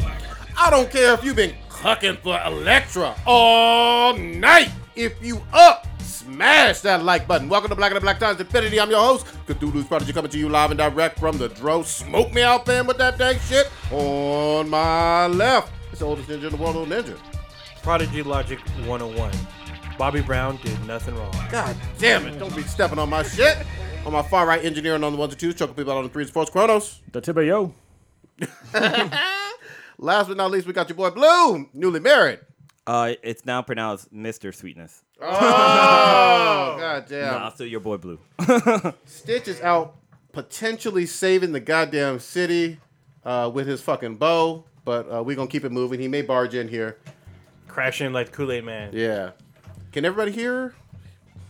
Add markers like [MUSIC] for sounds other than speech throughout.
I don't care if you've been cooking for Electra all night. If you up, smash that like button. Welcome to Black and the Black Times Infinity. I'm your host, Cthulhu's Prodigy, coming to you live and direct from the Dro. Smoke me out, fam, with that dang shit. On my left, it's the oldest ninja in the world, old ninja. Prodigy Logic 101. Bobby Brown did nothing wrong. God damn it, don't be stepping on my shit. On my far right, engineering on the ones and twos, choking people out on the threes and fours, Chronos. The Tibber, yo. [LAUGHS] Last but not least, we got your boy Blue, newly married. Uh, it's now pronounced Mr. Sweetness. Oh, God damn. Nah, I'm still your boy Blue. Stitch is out potentially saving the goddamn city uh, with his fucking bow, but uh, we're gonna keep it moving. He may barge in here. Crashing like Kool Aid Man. Yeah. Can everybody hear?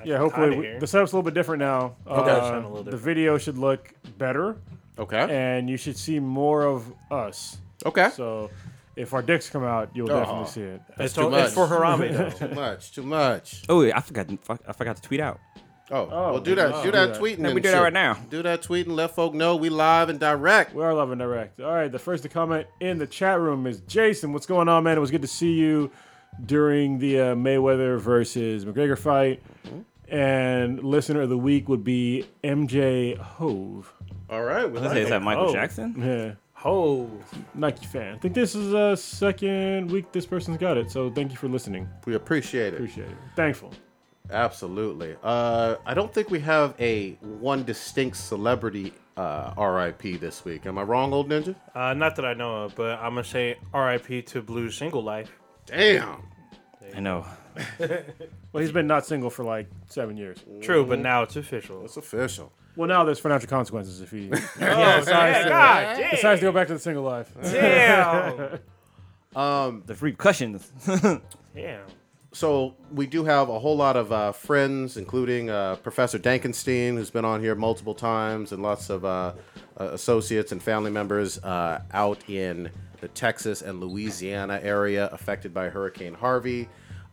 Yeah, hopefully outta we, here. the setup's a little bit different now. Okay. Uh, Sound a little the different. video should look better, Okay. and you should see more of us. Okay. So, if our dicks come out, you'll Oh. definitely see it. It's, too all- it's much. for Harami, [LAUGHS] though. Too much. Too much. [LAUGHS] Oh, wait, I forgot. fuck, I forgot to tweet out. Oh, well, do we that. can do do that that. tweeting. No, we and do that shit. right now. Do that tweeting. Let folk know we live and direct. We are live and direct. All right, the first to comment in the chat room is Jason. What's going on, man? It was good to see you during the uh, Mayweather versus McGregor fight. And listener of the week would be MJ Hove. All right. We I was gonna say, is that Michael Oh. Jackson? Yeah, Oh, Nike fan. I think this is a second week this person's got it. So thank you for listening. We appreciate it. Appreciate it. Thankful. Absolutely. Uh, I don't think we have a one distinct celebrity uh, RIP this week. Am I wrong, old ninja? uh, not that I know of, but I'm gonna say R.I.P. to Blue's single life. Damn. I know. Well, he's been not single for like seven years. True, but now it's official. It's official. Well, now there's financial consequences if he [LAUGHS] Yeah, [LAUGHS] God, decides to go back to the single life. damn, The repercussions. [LAUGHS] damn. So we do have a whole lot of uh, friends, including uh, Professor Dankenstein, who's been on here multiple times, and lots of uh, uh, associates and family members uh, out in the Texas and Louisiana area affected by Hurricane Harvey.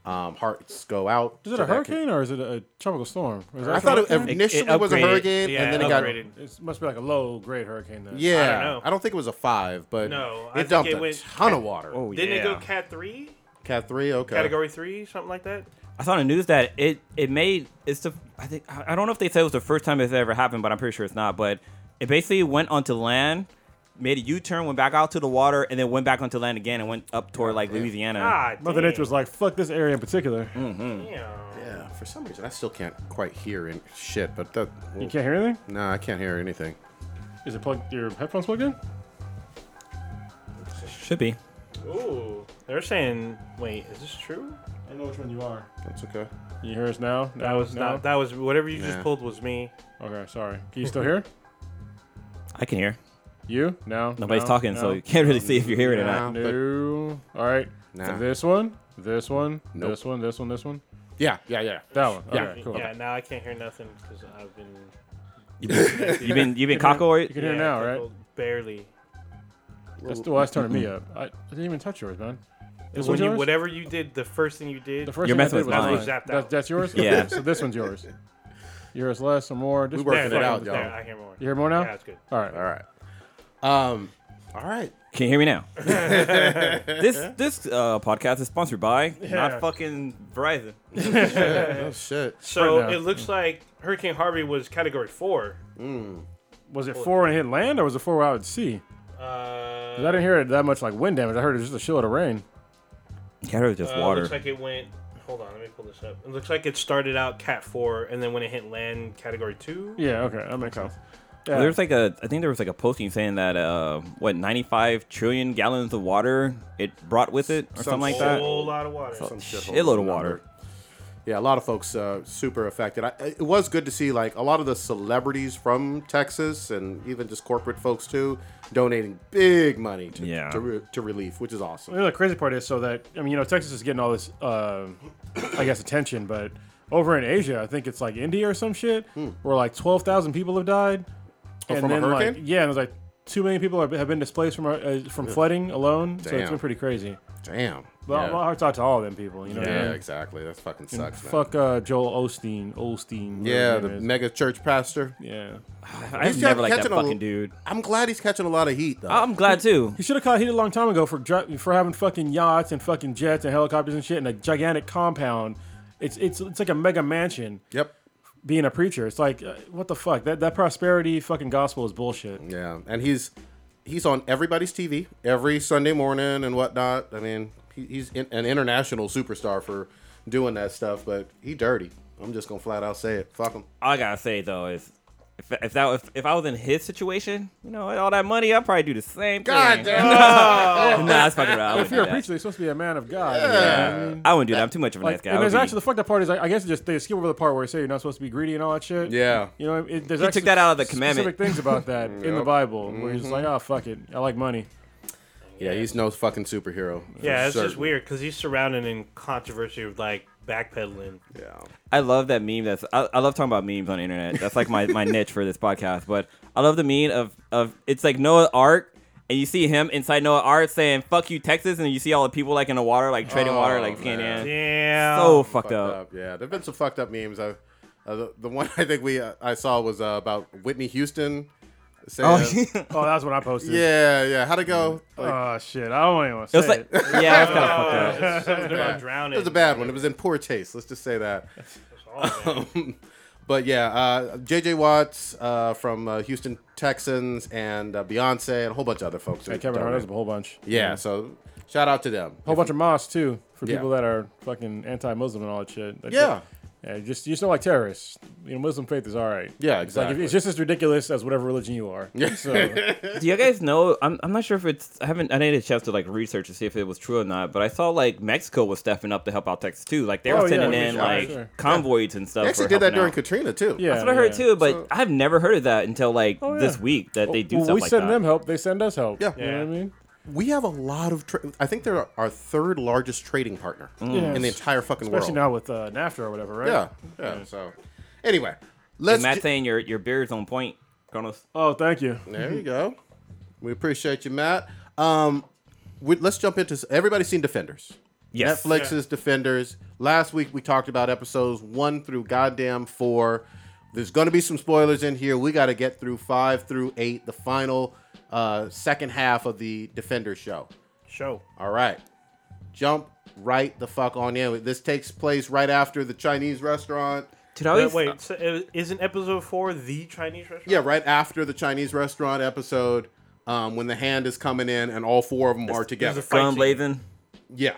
Um, hearts go out. Is it to a that hurricane or is it a tropical storm? Or is that I thought it hurricane? initially was a upgraded. hurricane, Yeah, and then it got upgraded. It must be like a low grade hurricane then. Yeah, I don't don't, know. think it was a five, but No, I it think dumped it a went- ton of water. Oh, yeah. Didn't it go Cat three? Cat three, okay. Category three, something like that. I saw on the news that it it made it's the I think I I don't know if they said it was the first time it's ever happened, but I'm pretty sure it's not. But it basically went onto land, made a U-turn, went back out to the water, and then went back onto land again and went up toward like Louisiana. God, Mother damn. Nature was like, fuck this area in particular. Ah, Damn. Yeah, for some reason I still can't quite hear any shit, but that You can't hear anything? no, I can't hear anything. Is it plugged? Your headphones plugged in? Should be. Ooh, they're saying. Wait, is this true? I don't know which one you are. That's okay. You hear us now? That was not. That was whatever you just Nah. pulled was me. Okay, sorry. Can you still [LAUGHS] hear? I can hear. You? No. Nobody's No? talking, so No? you can't really see if you're hearing it or Yeah. not. but- No. All right. Nah. This one. This one. Nope. This one. This one. This one. Yeah, yeah, yeah. That one. Yeah. Okay, cool. Yeah, now I can't hear nothing because I've been. [LAUGHS] You've been you've been cockroach. You can hear yeah, now, right? tickled Barely. That's the last [CLEARS THROAT] turning me up. I, I didn't even touch yours, man. This When one's you, yours? whatever you did, the first thing you did. The first You're thing I messing did with was mine. mine. Zapped That, out. that's yours. [LAUGHS] Yeah. Okay, So this one's yours. Yours less or more. Just We working there, it out, there, y'all. I hear more. You hear more now? Yeah, it's good. All right. All right. Um. All right. Can you hear me now? this this uh, podcast is sponsored by not fucking Verizon. Oh shit. So now. it looks like Hurricane Harvey was Category Four. Was it four when it hit land, or was it four out at sea? 'Cause Uh, I didn't hear it that much like wind damage. I heard it was just a shitload of rain. Yeah, it was just uh, water. Looks like it went. Hold on, let me pull this up. It looks like it started out Cat Four, and then when it hit land, Category Two. Yeah. Okay. That makes sense. Well, Yeah. There was like a, I think there was like a posting saying that uh, what 95 trillion gallons of water it brought with it or Some something like shit. that. Whole lot of water. Some shithole Shitload of number. water. Yeah, a lot of folks uh, super affected. I, it was good to see like a lot of the celebrities from Texas and even just corporate folks too donating big money to Yeah. to, re- to relief, which is awesome. You know, the crazy part is so that I mean, you know, Texas is getting all this, uh, I guess, attention, but over in Asia, I think it's like India or some shit, where like twelve thousand people have died, and Hmm. Oh, from a like hurricane? yeah, and there's like two million people have have been displaced from uh, from uh, flooding alone. So Damn. it's been pretty crazy. Damn. Well, yeah. My heart's out to all them people. You know. what I Yeah, mean? exactly. That fucking sucks, man. Fuck uh, Joel Osteen. Osteen. whatever Yeah, his the name is. mega church pastor. yeah. I've He's never liked that catching a- fucking dude. Oh. I'm glad he's catching a lot of heat though. I'm glad too. He should have caught heat a long time ago for dri- for having fucking yachts and fucking jets and helicopters and shit in a gigantic compound. It's it's it's like a mega mansion. yep. Being a preacher, it's like uh, what the fuck that that prosperity fucking gospel is bullshit. Yeah, and he's he's on everybody's TV every Sunday morning and whatnot. I mean, he, he's in, an international superstar for doing that stuff, but he dirty. I'm just gonna flat out say it. Fuck him. All I gotta say though is, if, if that if, if I was in his situation, you know, all that money, I'd probably do the same God thing. damn. nah, that's fucking right. I If you're a wouldn't, preacher, do you're supposed to be a man of God. Yeah. I mean, that. I wouldn't do that. I'm too much of a nice like, guy. I and would there's be- actually the fucked up part is I, I guess just they skip over the part where they say you're not supposed to be greedy and all that shit. yeah. You know, it, there's He took actually that out of the specific commandment. [LAUGHS] Mm-hmm. things about that in the Bible where you're just like, oh fuck it, I like money. Yeah, he's no fucking superhero. Yeah, For it's just certain. weird because he's surrounded in controversy of like backpedaling. Yeah. I love that meme. That's I, I love talking about memes on the internet. That's like my, my niche for this podcast. But I love the meme of of it's like Noah Ark, and you see him inside Noah Ark saying "fuck you Texas," and you see all the people like in the water, like trading Oh, water, like man. getting in. Yeah. So fucked, Fucked up. up. Yeah, there've been some fucked up memes. I, uh, the, the one [LAUGHS] I think we uh, I saw was uh, about Whitney Houston. Saying, Oh, yeah. Oh, [LAUGHS] that's what I posted. yeah, yeah. How'd it go? Like, Oh shit, I don't even want It to was say like, [LAUGHS] it. [LAUGHS] yeah, it's kind [LAUGHS] of fucked up. Uh, something about drowning. It was a bad one. It was in poor taste. Let's just say that. [LAUGHS] but yeah, uh, JJ Watts uh, from uh, Houston Texans and uh, Beyonce and a whole bunch of other folks. Hey, Kevin Hart has a whole bunch. Yeah, so shout out to them. whole bunch of mosques too for Yeah. people that are fucking anti-Muslim and all that shit. Like, Yeah. yeah, just you just don't like terrorists. You know, Muslim faith is all right. Yeah, It's like, exactly. it's just as ridiculous as whatever religion you are. [LAUGHS] Yeah. So, Do you guys know? I'm, I'm not sure if it's. I haven't. I didn't get a chance to like research to see if it was true or not. But I saw like Mexico was stepping up to help out Texas too. Like they were Oh, yeah, sending yeah, in sure, like sure. convoys and stuff. They actually for did that helping during Katrina out. too. yeah, That's what I heard yeah. too. But So- I've never heard of that until like Oh, yeah. this week that they do Well, stuff we like send that. them help; they send us help. Yeah. you know what I mean. we have a lot of. Tra- I think they're our third largest trading partner in the Mm. Yes. entire fucking Especially world. now with uh, NAFTA or whatever, right? Yeah, yeah, So anyway, let's. And Matt's ju- saying your your beard's on point, Kronos. Oh, thank you. There you go. We appreciate you, Matt. Um, we, let's jump into. Everybody's seen Defenders. Yes. Netflix's Defenders. Last week we talked about episodes one through goddamn four. There's going to be some spoilers in here. We got to get through five through eight, the final uh, second half of the Defender show. Show. All right. Jump right the fuck on in. This takes place right after the Chinese restaurant. Did I Wait, always, wait so uh, isn't episode four the Chinese restaurant? Yeah, right after the Chinese restaurant episode um, when the hand is coming in and all four of them are together. there's a fight gun scene. blazing? yeah.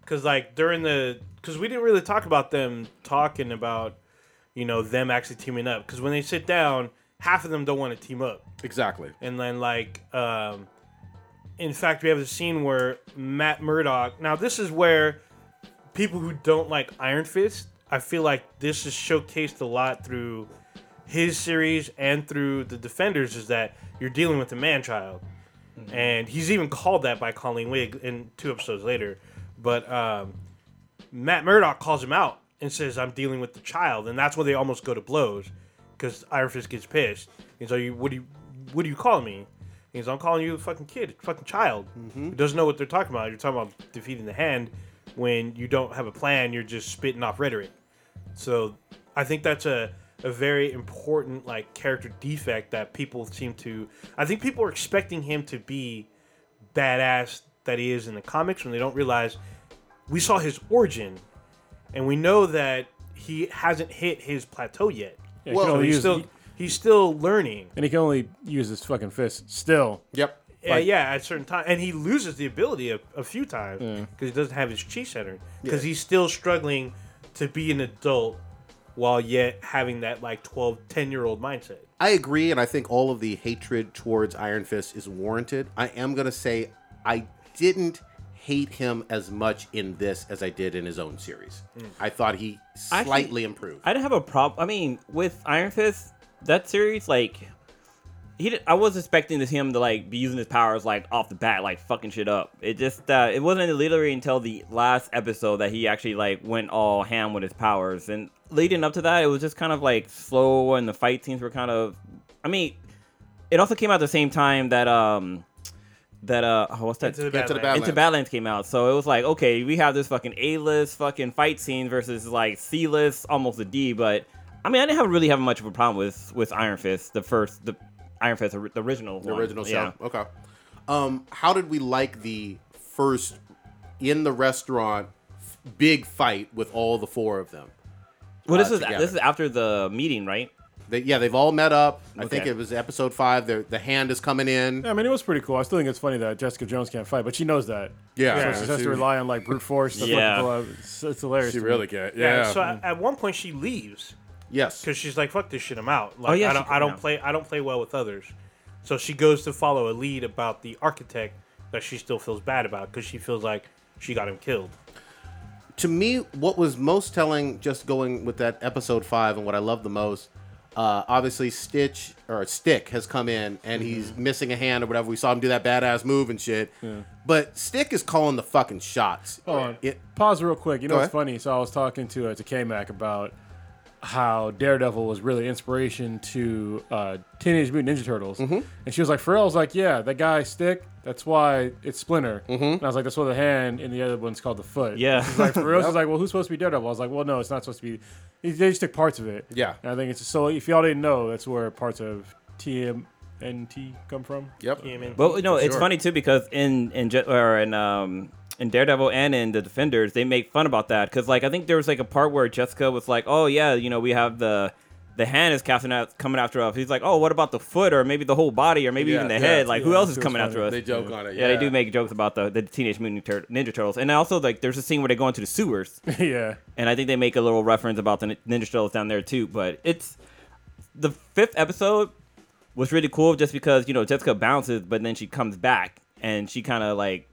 because like during the because we didn't really talk about them talking about you know them actually teaming up because when they sit down half of them don't want to team up Exactly. and then like um in fact we have the scene where matt murdock now this is where people who don't like iron fist i feel like this is showcased a lot through his series and through the defenders is that you're dealing with a man child and he's even called that by colleen wig in two episodes later but um Matt Murdock calls him out and says, "I'm dealing with the child," and that's when they almost go to blows because Iron Fist gets pissed. And so, you, what do you, what do you call me? And he's, "I'm calling you a fucking kid, a fucking child who doesn't know what they're talking about. You're talking about defeating the hand when you don't have a plan. You're just spitting off rhetoric." So, I think that's a a very important like character defect that people seem to. I think people are expecting him to be badass that he is in the comics when they don't realize we saw his origin and we know that he hasn't hit his plateau yet. Yeah, he Well, can So only he's use- still he's still learning. and he can only use his fucking fist still. Yep. Yeah, yeah, at certain time, and he loses the ability a, a few times because he doesn't have his chi centered because he's still struggling to be an adult while yet having that like 12, 10 year old mindset. I agree, and I think all of the hatred towards Iron Fist is warranted. I am gonna say I didn't hate him as much in this as I did in his own series. I thought he Actually, slightly improved. I didn't have a problem. I mean, with Iron Fist, that series, like, he did, I was expecting this him to like be using his powers like off the bat, like fucking shit up. It just uh, it wasn't literally until the last episode that he actually like went all ham with his powers. And leading up to that, it was just kind of like slow, and the fight scenes were kind of. I mean, it also came out at the same time that um, that uh oh, what's that Into the Get to the Badlands. Into Badlands came out, so it was like, okay, we have this fucking A list fucking fight scene versus like C list, almost a D. But I mean, I didn't have really have much of a problem with with Iron Fist, the first, the Iron Fist, the original, The original yeah. show. Okay. Um, how did we like the first in the restaurant f- big fight with all the four of them? Well, this uh, is together. this is after the meeting, right? They, yeah, they've all met up. I think Okay. it was episode five. Their the hand is coming in. I mean, it was pretty cool. I still think it's funny that Jessica Jones can't fight, but she knows that. Yeah. so Yeah. she has She- to rely on like brute force. Stuff Yeah. like that. It's, it's hilarious. to me. can't. Yeah. So at, at one point she leaves yes. because she's like, "Fuck this shit, I'm out." Like, Oh, yeah, I she don't, came I don't out. play, I don't play well with others. So she goes to follow a lead about the architect that she still feels bad about because she feels like she got him killed. to me, what was most telling, just going with that episode five, and what I love the most, uh, obviously Stitch or Stick has come in and he's Mm-hmm. missing a hand or whatever. We saw him do that badass move and shit. But Stick is calling the fucking shots. Oh, Hold uh, on. It- Pause real quick. You know Go what's ahead. funny? So I was talking to uh, to K Mac about how Daredevil was really inspiration to uh, Teenage Mutant Ninja Turtles, Mm-hmm. and she was like, "Pharrell was like, yeah, that guy Stick. That's why it's Splinter." Mm-hmm. And I was like, "That's why the hand and the other one's called the foot." Yeah. [LAUGHS] She's [LAUGHS] like Pharrell's was like, "Well, who's supposed to be Daredevil?" I was like, "Well, no, it's not supposed to be. They just took parts of it." Yeah. And I think it's so. If y'all didn't know, that's where parts of TMNT come from. yep. You know what I mean? But no, it's sure. funny too because in in Je- or in um in Daredevil and in the Defenders, they make fun about that because like I think there was like a part where Jessica was like, "Oh yeah, you know we have the." The hand is casting out, coming after us. He's like, "Oh, what about the foot, or maybe the whole body, or maybe Yeah, even the yeah, head? Like, who yeah, else is that's coming funny. after us?" They joke on it. yeah, they do make jokes about the, the Teenage Mutant Tur- Ninja Turtles, and also like there's a scene where they go into the sewers, [LAUGHS] yeah. and I think they make a little reference about the nin- Ninja Turtles down there too. But it's the fifth episode was really cool just because you know Jessica bounces, but then she comes back and she kind of like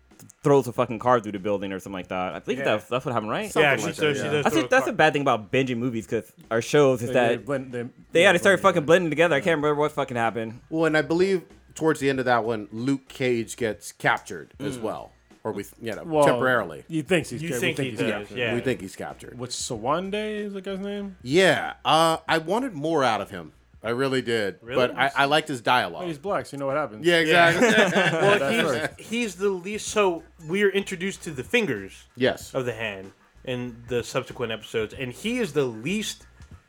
throws a fucking car through the building or something like that. I think Yeah. that's that's what happened, right? yeah, something she, like so that, she yeah. does. I throw think that's car- a bad thing about binging movies because our shows is that blend, they, they had to blend start it. fucking blending together. I can't remember what fucking happened. Well, and I believe towards the end of that one, Luke Cage gets captured as well, or we, you know, Well, temporarily. You think he's You we think Mm. he he's does, captured. yeah. We think he's captured. What's Sawande is that guy's name? Yeah, uh, I wanted more out of him. I really did. Really? But I, I liked his dialogue. He's black, so you know what happens. yeah, [LAUGHS] exactly. Well, he's, he's the least. So we're introduced to the fingers yes. of the hand in the subsequent episodes, and he is the least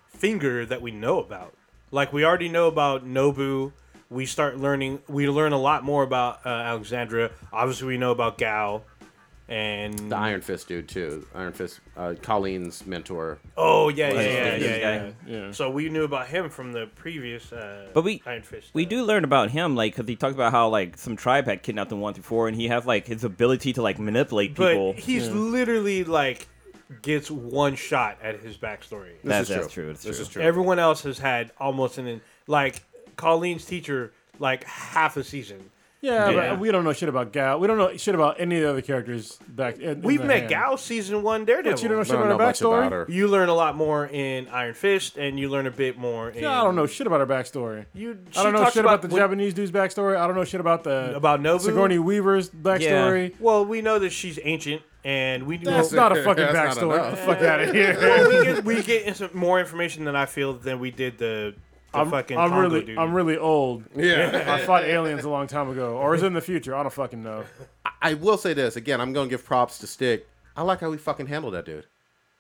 finger that we know about. Like we already know about Nobu. We start learning. We learn a lot more about uh, Alexandra. Obviously, we know about Gao, and The Iron Fist dude too. Iron Fist, uh, Colleen's mentor. oh yeah, yeah, Like, yeah, this yeah, yeah. guy. Yeah. So we knew about him from the previous. Uh, But we- Iron Fist. We uh, do learn about him, like, because he talks about how, like, some tribe had kidnapped him once before, and he has, like, his ability to, like, manipulate but people. he's literally like gets one shot at his backstory. that's, is that's true. true. It's This true. is true. Everyone else has had almost an like Colleen's teacher like half a season. Yeah, Yeah. but we don't know shit about Gal. We don't know shit about any of the other characters back. In, in We've the met hand. Gao season one But Daredevil. you don't know I shit don't about know her much about backstory. her. You learn a lot more in Iron Fist, and you learn a bit more. In, Yeah, I don't know shit about her backstory. You, I don't she know talks shit about, the when- Japanese dude's backstory. I don't know shit about the About Nobu? Sigourney Weaver's backstory. [LAUGHS] Well, we know that she's ancient, and we know That's [LAUGHS] not a fucking That's not backstory. enough. Get the fuck out of here. well, we get we get into more information than I feel than we did the, the I'm, fucking I'm Congo really, dude. I'm really old. Yeah. I fought aliens a long time ago, or is it in the future? I don't fucking know. I will say this again. I'm gonna give props to Stick. I like how he fucking handled that dude.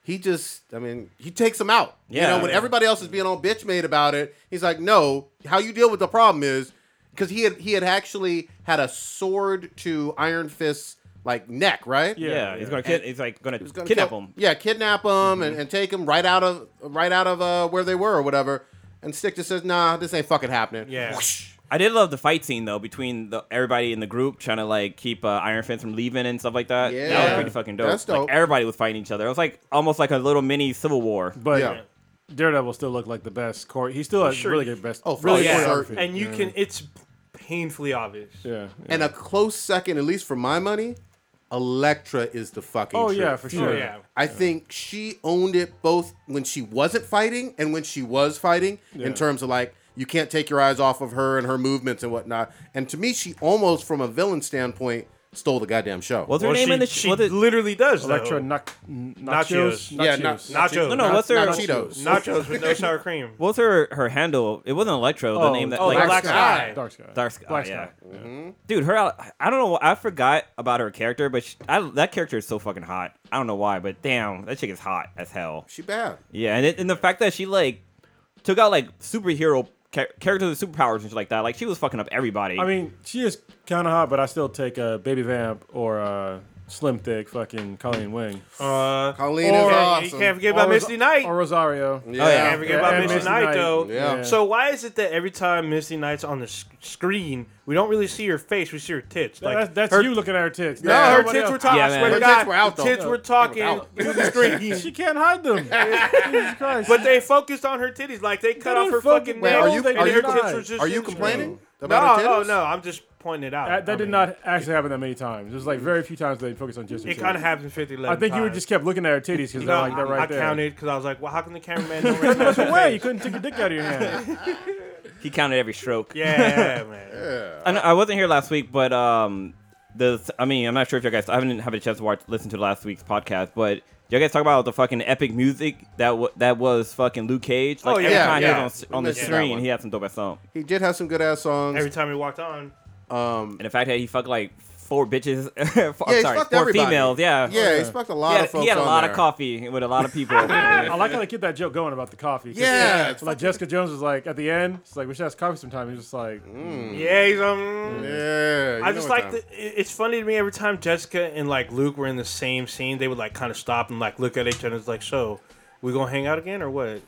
He just, I mean, he takes him out. Yeah. You know, when everybody else is being all bitch made about it, he's like, no. How you deal with the problem is because he had he had actually had a sword to Iron Fist's like neck, right? yeah, Yeah, he's gonna kid- he's like gonna, gonna kidnap kill- him. Mm-hmm. Yeah, kidnap him and, and take him right out of right out of uh, where they were or whatever. And Stick just says, "Nah, this ain't fucking happening." Oh, Yeah. Whoosh. I did love the fight scene though between the, everybody in the group trying to like keep uh, Iron Fist from leaving and stuff like that. that was Yeah. pretty fucking dope. That's dope. Like everybody was fighting each other. It was like almost like a little mini civil war. But Yeah. Daredevil still looked like the best core. He still has Sure. really good best. Oh, for really sure. good yeah, outfit. and you can. It's painfully obvious. Yeah. yeah. And a close second, at least for my money, Elektra is the fucking. Oh truth. yeah, for sure. Oh yeah. I think she owned it both when she wasn't fighting and when she was fighting Yeah. in terms of like you can't take your eyes off of her and her movements and whatnot. And to me, she almost from a villain standpoint, stole the goddamn show. What's her Well, name she, in the she what is- literally does Electro though. nac- n- nachos. Nachos. yeah, not, Nachos. Nachos. nachos. No, no, what's their- not Cheetos? nachos with no sour cream. What's her her handle? It wasn't Electro. The Oh, name that oh, like Black Sky. Dark sky. Dark Sky. Oh, Black yeah. sky. Mm-hmm. Dude, her I don't know. I forgot about her character, but she, I, that character is so fucking hot. I don't know why, but damn, that chick is hot as hell. She bad. Yeah, and it, and the fact that she like took out like superhero char- characters with superpowers and shit like that, like she was fucking up everybody. I mean, she is kind of hot, but I still take a baby vamp or a slim thick fucking Colleen Wing. Uh, Colleen or, is You awesome. can't forget about or Ros- Misty Knight. or Rosario. yeah. Can't forget Yeah, about and Misty Misty Knight, Knight. though. Yeah. So why is it that every time Misty Knight's on the s- screen, we don't really see her face, we see her tits? Like that's that's her, you looking at her tits. No, Yeah. her Nobody tits else. were talking. Yeah, I swear man. to Her God, tits were out, though. Tits were They were talking out. through the screen. [LAUGHS] She can't hide them. Jesus Christ. But they focused on her titties, like they cut They off didn't her fucking- fucking Wait, nails, are you- and are her you- tits were just Are you in the complaining screen. No, about her oh titties? no, I'm just pointing it out. that, that I did mean, not actually happen that many times. It was like very few times they focused on just. her It titties. kind of happened 50 I think you were just kept looking at her titties because they're No, like they're right I, there. I [LAUGHS] counted because I was like, well, how come the cameraman don't recognize her There's a way you face? couldn't take your dick out of [LAUGHS] your hand. he counted every stroke. Yeah, man. I, know, I wasn't here last week, but um, the I mean, I'm not sure if you guys. I haven't had a chance to watch, listen to last week's podcast, but you guys talk about the fucking epic music that w- that was fucking Luke Cage. Like Oh, every yeah, time he yeah. was on, We on the missed that screen, one. he had some dope ass song. He did have some good ass songs. Every time he walked on, um, And the fact that he fucked like four bitches, [LAUGHS] four, yeah, I'm he sorry, fucked four everybody. females. Yeah, Yeah, he fucked a He lot had, of folks. he had a on lot there. of coffee with a lot of people. [LAUGHS] I like how they keep that joke going about the coffee. 'cause- Yeah, it's Like Jessica Jones was like at the end, she's like, we should have coffee sometime. He's just like, Mm. "Mm, yeah, he's um. Yeah. you I know just what like time. the, it- it's funny to me every time Jessica and like Luke were in the same scene, they would like kind of stop and like look at each other. It's like, so we gonna hang out again or what?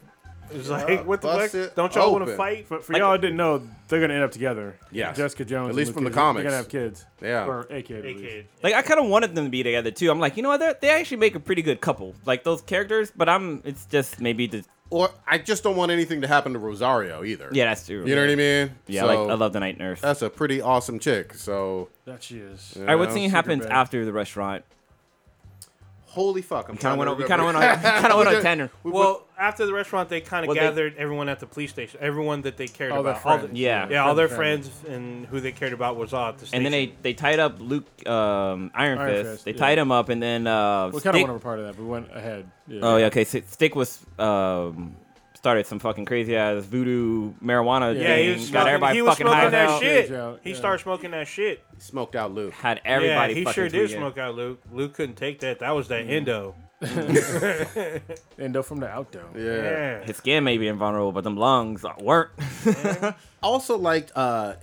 It's like, [LAUGHS] what the bust fuck? it Don't y'all want to open. fight? For, for y'all that didn't know, they're gonna end up together. Yes. Jessica Jones. At least and from Luke the Cage, They're comics. gonna have kids. Yeah. Or a kid. at Hey, least. kid. Like I kind of wanted them to be together too. I'm like, you know what? They're- They actually make a pretty good couple, like those characters. But I'm, it's just maybe the or I just don't want anything to happen to Rosario either. yeah, that's true. You know what I mean? Yeah, So, like I love the night nurse. That's a pretty awesome chick. So That she is. All right, what Yeah, scene super happens bad. after the restaurant? holy fuck, I'm Kind trying of went to on. We kind remember. of went on. Kind [LAUGHS] of went on did- tender. Well, after the restaurant, they kind of Well, they- gathered everyone at the police station, everyone that they cared All their about, all the, friends. Yeah. yeah, all their Friends friends and who they cared about was all at the station. And then they they tied up Luke um, Iron, Iron Fist. Fist, They yeah. tied him up, and then uh, We kind of Stick- went over part of that, but we went ahead. Oh yeah, okay. Sti- Stick was um, started some fucking crazy ass voodoo marijuana. yeah, he thing, was got smoking, everybody he was fucking smoking high that as hell, shit. Yeah. He started smoking that shit. Smoked out [LAUGHS] Luke. Had everybody. yeah, he fucking sure did tweeted. Mm. smoke out Luke. Luke couldn't take that. That was that endo. And though from the outdo. Yeah. Yeah. His skin may be invulnerable, but them lungs weren't. Also liked uh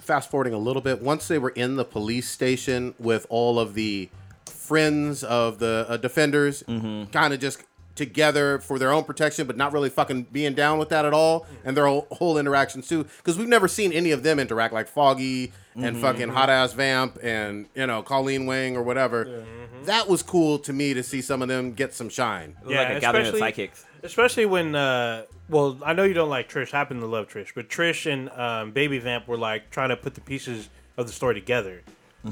fast forwarding a little bit, once they were in the police station with all of the friends of the uh, defenders kind of just together for their own protection but not really fucking being down with that at all and their whole, whole interactions too because we've never seen any of them interact like foggy and fucking hot ass vamp and you know colleen wing or whatever that was cool to me to see some of them get some shine It was like a gathering of psychics. Especially when, uh, well, I know you don't like Trish. I happen to love Trish, but Trish and um, Baby Vamp were like trying to put the pieces of the story together.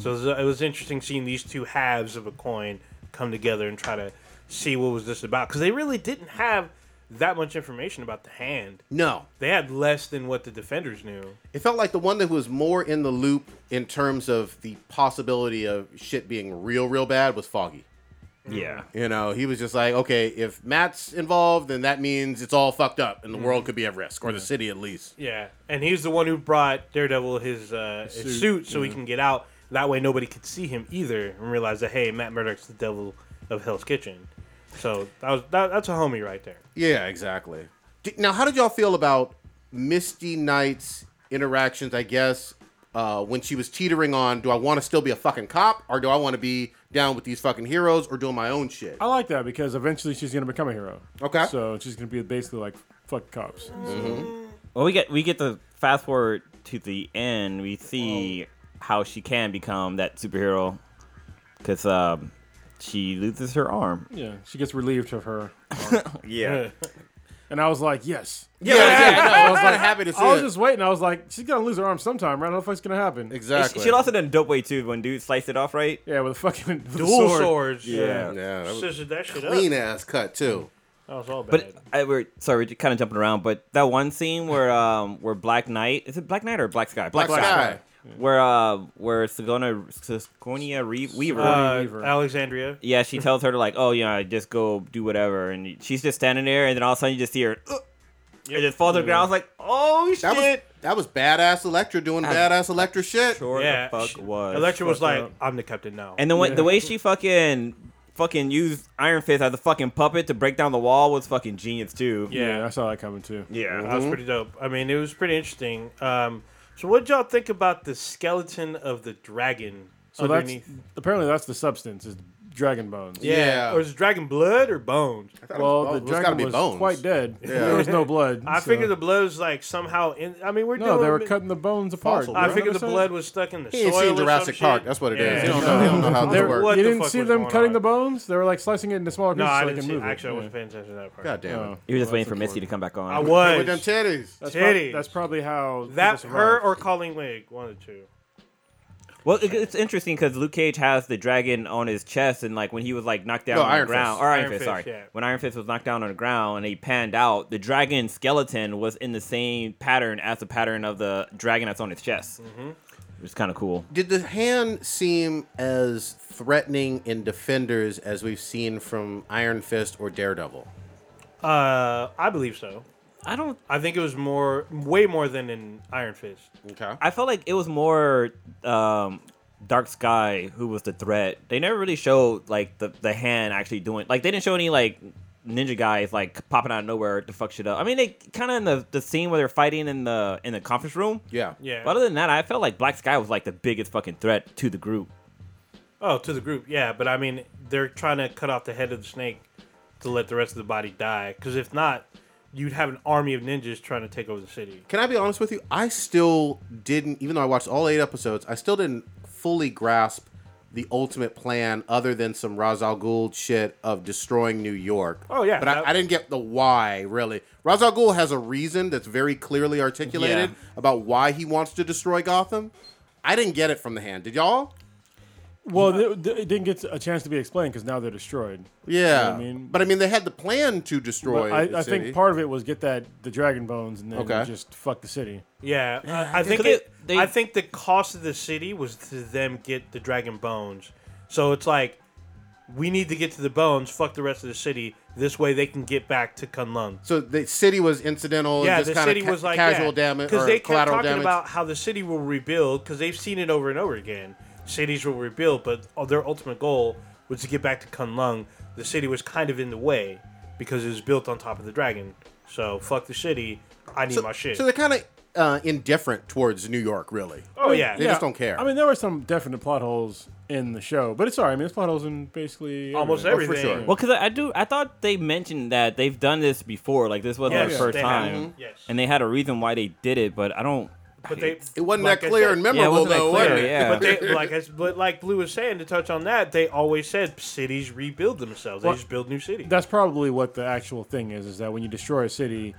So it was, uh, it was interesting seeing these two halves of a coin come together and try to see what was this about because they really didn't have that much information about the hand. no They had less than what the defenders knew. It felt like the one that was more in the loop in terms of the possibility of shit being real, real bad was Foggy. Yeah. You know, he was just like, okay, if Matt's involved, then that means it's all fucked up and the world could be at risk, or the city at least. Yeah, and he's the one who brought Daredevil his, uh, his suit, suit, so he can get out. That way, nobody could see him either and realize that hey, Matt Murdock's the devil of Hell's Kitchen. So that was that, that's a homie right there. Yeah, exactly. D- Now, how did y'all feel about Misty Knight's interactions, I guess, uh, when she was teetering on do I want to still be a fucking cop, or do I want to be down with these fucking heroes, or doing my own shit? I like that because eventually she's gonna become a hero. Okay. So she's gonna be basically like fuck cops. Well, we get we get to fast forward to the end. We see how she can become that superhero because um, she loses her arm. Yeah. She gets relieved of her. Yeah. And I was like, yes. Yeah, yeah, no, [LAUGHS] I was like- kinda happy to see I was it. just waiting. I was like, she's gonna lose her arm sometime, right? How the fuck's gonna happen? exactly. She, she lost it in a dope way too when dude sliced it off right. Yeah, with a fucking [LAUGHS] with a Dual sword. swords. Yeah, Yeah. that was a Scissored that shit up. clean ass cut too. That was all bad. But I, we're sorry, we're kind of jumping around. But that one scene where um where Black Knight is it Black Knight or Black Sky? Black, Sky. where uh where Sigourney Sigourney Re- Weaver. Uh, Weaver. Alexandria. yeah, she tells her to like, oh yeah, just go do whatever, and she's just standing there, and then all of a sudden you just hear, "Ugh," and just fall to the ground. I was like, oh shit. That was that was badass Electra doing badass Electra shit. sure yeah. the fuck she- was. Electra was Fucked like, up. I'm the captain now. and then when, the way she fucking fucking used Iron Fist as a fucking puppet to break down the wall was fucking genius too. Yeah, I saw that coming too. Yeah, that was Mm-hmm. pretty dope. I mean, it was pretty interesting. Um, so what did y'all think about the skeleton of the dragon So underneath? that's apparently that's the substance is dragon bones. Yeah. Or is it dragon blood or bones? Well, Well, the it's gotta dragon be was bones. quite dead. There was no blood. I so- figured the blood was like somehow in. I mean, we're no, doing. they were cutting the bones apart. Fossil, I bro. figured the blood was stuck in the He soil. ain't seen or Jurassic some Park. shit. That's what it is. yeah. He don't know. He don't know how They this were- works. What you the didn't fuck see was them going cutting on? the bones? They were like slicing it into smaller pieces No, I so they didn't can see. move it. Actually, I Yeah. wasn't paying attention to that part. God damn it. Oh. You were just Well, waiting for that's Misty to come back on. I With them was. titties. That's, Titties. prob- that's probably how people That her survived. or Colleen Wig, one of the two. Well, it, it's interesting because Luke Cage has the dragon on his chest, and like when he was like knocked down No, on Iron the ground, Fist. or Iron, Iron Fist, Fist, sorry, yeah. when Iron Fist was knocked down on the ground and he panned out, the dragon skeleton was in the same pattern as the pattern of the dragon that's on his chest. Mm-hmm. It was kind of cool. Did the hand seem as threatening in Defenders as we've seen from Iron Fist or Daredevil? Uh, I believe so. I don't. I think it was more, way more than in Iron Fist. Okay. I felt like it was more um, Dark Sky who was the threat. They never really showed like the the hand actually doing. Like they didn't show any like ninja guys like popping out of nowhere to fuck shit up. I mean, they kind of in the, the scene where they're fighting in the in the conference room. Yeah. Yeah. But other than that, I felt like Black Sky was like the biggest fucking threat to the group. Oh, to the group, yeah. But I mean, they're trying to cut off the head of the snake to let the rest of the body die. Because if not, you'd have an army of ninjas trying to take over the city. Can I be honest with you? I still didn't, even though I watched all eight episodes, I still didn't fully grasp the ultimate plan other than some Ra's al Ghul shit of destroying New York. Oh, yeah. But That- I, I didn't get the why, really. Ra's al Ghul has a reason that's very clearly articulated Yeah. about why he wants to destroy Gotham. I didn't get it from the hand. Did y'all? well, th- th- it didn't get a chance to be explained because now they're destroyed. Yeah, I mean- but I mean, they had the plan to destroy. But I, the I city. think part of it was get that the dragon bones and then Okay. just fuck the city. Yeah, I, I think Because it- they- I think the cost of the city was to them get the dragon bones. So it's like we need to get to the bones. Fuck the rest of the city. This way they can get back to Kunlun. so. The city was incidental. Yeah, and just the kinda city ca- was like casual damage because or they kept collateral talking damage. about how the city will rebuild because they've seen it over and over again. Cities will rebuild, but their ultimate goal was to get back to Kunlun. The city was kind of in the way because it was built on top of the dragon. So fuck the city. I need my shit. So they're kind of uh, indifferent towards New York, really. oh yeah, They just don't care. I mean, there were some definite plot holes in the show, but it's alright. I mean, there's plot holes in basically almost Oh, for everything. sure. Well, because I, I do, I thought they mentioned that they've done this before. Like this wasn't Yes, the first they time, have. Mhm. Yes. and they had a reason why they did it. But I don't. But they, it wasn't like that I clear said- and Yeah, it memorable, wasn't that though. clear, was it? yeah. But they, like as, but like Blue was saying to touch on that, they always said cities rebuild themselves. They Well, just build new cities. that's probably what the actual thing is is that when you destroy a city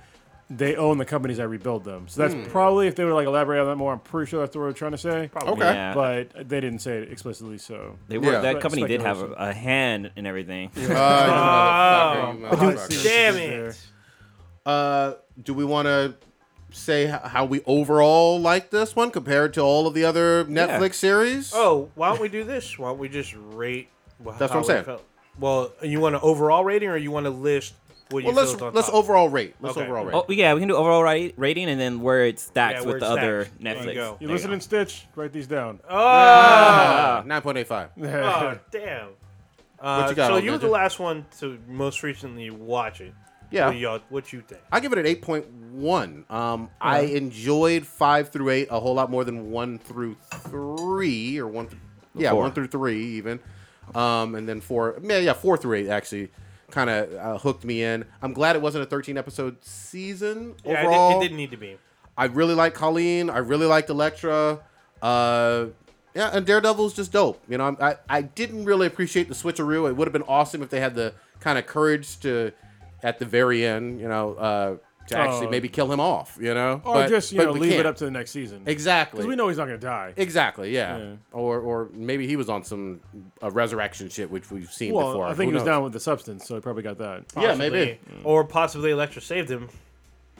they own the companies that rebuild them so Hmm. that's probably if they would like elaborate on that more i'm pretty sure that's what we're trying to say probably Okay. Yeah. but they didn't say it explicitly so They were, Yeah. that company did have a, Speculation. a hand in everything. Oh. Uh, you motherfucker, you motherfucker. Damn there. it! Uh, do we want to say h- how we overall like this one compared to all of the other Netflix series? Oh, why don't we do this? Why don't we just rate? wh- That's what how I'm we saying. felt? Well, you want an overall rating, or you want to list what you well, let's felt on let's top? overall rate. Let's Okay. overall rate. oh yeah, we can do overall ri- rating and then where it Yeah, stacks where with it the other stacks. There you Netflix. go. you There listen go. in stitch write these down Uh, uh, Ah, 9.85. Oh, [LAUGHS] damn. Uh, you got so on you were there, the Jim? last one to most recently watch it. Yeah. What, y'all, what you think? I give it an 8.1. Um, I enjoyed 5 through 8 a whole lot more than 1 through 3 or 1 th- yeah, Four. 1 through 3 even. Um, and then 4 yeah, yeah, 4 through 8 actually kind of uh, hooked me in. I'm glad it wasn't a 13 episode season Yeah, it- overall. it, didn't need to be. I really like Colleen. I really liked Elektra. Uh, yeah, and Daredevil's just dope. You know, I'm- I I didn't really appreciate the switcheroo. It would have been awesome if they had the kind of courage to, at the very end, you know, uh, to actually Oh. maybe kill him off. You know, [LAUGHS] or just you know leave it up to the next season exactly. because we know he's not gonna die Exactly, yeah. Yeah. Or or maybe he was on some uh, resurrection shit, which we've seen well before. i think Who he was knows? down with the substance so he probably got that Yeah, maybe. Possibly. Or possibly Electra saved him.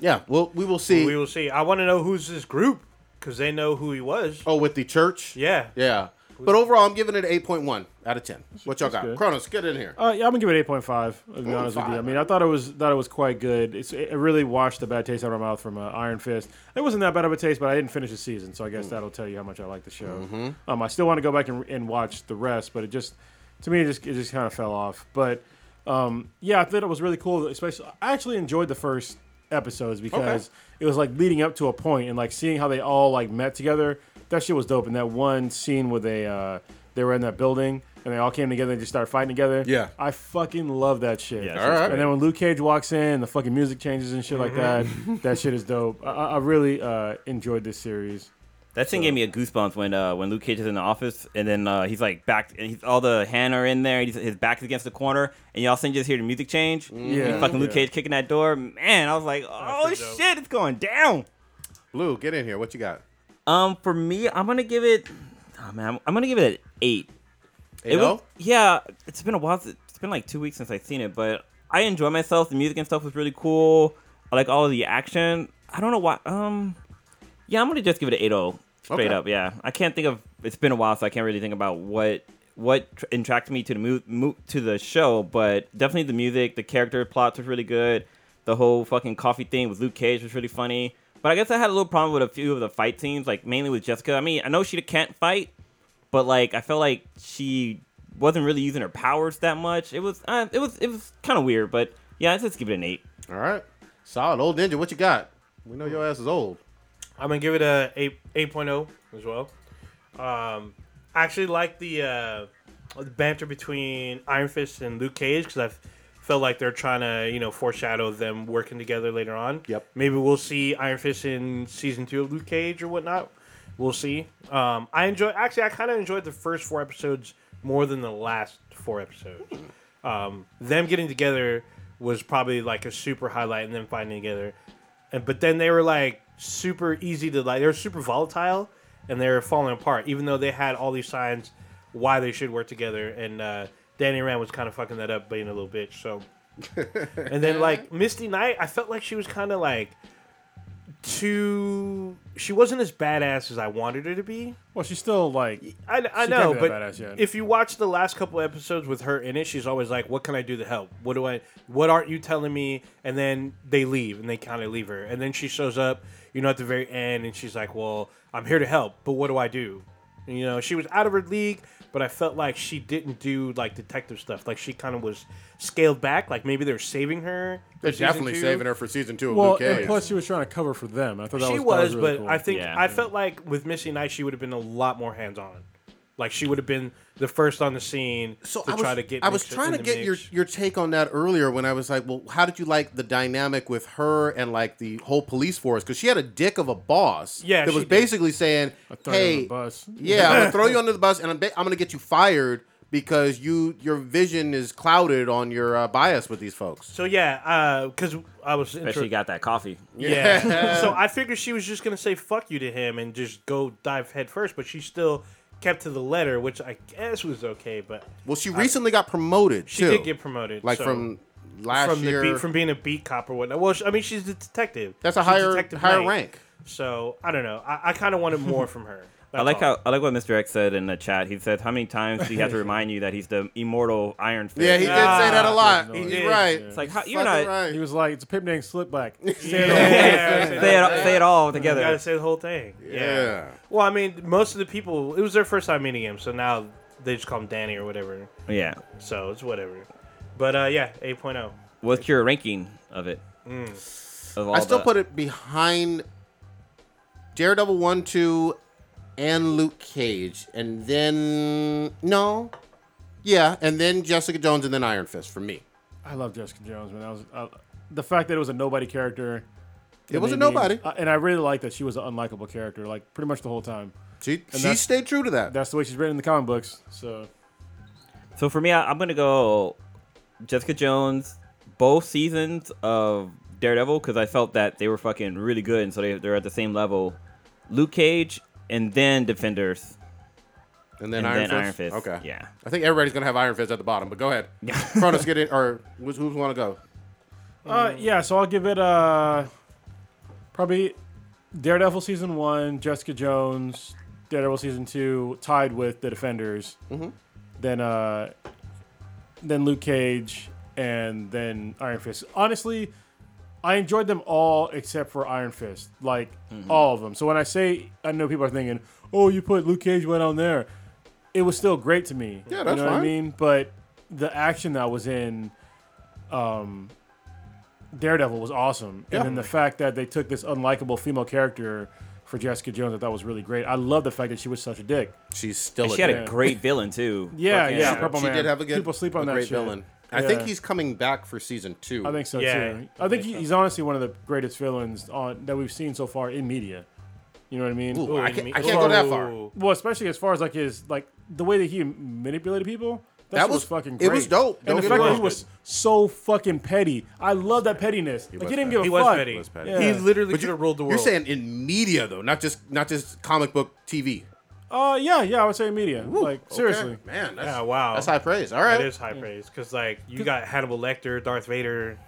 Yeah, well, we will see. We will see. I want to know who's this group. because they know who he was. Oh, with the church? Yeah. Yeah. But overall, I'm giving it an 8.1 out of 10. What y'all That's got? good. Kronos, get in here. Uh, yeah, I'm gonna give it 8.5. To be honest with you, I mean, I thought it was thought it was quite good. It's, it really washed the bad taste out of my mouth from uh, Iron Fist. It wasn't that bad of a taste, but I didn't finish the season, so I guess that'll tell you how much I like the show. Um, I still want to go back and, and watch the rest, but it just to me it just it just kind of fell off. But um, yeah, I thought it was really cool. Especially, I actually enjoyed the first episodes because it was like leading up to a point and like seeing how they all like met together. That shit was dope. And that one scene where they uh, they were in that building and they all came together and just started fighting together. Yeah. I fucking love that shit. Yeah, that All shit's right. great. And then when Luke Cage walks in, the fucking music changes and shit like that. Mm-hmm. that shit is dope. I, I I really uh, enjoyed this series. That thing gave me a goosebumps when uh, when Luke Cage is in the office and then uh, he's like back and he's, all the hand are in there. And he's, his back is against the corner and y'all suddenly just hear the music change. Yeah. fucking Luke Yeah. Cage kicking that door. Man, I was like, oh pretty dope. shit, it's going down. Lou, get in here. What you got? Um, for me, I'm gonna give it. Oh man, I'm, I'm gonna give it an eight. It 8 oh? was, yeah, it's been a while. si- It's been like two weeks since I've seen it, but I enjoy myself. The music and stuff was really cool. I like all of the action. I don't know why. Um, yeah, I'm gonna just give it an 8.0 straight Okay. up. Yeah, I can't think of. It's been a while, so I can't really think about what what tr- attracted me to the mo- mo- to the show. But definitely the music, the character plots was really good. The whole fucking coffee thing with Luke Cage was really funny. But I guess I had a little problem with a few of the fight scenes, like mainly with Jessica. I mean, I know she can't fight, but like I felt like she wasn't really using her powers that much. It was uh, it was it was kind of weird, but yeah, let's just give it an eight. All right. Solid. Old Ninja, what you got? We know your ass is old. I'm gonna give it a 8, 8.0 as well. Um, I actually like the uh, the banter between Iron Fist and Luke Cage because I've felt like they're trying to you know foreshadow them working together later on. Yep. Maybe we'll see Iron Fist in season two of Luke Cage or whatnot. We'll see. Um, I enjoy actually I kind of enjoyed the first four episodes more than the last four episodes. Um, them getting together was probably like a super highlight, and them fighting together and but then they were like super easy to like they were super volatile and they were falling apart even though they had all these signs why they should work together and uh, danny rand was kind of fucking that up being a little bitch so and then like misty knight i felt like she was kind of like too she wasn't as badass as i wanted her to be Well, she's still like I, I She know, can't be but that badass yet. if you watch the last couple episodes with her in it, she's always like, "What can I do to help? What do I? What aren't you telling me?" And then they leave, and they kind of leave her, and then she shows up, you know, at the very end, and she's like, "Well, I'm here to help, but what do I do?" And, you know, she was out of her league, but I felt like she didn't do like detective stuff. Like she kind of was scaled back. Like maybe they were saving her. for They're season definitely two. saving her for season two of well, Luke Cage. and plus she was trying to cover for them. I thought that she was, was, that was really but cool. I think Yeah. I felt like with Missy Knight, she would have been a lot more hands on. Like she would have been the first on the scene so to I was, try to get. I was Mix trying in to the get your, mix. your take on that earlier when I was like, well, how did you like the dynamic with her and like the whole police force? Because she had a dick of a boss. Yeah, that she was did. basically saying, throw you under hey, the bus. yeah, I'm gonna throw you under the bus, and I'm, ba- I'm gonna get you fired because you your vision is clouded on your uh, bias with these folks. So yeah, because I was Especially inter- got that coffee. [LAUGHS] yeah. [LAUGHS] so I figured she was just gonna say "fuck you" to him and just go dive head first, but she still kept to the letter, which I guess was okay. But Well, she recently got promoted. she too. did get promoted, like so- from last from year. the beat from being a beat cop or whatnot. Well, she, I mean, she's a detective. That's a She's higher Detective higher Knight. rank. So I don't know. I, I kind of wanted more from [LAUGHS] her. I like how I like what Mr. X said in the chat. He said how many times do you have to remind you that he's the immortal Iron Fist? Yeah, he did Ah, say that a lot. he He's did. right. It's like how, He's you're fucking not right. he was like, "It's a pimp named Slipback." [LAUGHS] Yeah, [LAUGHS] say it, say it all You gotta together. say the whole thing. Yeah. Yeah. Well, I mean, most of the people, it was their first time meeting him, so now they just call him Danny or whatever. Yeah. So it's whatever. But uh, yeah, 8.0. What's your ranking of it? Of all I still the- put it behind Daredevil one, two, and Luke Cage, and then no, yeah, and then Jessica Jones, and then Iron Fist for me. I love Jessica Jones, man. That was uh, the fact that it was a nobody character. It was a made me- nobody. uh, and I really liked that she was an unlikable character, like pretty much the whole time. She she that's- stayed true to that. That's the way she's written in the comic books. So So for me, I, I'm gonna go Jessica Jones, both seasons of Daredevil because I felt that they were fucking really good, and so they, they're at the same level. Luke Cage and then Defenders. And then, and Iron, then Fist. Iron Fist, Okay. yeah. I think everybody's gonna have Iron Fist at the bottom, but go [LAUGHS] ahead. Cronus, get it, or who's who's want to go? Uh, yeah, so I'll give it uh, probably Daredevil season one, Jessica Jones, Daredevil season two, tied with The Defenders. Mm-hmm. Then, uh, then Luke Cage, and then Iron Fist. Honestly, I enjoyed them all except for Iron Fist, like Mm-hmm. all of them. So when I say, I know people are thinking, "Oh, you put Luke Cage right on there," it was still great to me. Yeah, you that's know what I fine. mean. But the action that was in, um, Daredevil was awesome, Yeah. and then the fact that they took this unlikable female character for Jessica Jones, I thought was really great. I love the fact that she was such a dick. She's still She had dick. a great villain too. Yeah, Fucking- yeah, Purple She Man. did have a good People sleep on a that great shit. villain. I think Yeah. he's coming back for season two. I think so Yeah, too. I I think think he, he's honestly one of the greatest villains on that we've seen so far in media. You know what I mean? Ooh, I can't, mean- I can't go that Ooh. far. Well, especially as far as like his like the way that he manipulated people. That, That shit was, was- fucking it great. was dope. Don't get And the me fact that wrong. he was so fucking petty. I love that pettiness. like was he didn't petty. give a He was fuck. petty. was petty. Yeah. He literally But could have ruled the world. You're saying in media though, not just not just comic book TV. Uh yeah, yeah, I would say media. Okay. like seriously. man, that's, Yeah, wow. that's high praise. All right, That is high praise because like you got Hannibal Lecter, Darth Vader,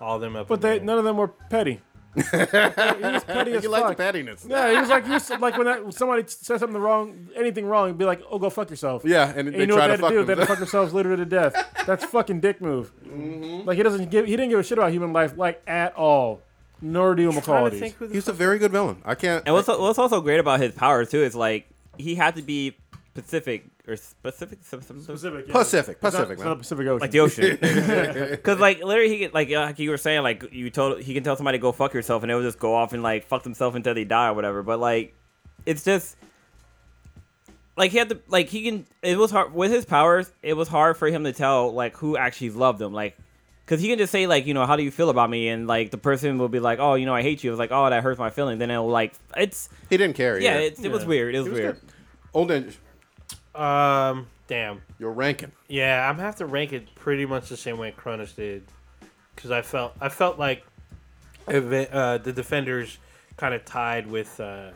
all them up. But in they none of them were petty. he was petty as you fuck. like the pettiness. yeah, he was like, he was like when that, somebody said something wrong, anything wrong, he'd be like, "Oh, go fuck yourself." Yeah, and, And they you know try what they to had to, fuck do? They had to them. fuck themselves literally to death. That's fucking dick move. Mm-hmm. Like he doesn't give, he didn't give a shit about human life like at all, nor do human there. I'm trying to qualities. think who the He's a very good villain. I can't. And what's, what's also great about his power too is like he had to be Pacific or Pacific, Pacific, Pacific, yeah. It's not- Pacific, it's man. not the Pacific Ocean. like the ocean. Because like literally, he could- like uh, like you were saying, like you told he can tell somebody go fuck yourself, and they'll just go off and like fuck themselves until they die or whatever. But like, it's just like he had to like he can. It was hard with his powers. It was hard for him to tell like who actually loved him, like. Cause he can just say like, you know, how do you feel about me? And like the person will be like, oh, you know, I hate you. It's like, oh, that hurts my feelings. Then it'll like, it's He didn't care. yeah, either. it, it was Yeah. weird. It was, was weird. good. Oh, then fuck- Um, damn. you're ranking. Yeah, I'm gonna have to rank it pretty much the same way Cronus did, because I felt I felt like eve- uh, the defenders kind of tied with uh,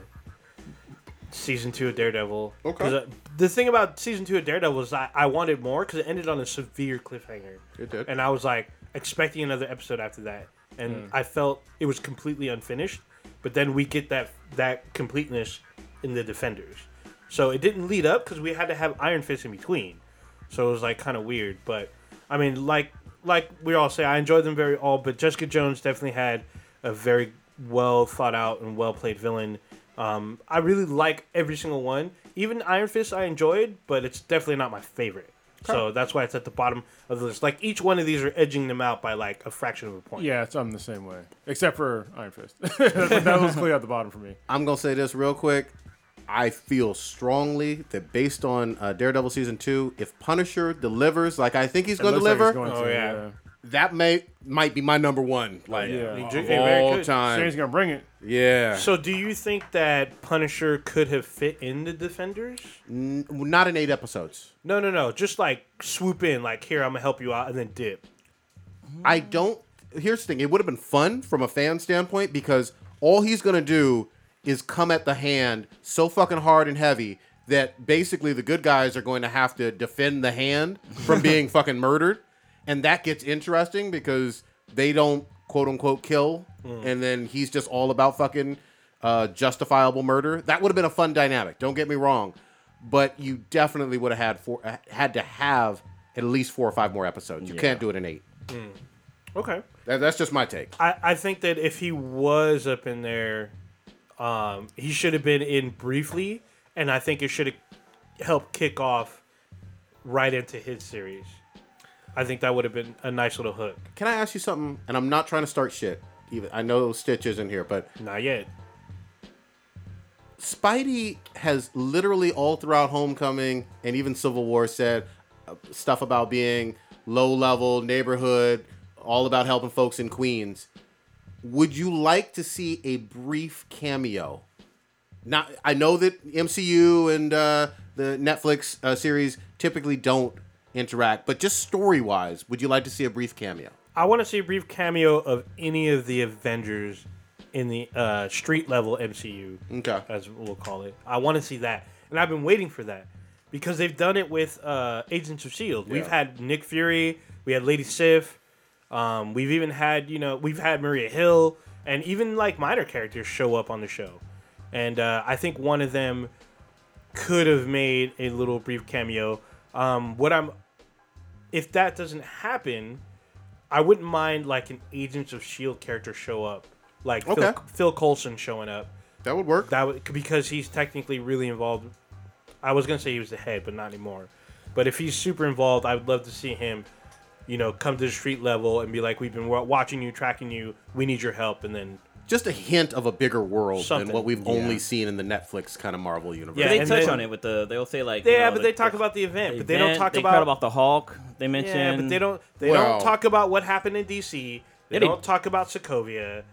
season two of Daredevil. Okay. 'Cause, uh, the thing about season two of Daredevil is I, I wanted more because it ended on a severe cliffhanger. It did. Hmm. and I was like expecting another episode after that, and I felt it was completely unfinished. But then we get that that completeness in the defenders, so it didn't lead up because we had to have Iron Fist in between, so it was like kind of weird. But I mean, like like we all say, I enjoyed them very all, but Jessica Jones definitely had a very well thought out and well played villain. Um, I really like every single one. Even Iron Fist, I enjoyed, but it's definitely not my favorite. So that's why it's at the bottom of the list. Like each one of these are edging them out by like a fraction of a point. Yeah, it's I'm the same way, except for Iron Fist. [LAUGHS] that was clearly at the bottom for me. I'm gonna say this real quick. I feel strongly that based on uh, Daredevil season two, if Punisher delivers, like I think he's gonna Looks like deliver, he's going Oh, to, uh, yeah. that may might be my number one. Like Yeah. He of did- he very all good. time. Shane's gonna bring it. Yeah. So do you think that Punisher could have fit in the Defenders? N- not in eight episodes. No, no, no. Just like swoop in, like here I'm gonna help you out, and then dip. I don't. Here's the thing. It would have been fun from a fan standpoint because all he's gonna do is come at the hand so fucking hard and heavy that basically the good guys are going to have to defend the hand from being fucking murdered, and that gets interesting because they don't quote unquote kill, and then he's just all about fucking uh, justifiable murder. That would have been a fun dynamic. Don't get me wrong, but you definitely would have had four uh, had to have at least four or five more episodes. You can't do it in eight. Okay. That, that's just my take. I, I think that if he was up in there, um, he should have been in briefly, and I think it should have helped kick off right into his series. I think that would have been a nice little hook. Can I ask you something? And I'm not trying to start shit. Even I know Stitch isn't here, but Not yet. Spidey has literally all throughout Homecoming and even Civil War said uh, stuff about being low level neighborhood, all about helping folks in Queens. Would you like to see a brief cameo? Not, I know that MCU and uh, the Netflix uh, series typically don't interact, but just story wise, would you like to see a brief cameo? I want to see a brief cameo of any of the Avengers in the uh, street level MCU, Okay. as we'll call it. I want to see that, and I've been waiting for that because they've done it with uh, Agents of Shield. We've Yeah. had Nick Fury, we had Lady Sif, um, we've even had you know we've had Maria Hill, and even like minor characters show up on the show, and uh, I think one of them could have made a little brief cameo. Um, what I'm, if that doesn't happen, I wouldn't mind like an Agents of Shield E character show up, like Phil, Okay. Phil Coulson showing up. That would work. That would, because he's technically really involved. I was gonna say he was the head, but not anymore. But if he's super involved, I would love to see him, you know, come to the street level and be like, "We've been wa- watching you, tracking you. We need your help." And then Just a hint of a bigger world Something. than what we've only seen in the Netflix kind of Marvel universe. Yeah, they and touch then- on it with the. They'll say like. you yeah, know, but the- they talk the about the event, event, but they don't talk they about cut about the Hulk. They mention. yeah, but they don't they Well- don't talk about what happened in DC. They Yeah, they- don't talk about Sokovia.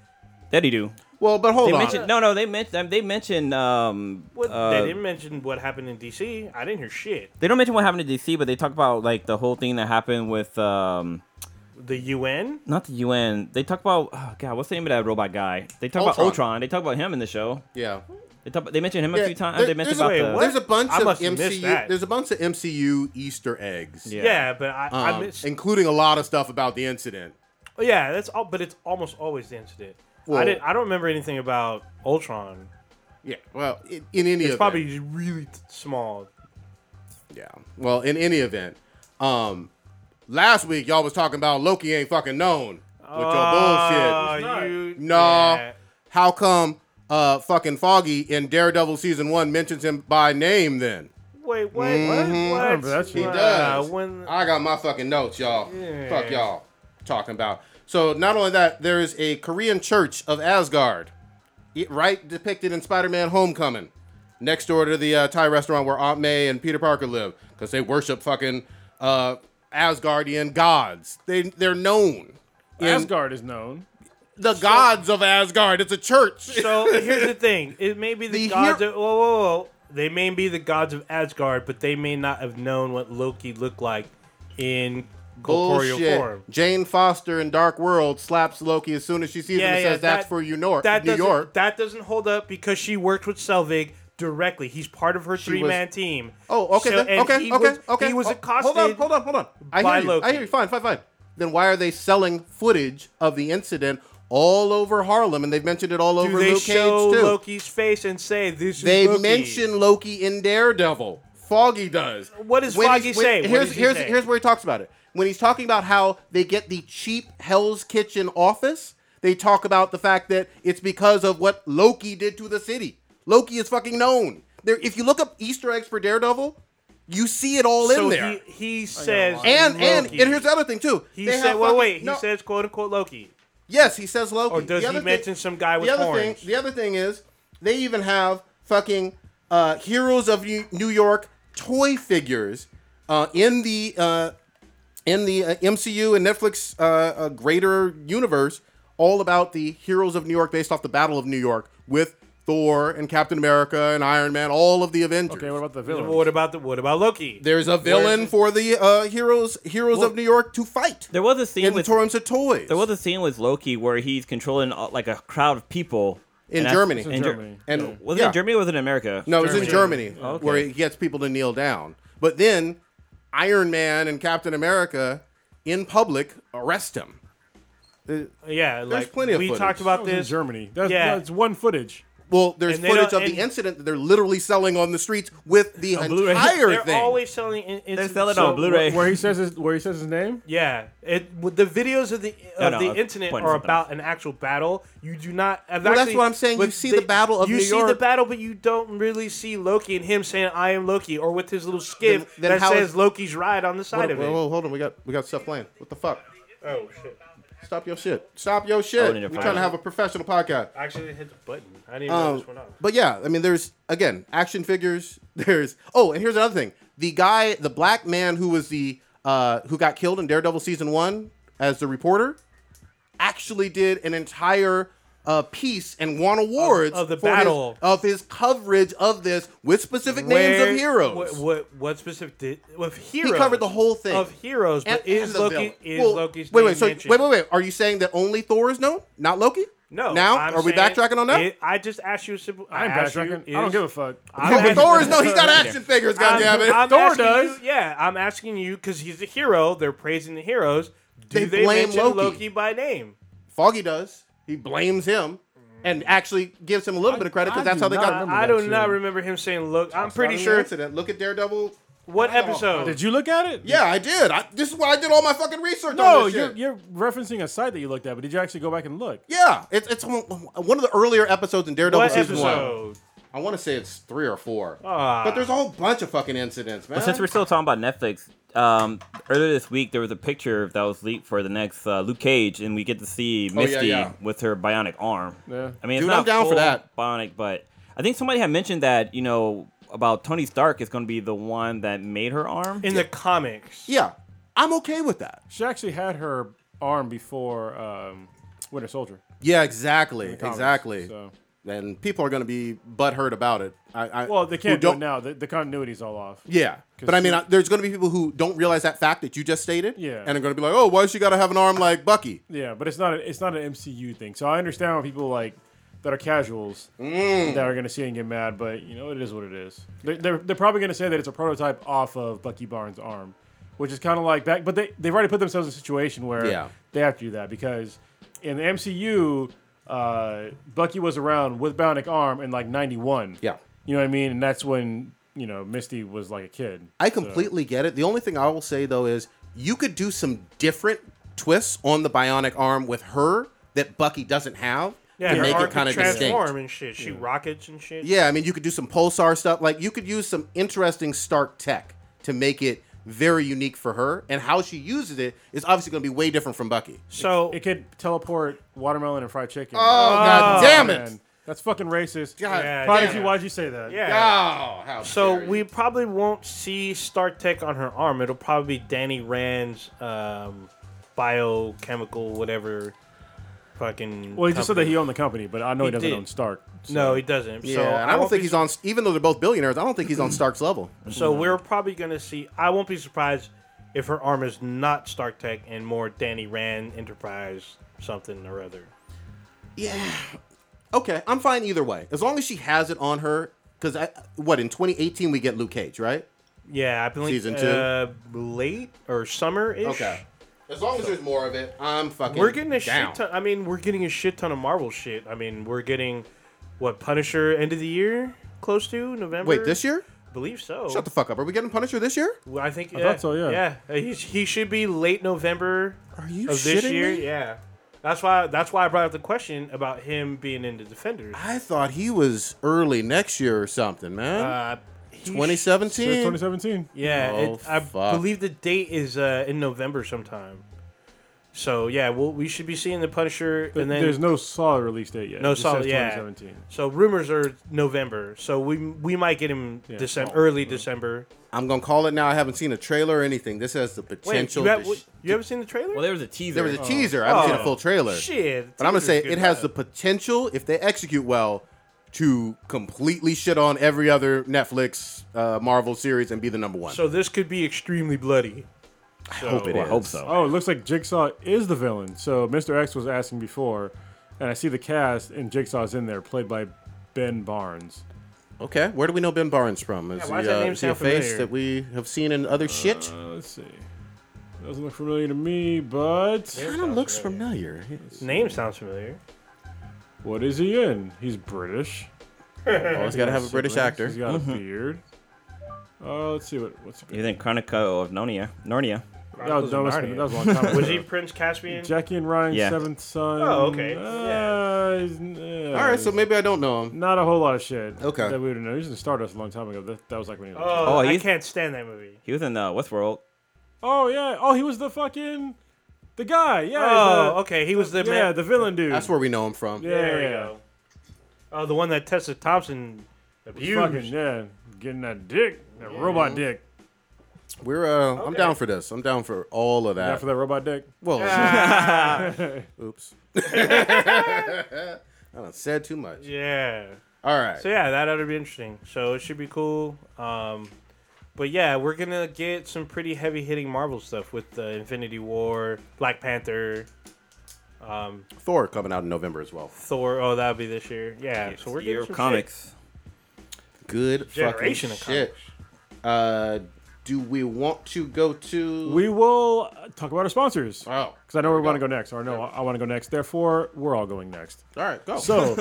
That he do. Well, but hold They on. mentioned. No, no. They mentioned. They mentioned. Um. What, uh, they didn't mention what happened in DC. I didn't hear shit. They don't mention what happened to DC, but they talk about like the whole thing that happened with um The UN. not the UN. They talk about oh god, what's the name of that robot guy? They talk about Ultron. Ultron. They talk about him in the show. yeah. They talk, they mention him a Yeah, few times. there- they there's mention a- about Wait, the what? There's a bunch I of must have missed MCU. that. There's a bunch of MCU Easter eggs. Yeah. Yeah, but I, I um, missed. including a lot of stuff about the incident. oh, yeah, that's all. But it's almost always the incident. Well- I didn't. I don't remember anything about Ultron. Yeah. Well, in, in any It's event, probably really t- small. yeah. Well, in any event, um, last week y'all was talking about Loki ain't fucking known with your bullshit. Oh, you, No. yeah. How come uh fucking Foggy in Daredevil season one mentions him by name? Then Wait, what? Mhm. What? I What? remember that shit. he Wow, does. Uh, When, I got my fucking notes, y'all. Yeah. Fuck y'all talking about. So not only that, there is a Korean church of Asgard, it- right depicted in Spider-Man: Homecoming, next door to the uh, Thai restaurant where Aunt May and Peter Parker live, because they worship fucking uh, Asgardian gods. They they're known. in Asgard is known. the gods of Asgard. It's a church. [LAUGHS] So [LAUGHS] here's the thing: it may be The the, gods. hero- of, whoa, whoa, whoa! They may be the gods of Asgard, but they may not have known what Loki looked like in corporeal form. Bullshit. Jane Foster in Dark World slaps Loki as soon as she sees him Yeah, and yeah, says, "That's that- for you, Nor- That New doesn't- York." That doesn't hold up because she worked with Selvig directly. He's part of her was- three-man team. Oh, okay, So- then, and okay, he okay, was, okay. He was Oh, accosted. Hold on, hold on, hold on. I by hear you. I Loki. hear you. Fine, fine, fine. Then why are they selling footage of the incident all over Harlem? And they've mentioned it all Do over they Luke Cage show too. Loki's face and say this they is Loki? mention Loki in Daredevil. Foggy does. What does Foggy he's- say? What here's does he here's say? here's where he talks about it. When he's talking about how they get the cheap Hell's Kitchen office, they talk about the fact that it's because of what Loki did to the city. Loki is fucking known. There, if you look up Easter eggs for Daredevil, you see it all So in there. he, he says and and and Loki. here's the other thing too. He They said, have "Well, fucking- wait." He no, says, "Quote unquote Loki." yes." He says Loki. Or does The he other thing- mention some guy with the other horns? thing? The other thing is they even have fucking uh, heroes of New New York toy figures uh, in the uh, in the uh, MCU and Netflix uh, uh, greater universe, all about the heroes of New York based off the Battle of New York with Thor and Captain America and Iron Man, all of the Avengers. Okay, what about the villain? Well, what about the what about Loki? There's a villain for the uh, heroes heroes of New York to fight. There was a scene in with terms of toys. there was a scene with Loki where he's controlling uh, like a crowd of people In and that's- Germany. in in Ger- Germany. and Was it yeah. in Germany or was it in America? No, it's in Germany. Oh, Germany where he gets people to kneel down. But then Iron Man and Captain America in public arrest him. Yeah, like plenty of we footage. talked That about was in this. Germany. That's, Yeah. that's one footage. Well, there's And they footage of don't- the and- incident that they're literally selling on the streets with the Blu-ray. entire They're thing. always selling. In, in- They sell it so- on Blu-ray. Where he says his where he says his name. Yeah, it with the videos of the No, of no, the I'm incident pointing are something about an actual battle. You do not. Well, that's what I'm saying. You see the battle of you New see the York. battle, but you don't really see Loki and him saying "I am Loki" or with his little skiff Then- then that how says is- Loki's ride on the side Hold, of it. whoa, whoa, hold on, we got we got stuff playing. What the fuck? Oh shit! Stop your shit. Stop your Oh, shit. we need to We're find trying to it. have a professional podcast. I actually hit the button. I didn't even know Um, this went on. but yeah, I mean, there's again action figures. [LAUGHS] There's oh, and here's another thing: the guy, the black man who was the uh, who got killed in Daredevil season one as the reporter, actually did an entire uh, piece and won awards Of- of the for his- battle. of his coverage of this with specific names Where- of heroes. What what, what specific did of heroes? he covered the whole thing of heroes, And- but is and the villain. Loki is Well, Loki's wait, name wait, so mentioned? wait, wait, wait. Are you saying that only Thor is known, not Loki? No. Now I'm are we saying backtracking on that? it- I just asked you a simple. I I'm asked you backtracking. is- I don't give a fuck. I'm asking- Thor is no, he's got action figures, I'm- goddammit. I'm Thor asking does. you- yeah, I'm asking you because he's a hero. They're praising the heroes. Do They they, blame mention Loki. Loki. by name? Foggy does. He blames him and actually gives him a little bit of credit I because that's do how they not got him. remember I that do shit. not remember him saying, "Look, I'm pretty Not an sure." incident. Look at Daredevil. What I don't know. episode? Did you look at it? Yeah, I did. I, this is why I did all my fucking research. No, on this you're, shit. you're referencing a site that you looked at, but did you actually go back and look? yeah. It's it's one one of the earlier episodes in Daredevil What season one. episode? I want to say it's three or four, Ah. but there's a whole bunch of fucking incidents, man. But since we're still talking about Netflix, um, earlier this week there was a picture that was leaked for the next uh, Luke Cage, and we get to see Oh, yeah, Misty yeah. with her bionic arm. Yeah. I mean, it's Dude, not I'm down for full that. bionic, but I think somebody had mentioned that you know about Tony Stark is going to be the one that made her arm. In the comics. yeah, I'm okay with that. She actually had her arm before um, Winter Soldier. Yeah, exactly, comics, exactly. so- And people are going to be butthurt about it. I, I Well, they who can't do it now. The, the continuity's all off. Yeah, but I mean, I, there's going to be people who don't realize that fact that you just stated. Yeah. and are going to be like, "Oh, why she got to have an arm like Bucky?" Yeah, but it's not a, it's not an MCU thing. So I understand why people like that are casuals Mm. that are going to see it and get mad. But you know, it is what it is. They're they're, they're probably going to say that it's a prototype off of Bucky Barnes' arm, which is kind of like back. But they they've already put themselves in a situation where Yeah. they have to do that because in the MCU, uh, Bucky was around with bionic arm in like '91. Yeah. you know what I mean, and that's when you know Misty was like a kid. I completely get it. The only thing I will say though is you could do some different twists on the bionic arm with her that Bucky doesn't have Yeah, to her make arm it kind of could transform distinct. and shit. She rockets and shit. Yeah, I mean, you could do some pulsar stuff. Like you could use some interesting Stark tech to make it very unique for her, and how she uses it is obviously going to be way different from Bucky. So It could teleport watermelon and fried chicken. Oh, god damn it! Man, that's fucking racist. God Yeah, Prodigy, damn it. why'd you say that? yeah. Oh, how So dare you. we probably won't see Star Tech on her arm. It'll probably be Danny Rand's um, biochemical whatever fucking. Well, he just said that company. he owned the company, but I know he, He doesn't did. own Stark. so- No, he doesn't. Yeah, so and I don't won't think be he's on. Even though they're both billionaires, I don't think he's on Stark's level. So we're probably gonna see. I won't be surprised if her arm is not Stark Tech and more Danny Rand Enterprise something or other. [CLEARS THROAT] Yeah. Okay, I'm fine either way. As long as she has it on her, because I what in 2018 we get Luke Cage, right? Yeah, I believe Season two? uh, late or summer ish. As long as there's more of it, I'm fucking. We're getting a down. shit ton. I mean, we're getting a shit ton of Marvel shit. I mean, we're getting what Punisher end of the year, close to November. Wait, this year? Believe so. Shut the fuck up. Are we getting Punisher this year? Well, I think. thought so, yeah. Yeah, he, he should be late November Are you of this shitting year. me? Yeah, that's why. That's why I brought up the question about him being in the Defenders. I thought he was early next year or something, man. Uh, he sh- 2017. It's 2017. Yeah, Oh, it, I fuck. believe the date is uh, in November sometime. So yeah, we'll, we should be seeing the Punisher, and then There's no solid release date yet. No It just solid- says yeah. 2017. So rumors are November. So we we might get him Yeah. December, Oh, early December. I'm gonna call it now. I haven't seen a trailer or anything. This has the Wait, potential. you, have, to sh- you haven't seen the trailer? well, there was a teaser. there was a teaser. I haven't seen a Oh. full trailer. Shit. But I'm gonna teaser's say good it has enough. the potential, if they execute well, to completely shit on every other Netflix uh, Marvel series and be the number one. So this could be extremely bloody. I hope it Well, I is. hope so. Oh, it looks like Jigsaw is the villain. So Mr. X was asking before, and I see the cast, and Jigsaw's in there, played by Ben Barnes. Okay, where do we know Ben Barnes from? Is Yeah, why he, does that uh, name is he a sound face familiar? that we have seen in other shit? Uh, let's see. Doesn't look familiar to me, but Kind of looks familiar. Name [LAUGHS] sounds familiar. what is he in? He's British. Always got to have a British actor. He's got Mm-hmm. a beard. Uh, let's see what what's. He's in Chronicle of Narnia. Narnia. That was, that, was, Narnia. that was a long time ago. Was he Prince Caspian? Jackie and Ryan's Yeah. seventh son? Oh, okay. Uh, he's- uh, All right, so maybe I don't know him. not a whole lot of shit. Okay. That we would know. He was in Stardust a long time ago. That, that was like when he was. Oh, Oh, I he's- can't stand that movie. He was in uh, Westworld. oh yeah. Oh, he was the fucking the guy. Yeah. Oh, the- okay. He was the yeah, man. the villain dude. That's where we know him from. Yeah, there we yeah. go. Oh, the one that Tessa Thompson abused. Fucking yeah, getting that dick, that robot dick. We're. Uh, I'm down for this. I'm down for all of Not that. for that robot dick. Well, [LAUGHS] oops. I done said too much. Yeah. All right. So yeah, that ought to be interesting. So it should be cool. Um, but yeah, we're gonna get some pretty heavy hitting Marvel stuff with the Infinity War, Black Panther, Thor coming out in November as well. Thor. Oh, that'll be this year. Yeah. so we're Year getting of some comics. Good Shit. Generation fucking of shit. comics. Uh, do we want to go to? We will uh, talk about our sponsors. Oh. Because I know where we want to go. go next, or I know I want to go next. Therefore, we're all going next. All right, go. So,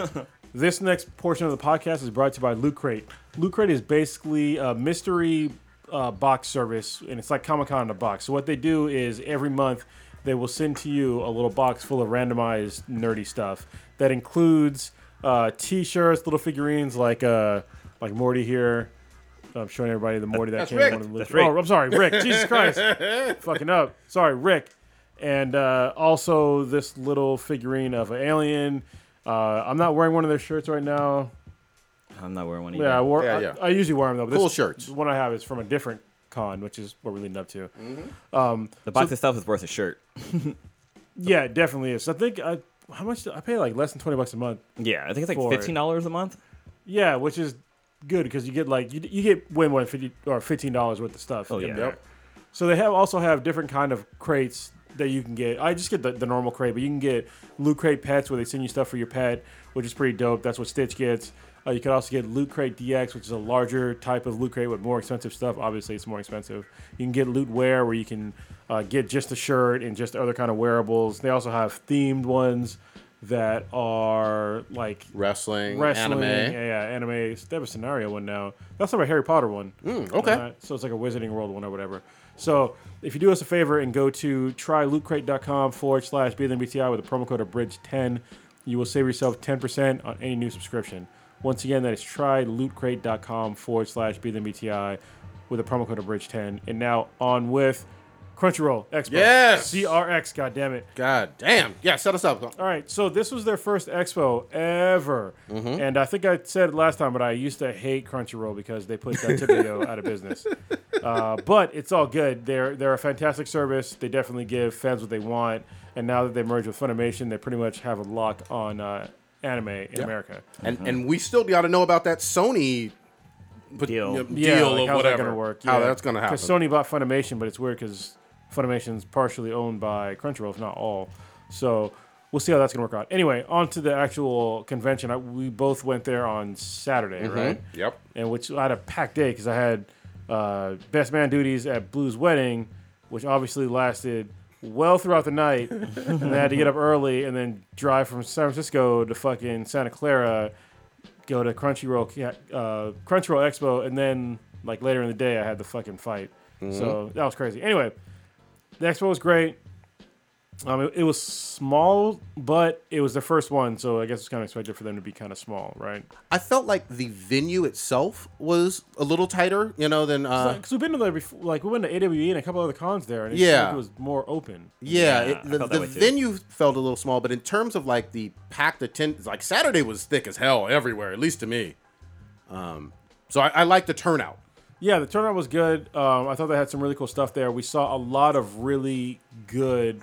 this next portion of the podcast is brought to you by Loot Crate. Loot Crate is basically a mystery uh, box service, and it's like Comic Con in a box. So, what they do is every month they will send to you a little box full of randomized nerdy stuff that includes uh, T-shirts, little figurines like uh, like Morty here. I'm showing everybody the Morty that That's came Rick. in one of the That's Luke- Rick. Oh, I'm [LAUGHS] sorry, Rick. Jesus Christ, fucking up. Sorry, Rick. And uh, also this little figurine of an alien. Uh, I'm not wearing one of their shirts right now. I'm not wearing one either. Yeah, I, wore, Yeah, I- yeah. I, usually wear them though. but Cool this- shirts. The one I have is from a different con, which is what we're leading up to. Mm-hmm. the box itself is worth a shirt. Yeah, it definitely is. I think I, how much do I pay? Like less than twenty bucks a month. Yeah, I think it's like For it. fifteen dollars a month. Yeah, which is good because you get like you, you get way more than fifty or fifteen dollars worth of stuff. Oh in yeah. there. So they have also have different kind of crates that you can get. I just get the, the normal crate, but you can get loot crate pets where they send you stuff for your pet, which is pretty dope. That's what Stitch gets. Uh, you could also get loot crate DX, which is a larger type of loot crate with more expensive stuff. Obviously, it's more expensive. You can get loot wear where you can uh, get just a shirt and just other kind of wearables. They also have themed ones that are like Wrestling, wrestling, anime. yeah, yeah, anime. They have a scenario one now. That's not a Harry Potter one. Hmm, okay. Uh, so it's like a Wizarding World one or whatever. So if you do us a favor and go to trylootcrate.com forward slash BTI with the promo code of Bridge10, you will save yourself 10% on any new subscription. Once again, that is trylootcrate.com forward slash BTI with the promo code of Bridge10. And now on with Crunchyroll, Xbox, Yes! CRX, goddammit. God damn. Yeah, set us up. All right, so this was their first expo ever, and I think I said it last time, but I used to hate Crunchyroll because they put that video out of business. Uh, but it's all good. They're they're a fantastic service. They definitely give fans what they want, and now that they merged with Funimation, they pretty much have a lock on uh, anime in America. And and we still got to know about that Sony p- Deal. you know, Yeah, deal like, or how's whatever. that gonna work? How that's gonna happen? Because Sony bought Funimation, but it's weird because Funimation's partially owned by Crunchyroll, if not all. So we'll see how that's gonna work out. Anyway, on to the actual convention. I, we both went there on Saturday, Mm-hmm. right? Yep. And which I had a packed day because I had uh, best man duties at Blue's wedding, which obviously lasted well throughout the night. and I had to get up early and then drive from San Francisco to fucking Santa Clara go to Crunchyroll ca- uh, Crunchyroll Expo, and then like later in the day, I had the fucking fight. So that was crazy. Anyway, the expo was great. Um, it, it was small, but it was the first one, so I guess it's kind of expected for them to be kind of small, right? I felt like the venue itself was a little tighter, you know, than uh, Because we've been to there before, like we went to AWE and a couple other cons there, and it Yeah. seemed like it was more open. Yeah, Yeah, it, I the, felt the that way too. venue felt a little small, but in terms of like the packed attendance, like Saturday was thick as hell everywhere, at least to me. Um, so I, I like the turnout. Yeah, the turnout was good. Um, I thought they had some really cool stuff there. We saw a lot of really good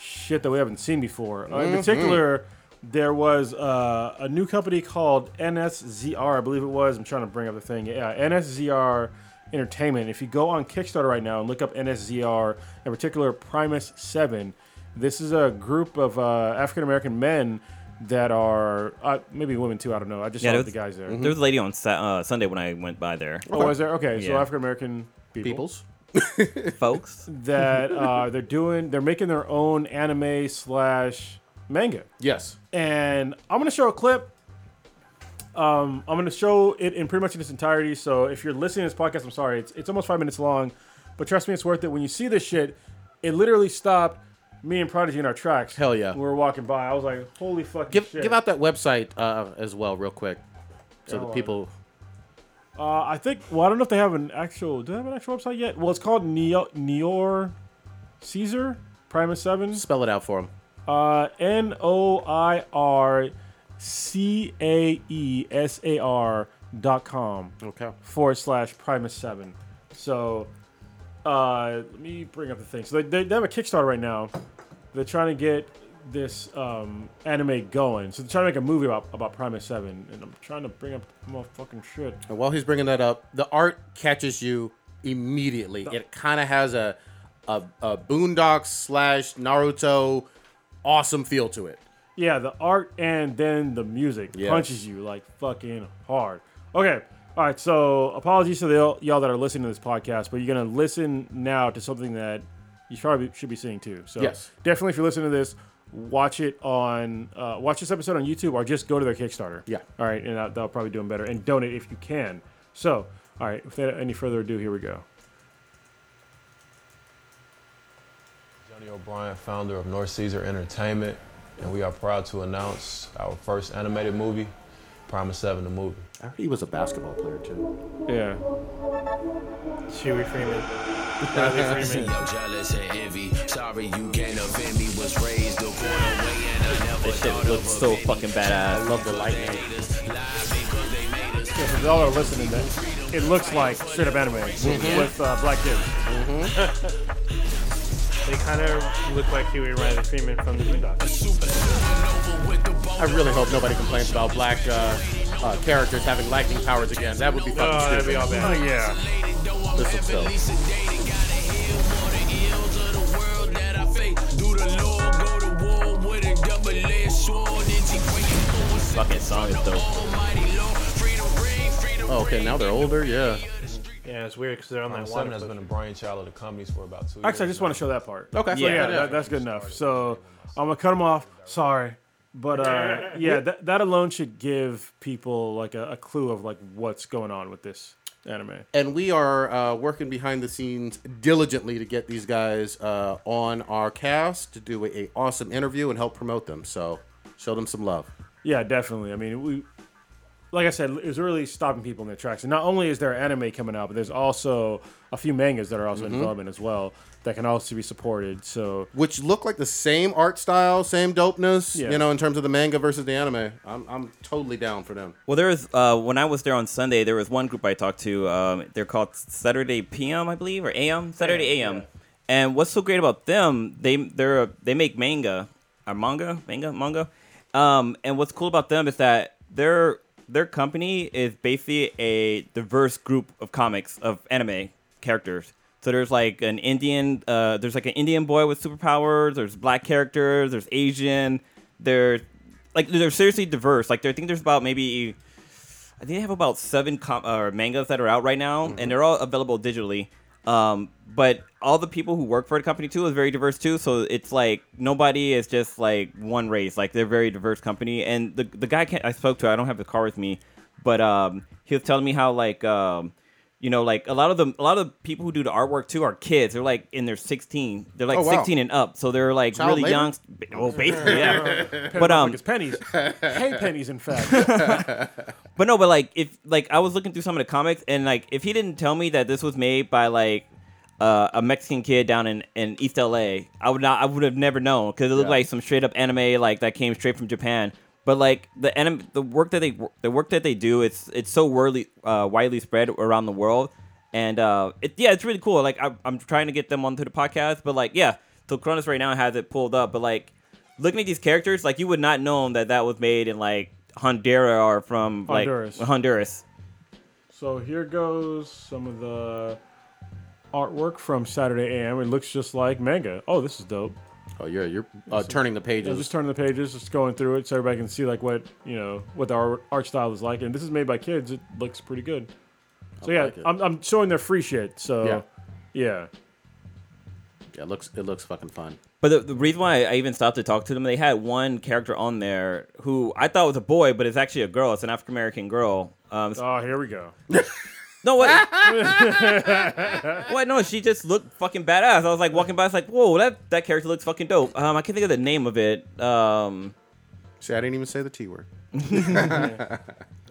shit that we haven't seen before. Uh, in particular, there was uh, a new company called NSZR, I believe it was. I'm trying to bring up the thing. Yeah, NSZR Entertainment. If you go on Kickstarter right now and look up NSZR, in particular Primus 7, this is a group of uh, African American men that are uh, maybe women too. I don't know. I just Yeah, saw there the was- guys there. There was a lady on Sa- uh, Sunday when I went by there. Oh, was there? Okay, so Yeah. African American Peoples. Folks, that uh, they're doing they're making their own anime slash manga Yes. and i'm gonna show a clip um, i'm gonna show it in pretty much in its entirety so if you're listening to this podcast i'm sorry it's, it's almost five minutes long but trust me it's worth it when you see this shit it literally stopped me and prodigy in our tracks Hell yeah. we were walking by i was like holy fucking Give shit give out that website uh, as well, real quick, so Yeah, that well, people. uh, i think well i don't know if they have an actual do they have an actual website yet well it's called neo neor caesar primus 7 Spell it out for them. Uh, N O I R C A E S A R dot com Okay. forward slash Primus 7. So uh, let me bring up the thing. So they, they, they have a Kickstarter right now. They're trying to get this um, anime going. So they're trying to make a movie about, about Primus 7. And I'm trying to bring up the motherfucking shit. And while he's bringing that up, the art catches you immediately. It kind of has a, a a Boondocks slash Naruto awesome feel to it. Yeah, the art and then the music Yes. punches you like fucking hard. Okay, All right, so apologies to the, y'all that are listening to this podcast, but you're gonna listen now to something that you probably should be seeing too. So Yes. definitely, if you're listening to this, watch it on uh, watch this episode on YouTube, or just go to their Kickstarter. Yeah. All right, and that, that'll probably do them better. And donate if you can. So, all right, without any further ado, here we go. Johnny O'Brien, founder of North Caesar Entertainment, and we are proud to announce our first animated movie, Promise 7 the movie. I heard he was a basketball player too. Yeah. Chewy Freeman. [LAUGHS] Riley Freeman. No jealous and envy. Sorry you can't offend me. Was raised a corner way and I never This shit looks so fucking badass. Love the lightning. Yeah, for y'all that are listening, that it looks like straight up anime with uh, black kids. [LAUGHS] They kind of look like Huey Riley Freeman from the Boondocks. I really hope nobody complains about black uh, uh, characters having lightning powers again. That would be fucking Oh, that'd stupid. be all bad. Oh yeah. This looks dope. Fucking song is dope. Oh, okay, now they're older. Yeah. Yeah, it's weird because they're on that Promise water. 7 has been boat. the brainchild of the companies for about two years. Actually, I just now. want to show that part. Okay. Yeah, yeah, that- that, that's good enough. So I'm gonna cut them off. Sorry, but uh, yeah, that, that alone should give people like a, a clue of like what's going on with this anime. and we are uh, working behind the scenes diligently to get these guys uh, on our cast to do a, a awesome interview and help promote them. So show them some love. Yeah, definitely. I mean, we like I said, it's really stopping people in their tracks. And not only is there anime coming out, but there's also a few mangas that are also in development as well that can also be supported. So Which look like the same art style, same dopeness, Yeah. you know, in terms of the manga versus the anime. I'm, I'm totally down for them. Well, there was uh, when I was there on Sunday. There was one group I talked to. Um, they're called Saturday PM, I believe, or AM. Saturday AM. And what's so great about them? They they're a- they make manga, or manga, manga, manga. Um, and what's cool about them is that their their company is basically a diverse group of comics of anime characters. So there's like an Indian, uh, there's like an Indian boy with superpowers. There's black characters. There's Asian. There's like they're seriously diverse. Like there- I think there's about maybe I think they have about seven com- uh, mangas that are out right now, Mm-hmm. and they're all available digitally. Um, but all the people who work for the company too is very diverse too. So it's like nobody is just like one race. Like they're a very diverse company. And the the guy can I spoke to, I don't have the car with me, but um, he was telling me how like um, you know like a lot of the a lot of the people who do the artwork too are kids. They're like in their sixteen. They're like Oh, wow. sixteen and up. So they're like Child really labor? young. Oh, basically, yeah. but like um, it's pennies, hey pennies, in fact. but no, but like if like I was looking through some of the comics and like if he didn't tell me that this was made by like uh, a Mexican kid down in, in East LA, I would not I would have never known because it looked like some straight up anime like that came straight from Japan. But like the anim- the work that they the work that they do, it's it's so widely uh, widely spread around the world, and uh, it, yeah, it's really cool. Like I, I'm trying to get them onto the podcast, but like yeah, so Cronus right now has it pulled up, but like looking at these characters, like you would not know that that was made in like Honduras or from like Honduras. Honduras. So here goes some of the artwork from Saturday AM. It looks just like manga. Oh, this is dope. Oh, you're you're uh, turning the I'm pages. just turning the pages, just going through it, so everybody can see like what you know what the art, art style is like. And this is made by kids; it looks pretty good. So yeah, like it. I'm, I'm showing their free shit. So Yeah. yeah, Oh. Yeah, it looks it looks fucking fun. But the, the reason why I even stopped to talk to them, they had one character on there who I thought was a boy, but it's actually a girl. It's an African American girl. Um, s- Oh, here we go. no, [LAUGHS] what? what? No, she just looked fucking badass. I was like walking by, I was like, whoa, that, that character looks fucking dope. Um, I can't think of the name of it. Um, See, I didn't even say the T word.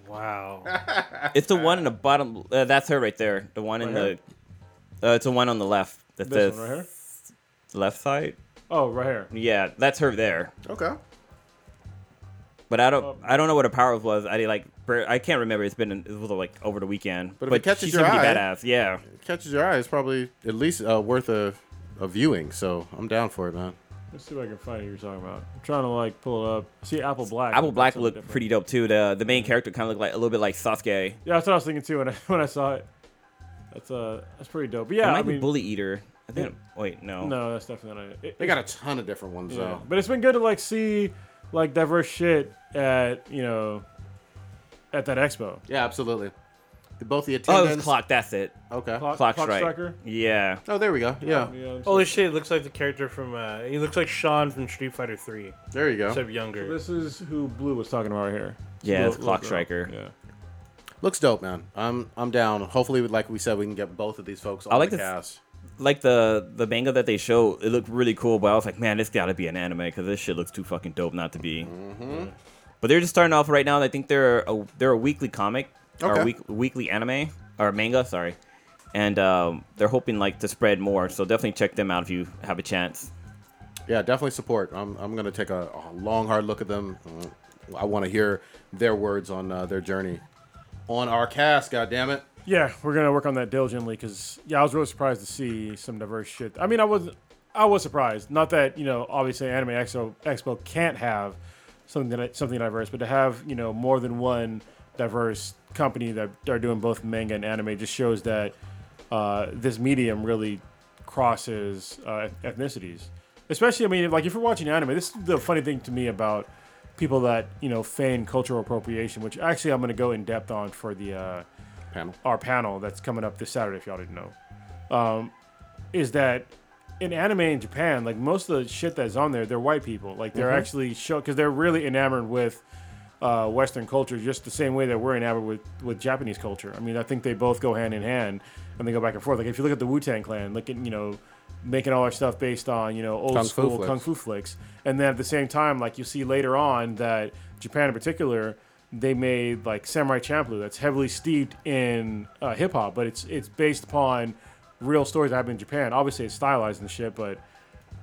Wow. it's the one in the bottom. Uh, that's her right there. The one in Right the. Uh, it's the one on the left. That This says one right here. left side. Oh, right here. Yeah, that's her there. Okay. But I Um, don't, I don't know what her powers was. I did, like, br- I can't remember. It's been it was like over the weekend. But if But, it catches she your seemed to be eye- badass. Yeah. Catches your eye is probably at least uh, worth a, a viewing. So I'm down for it, man. Let's see if I can find what you're talking about. I'm trying to like pull it up. See Apple Black. Apple Black Something looked different. pretty dope too. The the main character kind of looked like a little bit like Sasuke. Yeah, that's what I was thinking too when I [LAUGHS] when I saw it. That's uh that's pretty dope. But It yeah, might I be mean, Bully Eater. I think. wait, no. no, that's definitely not it. it. They got a ton of different ones Yeah. though. But it's been good to like see like diverse shit at you know at that expo. Yeah, absolutely. both the Oh, attendants. it was clock. That's it. Okay. Clock, Clock, Clock strike. Striker? Yeah. Oh, there we go. Yeah. Yeah, I'm Holy shit! It looks like the character from. Uh, he looks like Sean from Street Fighter Three, There you go. except younger. This is who Blue was talking about right here. Yeah, Little- it's Clock little girl. Striker. Yeah. Looks dope, man. I'm I'm down. Hopefully, like we said, we can get both of these folks on I like the this- cast. Like the the manga that they show, it looked really cool, but I was like, man, this gotta be an anime because this shit looks too fucking dope not to be. Mm-hmm. But they're just starting off right now. and I think they're a, they're a weekly comic or Okay. a week, weekly anime or manga, sorry. And um, they're hoping like to spread more. So definitely check them out if you have a chance. Yeah, definitely support. I'm I'm gonna take a, a long hard look at them. Uh, I want to hear their words on uh, their journey on our cast. God damn it. Yeah, we're gonna work on that diligently because yeah, I was really surprised to see some diverse shit. I mean, I was I was surprised. Not that you know, obviously, Anime Expo Expo can't have something that, something diverse, but to have you know more than one diverse company that are doing both manga and anime just shows that uh, this medium really crosses uh, ethnicities. Especially, I mean, like if you're watching anime, this is the funny thing to me about people that you know feign cultural appropriation, which actually I'm gonna go in depth on for the. Uh, Panel. our panel that's coming up this Saturday, if y'all didn't know, um, is that in anime in Japan, like most of the shit that's on there, they're white people. Like they're Mm-hmm. actually show because they're really enamored with uh, Western culture, just the same way that we're enamored with with Japanese culture. I mean, I think they both go hand in hand, and they go back and forth. Like if you look at the Wu Tang Clan, look at you know. Making all our stuff based on you know old Kung Fu school flicks. kung fu flicks, and then at the same time, like you see later on that Japan in particular, they made like Samurai Champloo that's heavily steeped in uh, hip hop, but it's it's based upon real stories that happened in Japan. Obviously, it's stylized and shit, but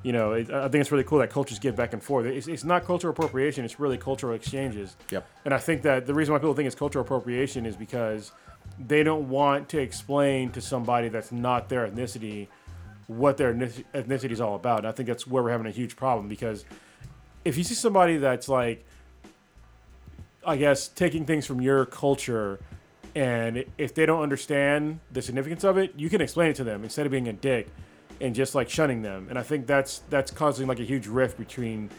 you know, it, I think it's really cool that cultures give back and forth. It's, it's not cultural appropriation; it's really cultural exchanges. Yep. And I think that the reason why people think it's cultural appropriation is because they don't want to explain to somebody that's not their ethnicity what their ethnic- ethnicity is all about. And I think that's where we're having a huge problem because if you see somebody that's like, I guess, taking things from your culture, and if they don't understand the significance of it, you can explain it to them instead of being a dick and just like shunning them. And I think that's that's causing like a huge rift between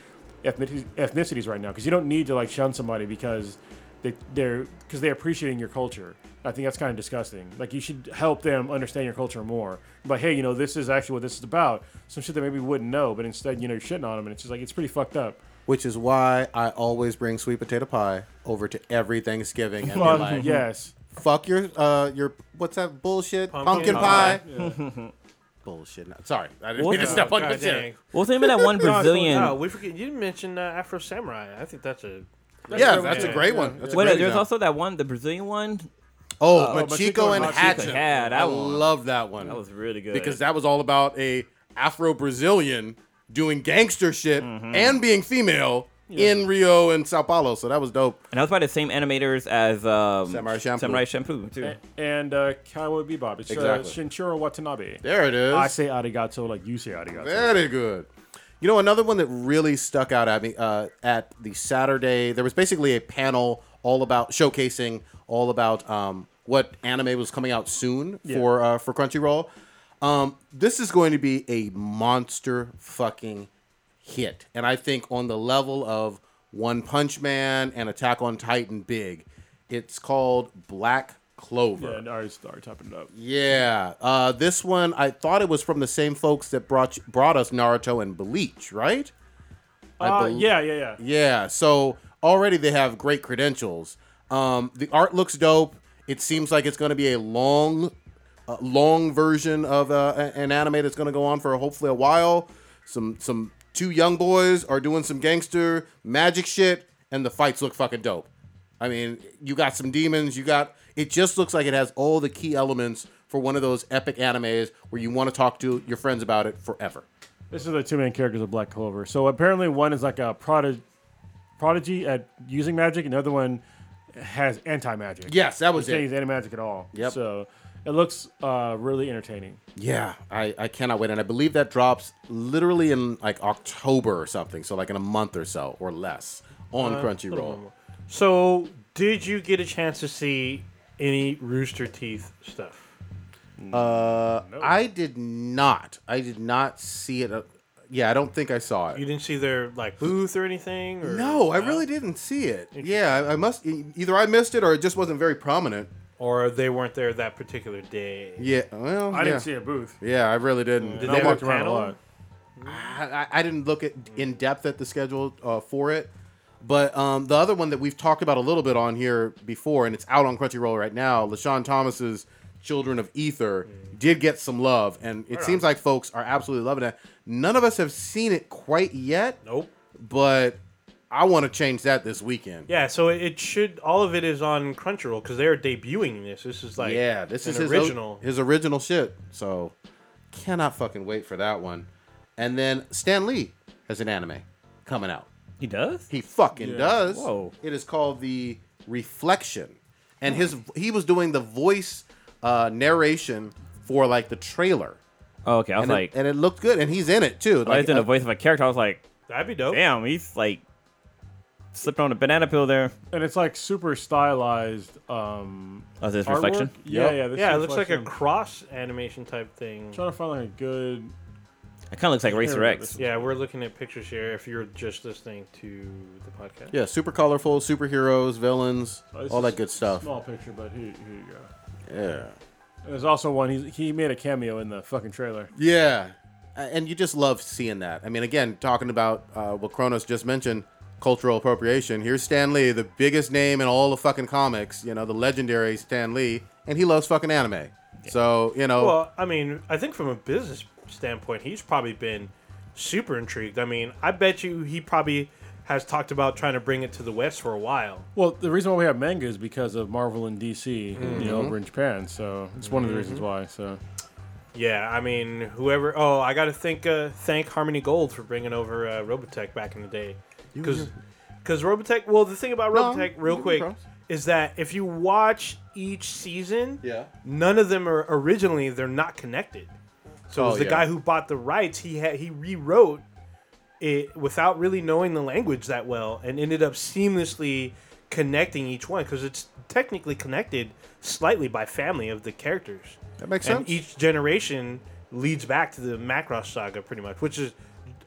ethnic- ethnicities right now because you don't need to like shun somebody because they, they're because they're appreciating your culture. I think that's kind of disgusting. Like you should help them understand your culture more. But hey, you know this is actually what this is about. Some shit that maybe we wouldn't know, but instead you know you're shitting on them, and it's just like it's pretty fucked up. Which is why I always bring sweet potato pie over to every Thanksgiving and be Well, like, yes, "Fuck your uh your what's that bullshit pumpkin, Pumpkin pie." bullshit. No, sorry, I didn't What mean to the- step on Oh, God your dang. shit. What was the name [LAUGHS] of that one Brazilian? Oh, we forget. You mentioned uh, Afro Samurai. I think that's a. Yeah, that's a Yeah, great one. That's a Wait, great there's example. also that one, the Brazilian one. Oh, Machiko Machiko and and Machiko. Hatchet. Yeah, that I one. love that one. That was really good. because that was all about a Afro Brazilian doing gangster shit and being female in Rio and Sao Paulo. So that was dope. and that was by the same animators as um, Samurai Champloo. Samurai Champloo too. and uh, Cowboy Bebop. It's Exactly. uh, Shinchiro Watanabe. There it is. I say arigato like you say arigato. Very good. You know, another one that really stuck out at me uh, at the Saturday, there was basically a panel all about showcasing all about um, what anime was coming out soon for uh, for Crunchyroll. Um, this is going to be a monster fucking hit, and I think on the level of One Punch Man and Attack on Titan, big. It's called Black Clover. Yeah, and I start topping it up. Yeah, uh, this one I thought it was from the same folks that brought brought us Naruto and Bleach, right? I Uh, bel- yeah, yeah, yeah. Yeah, so already they have great credentials. Um, the art looks dope. It seems like it's going to be a long, uh, long version of uh, a- an anime that's going to go on for hopefully a while. Some some two young boys are doing some gangster magic shit, and the fights look fucking dope. I mean, you got some demons. You got it. Just looks like it has all the key elements for one of those epic animes where you want to talk to your friends about it forever. This is the two main characters of Black Clover. So apparently, one is like a prodi- prodigy at using magic, and the other one has anti magic. Yes, that was He's saying it. he's anti magic at all. Yep. So it looks uh, really entertaining. Yeah, I, I cannot wait. And I believe that drops literally in like October or something. So, like in a month or so or less on Uh, Crunchyroll. So, did you get a chance to see any Rooster Teeth stuff? I did not. I did not see it. uh, yeah, I don't think I saw You it. didn't see their like booth or anything? Or, No, I really didn't see it. Yeah, I, I must. e- Either I missed it or it just wasn't very prominent. or they weren't there that particular day. Yeah, well, I yeah. didn't see a booth. Yeah, I really didn't. Did No they more- have a panel? I, I I didn't look at in depth at the schedule uh, for it, but um, the other one that we've talked about a little bit on here before, and it's out on Crunchyroll right now. Lashawn Thomas's Children of Ether did get some love, and it seems like folks are absolutely loving it. None of us have seen it quite yet, Nope. but I want to change that this weekend. Yeah, so it- it should. All of it is on Crunchyroll because they're debuting this. This is like yeah, this an is his o- original. his original shit. So cannot fucking wait for that one. And then Stan Lee has an anime coming out. He does? He fucking does. Whoa. It is called the Reflection, and his he was doing the voice uh, narration for like the trailer, Oh, okay. I was and, like, it, and it looked good, and he's in it too. I Like, was in uh, the voice of a character. I was like, That'd be dope. damn, he's like slipped on a banana peel there. And it's like super stylized. Um, Oh, is this artwork? reflection? Yeah, yeah. This Yeah, it is looks like a reflection. cross animation type thing. trying to find like a good. It kind of looks like Racer Yeah, X. this Yeah, we're looking at pictures here. If you're just listening to the podcast, Yeah, super colorful, superheroes, villains, oh, this all is that good stuff. Small picture, but here, here you go. Yeah. And there's also one. He he made a cameo in the fucking trailer. Yeah. A- And you just love seeing that. I mean, again, talking about uh, what Kronos just mentioned, cultural appropriation. Here's Stan Lee, the biggest name in all the fucking comics, you know, the legendary Stan Lee, and he loves fucking anime. So, you know, Well, I mean, I think from a business standpoint, he's probably been super intrigued. I mean, I bet you he probably has talked about trying to bring it to the West for a while. Well, the reason why we have manga is because of Marvel and DC, Mm-hmm. you know, over in Japan. So it's one of the reasons why. So Yeah, I mean, whoever. Oh, I got to thank uh, thank Harmony Gold for bringing over uh, Robotech back in the day, because because Robotech. Well, the thing about No, Robotech, you real can quick, cross. is that if you watch each season, Yeah. none of them are originally they're not connected. So it was Oh, the yeah. guy who bought the rights. He had he rewrote it without really knowing the language that well, and ended up seamlessly connecting each one because it's technically connected slightly by family of the characters. that makes And sense. each generation leads back to the Macross saga, pretty much, which is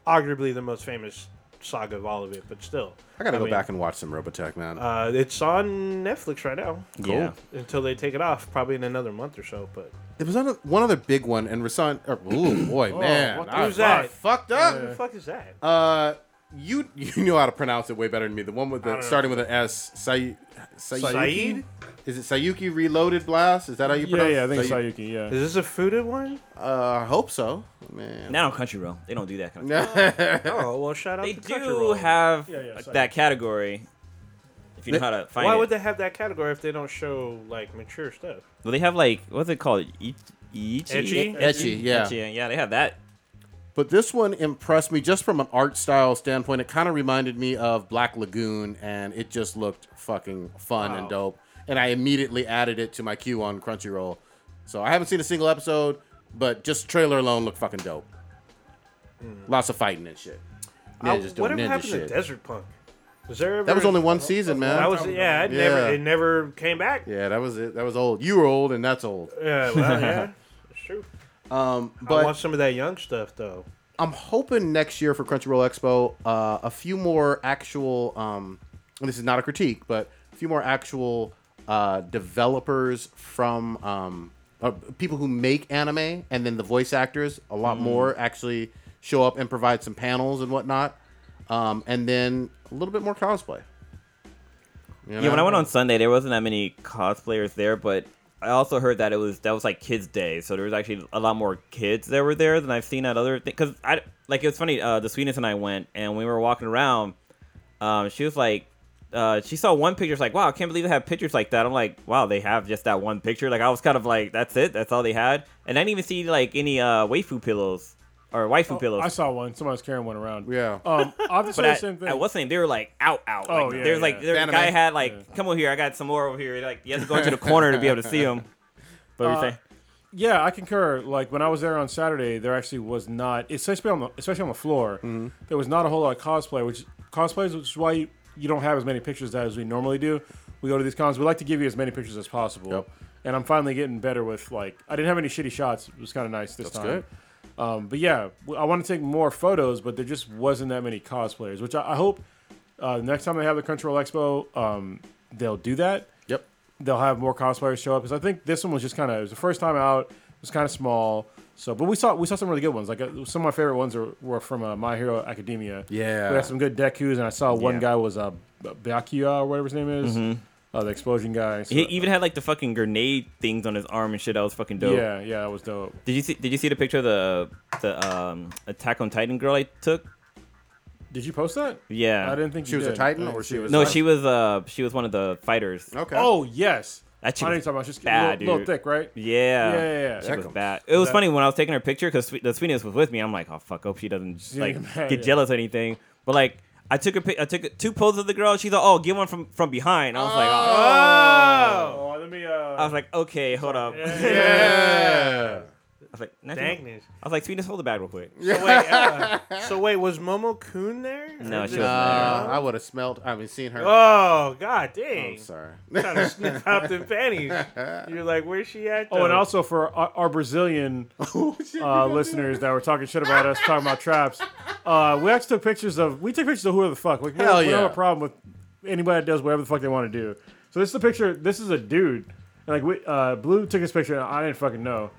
arguably the most famous saga of all of it. But still, I gotta go mean, back and watch some Robotech, man. Uh, it's on Netflix right now. Yeah. Until they take it off, probably in another month or so. But there was another, one other big one, and Rasan. Or, ooh, boy, man, what the- I Who's that? I Fucked up. what the fuck is that? Uh, you you know how to pronounce it way better than me. The one with the starting with an S. Say, say, Sayuki? Is it Sayuki Reloaded Blast? Is that how you yeah, pronounce? yeah, I think it's Sayu- Sayuki. Yeah, Is this a Fuda one? Uh, I hope so. Man. Not on Country Row. They don't do that kind of Oh well, shout out. They to do Crunchyroll. have Yeah, yeah, like, sorry. that category. If you know how to find Why it. would they have that category if they don't show like mature stuff? Well, they have like what's it called? E- Ichi? Ecchi? Etchy, yeah. Ecchi, yeah, they have that. [LAUGHS] But this one impressed me just from an art style standpoint. It kind of reminded me of Black Lagoon, and it just looked fucking fun and dope. And I immediately added it to my queue on Crunchyroll. So I haven't seen a single episode, but just trailer alone looked fucking dope. Lots of fighting and shit. Hmm. I- Ninjas doing whatever ninja happened shit. to Desert Punk? Was there ever? That was only one season, man. That was yeah. It never Yeah. it never came back. Yeah. yeah, that was it. That was old. You were old, and that's old. well, [LAUGHS] yeah. It's true. Um, Uh, I but want some of that young stuff though. I'm hoping next year for Crunchyroll Expo, uh, a few more actual. Um, and this is not a critique, but a few more actual uh, developers from um, uh, people who make anime, and then the voice actors. A Mm. lot more actually show up and provide some panels and whatnot, um, and then a little bit more cosplay. You Yeah, know? when I went on Sunday, there wasn't that many cosplayers there, but I also heard that it was that was like kids' day, so there was actually a lot more kids that were there than I've seen at other things. Because I like it was funny. Uh, the Swedish and I went, and when we were walking around, um, she was like, uh, she saw one picture. She's like, "Wow, I can't believe they have pictures like that." I'm like, "Wow, they have just that one picture." Like I was kind of like, "That's it. That's all they had." And I didn't even see like any uh, waifu pillows or waifu pillows. I saw one. Somebody was carrying one around. Yeah. Oh, Um, [LAUGHS] I have to But say the at, same thing. at what's the name? They were like out, out. Oh, like, yeah, there's yeah. like there's Anime. a guy had like, come over here. I got some more over here. Like you have to go into the corner to be able to see [LAUGHS] him. But we say, Yeah, I concur. Like when I was there on Saturday, there actually was not, especially on the, especially on the floor, Mm-hmm. there was not a whole lot of cosplay. Which cosplays, which is why you, you don't have as many pictures as we normally do. We go to these cons, we like to give you as many pictures as possible. Yep. And I'm finally getting better with like I didn't have any shitty shots. It was kind of nice this That's time. good. Um, but yeah, w- I want to take more photos, but there just wasn't that many cosplayers. Which I, I hope uh, next time they have the Control Expo, um, they'll do that Yep. they'll have more cosplayers show up. Because I think this one was just kind of it was the first time out. It was kind of small. So, but we saw we saw some really good ones. Like uh, some of my favorite ones are, were from uh, My Hero Academia. Yeah. we had some good Deku's, and I saw one Yeah. guy was uh, B- Byakuya or whatever his name is, uh, the explosion guy. So- Mm-hmm. He even had like the fucking grenade things on his arm and shit. That was fucking dope. yeah, yeah, that was dope. Did you see? Did you see the picture of the the um, Attack on Titan girl I took? Did you post that? Yeah. I didn't think She you was a did. Titan I didn't or see she it. was- No, she was uh she was one of the fighters. Okay. Oh yes, That chick I know was you're talking about. She's a bad, little, little dude. thick, right? Yeah. Yeah, yeah, yeah. She Check was 'em. bad. It was funny when I was taking her picture because the sweetness was with me. I'm like, oh fuck, hope she doesn't just, like [LAUGHS] ain't mad, get yeah. jealous or anything. But like, I took a pic, I took two poses of the girl. She's like, oh, get one from from behind. I was like, oh. Oh, let me. Uh, I was like, okay, hold up. I Yeah. was like, "Nah, Dang [LAUGHS] [LAUGHS] I it. was like, sweetness, hold it back real quick. So wait, uh, [LAUGHS] so wait, was Momo Kun there? No, Or she did- wasn't. Uh, I would have smelled. I mean, seen her. Oh god, dang! I'm sorry. [LAUGHS] Trying to sneak out the [LAUGHS] panties. You're like, where's she at? oh, and though? also for our, [LAUGHS] our Brazilian Oh, uh, listeners that were talking shit about us, talking about traps, uh, we actually took pictures of. We took pictures of whoever the fuck. Like, we Hell don't- we don't yeah. have a problem with anybody that does whatever the fuck they want to do. So this is a picture. This is a dude. And like we, uh, Blue took this picture, and I didn't fucking know.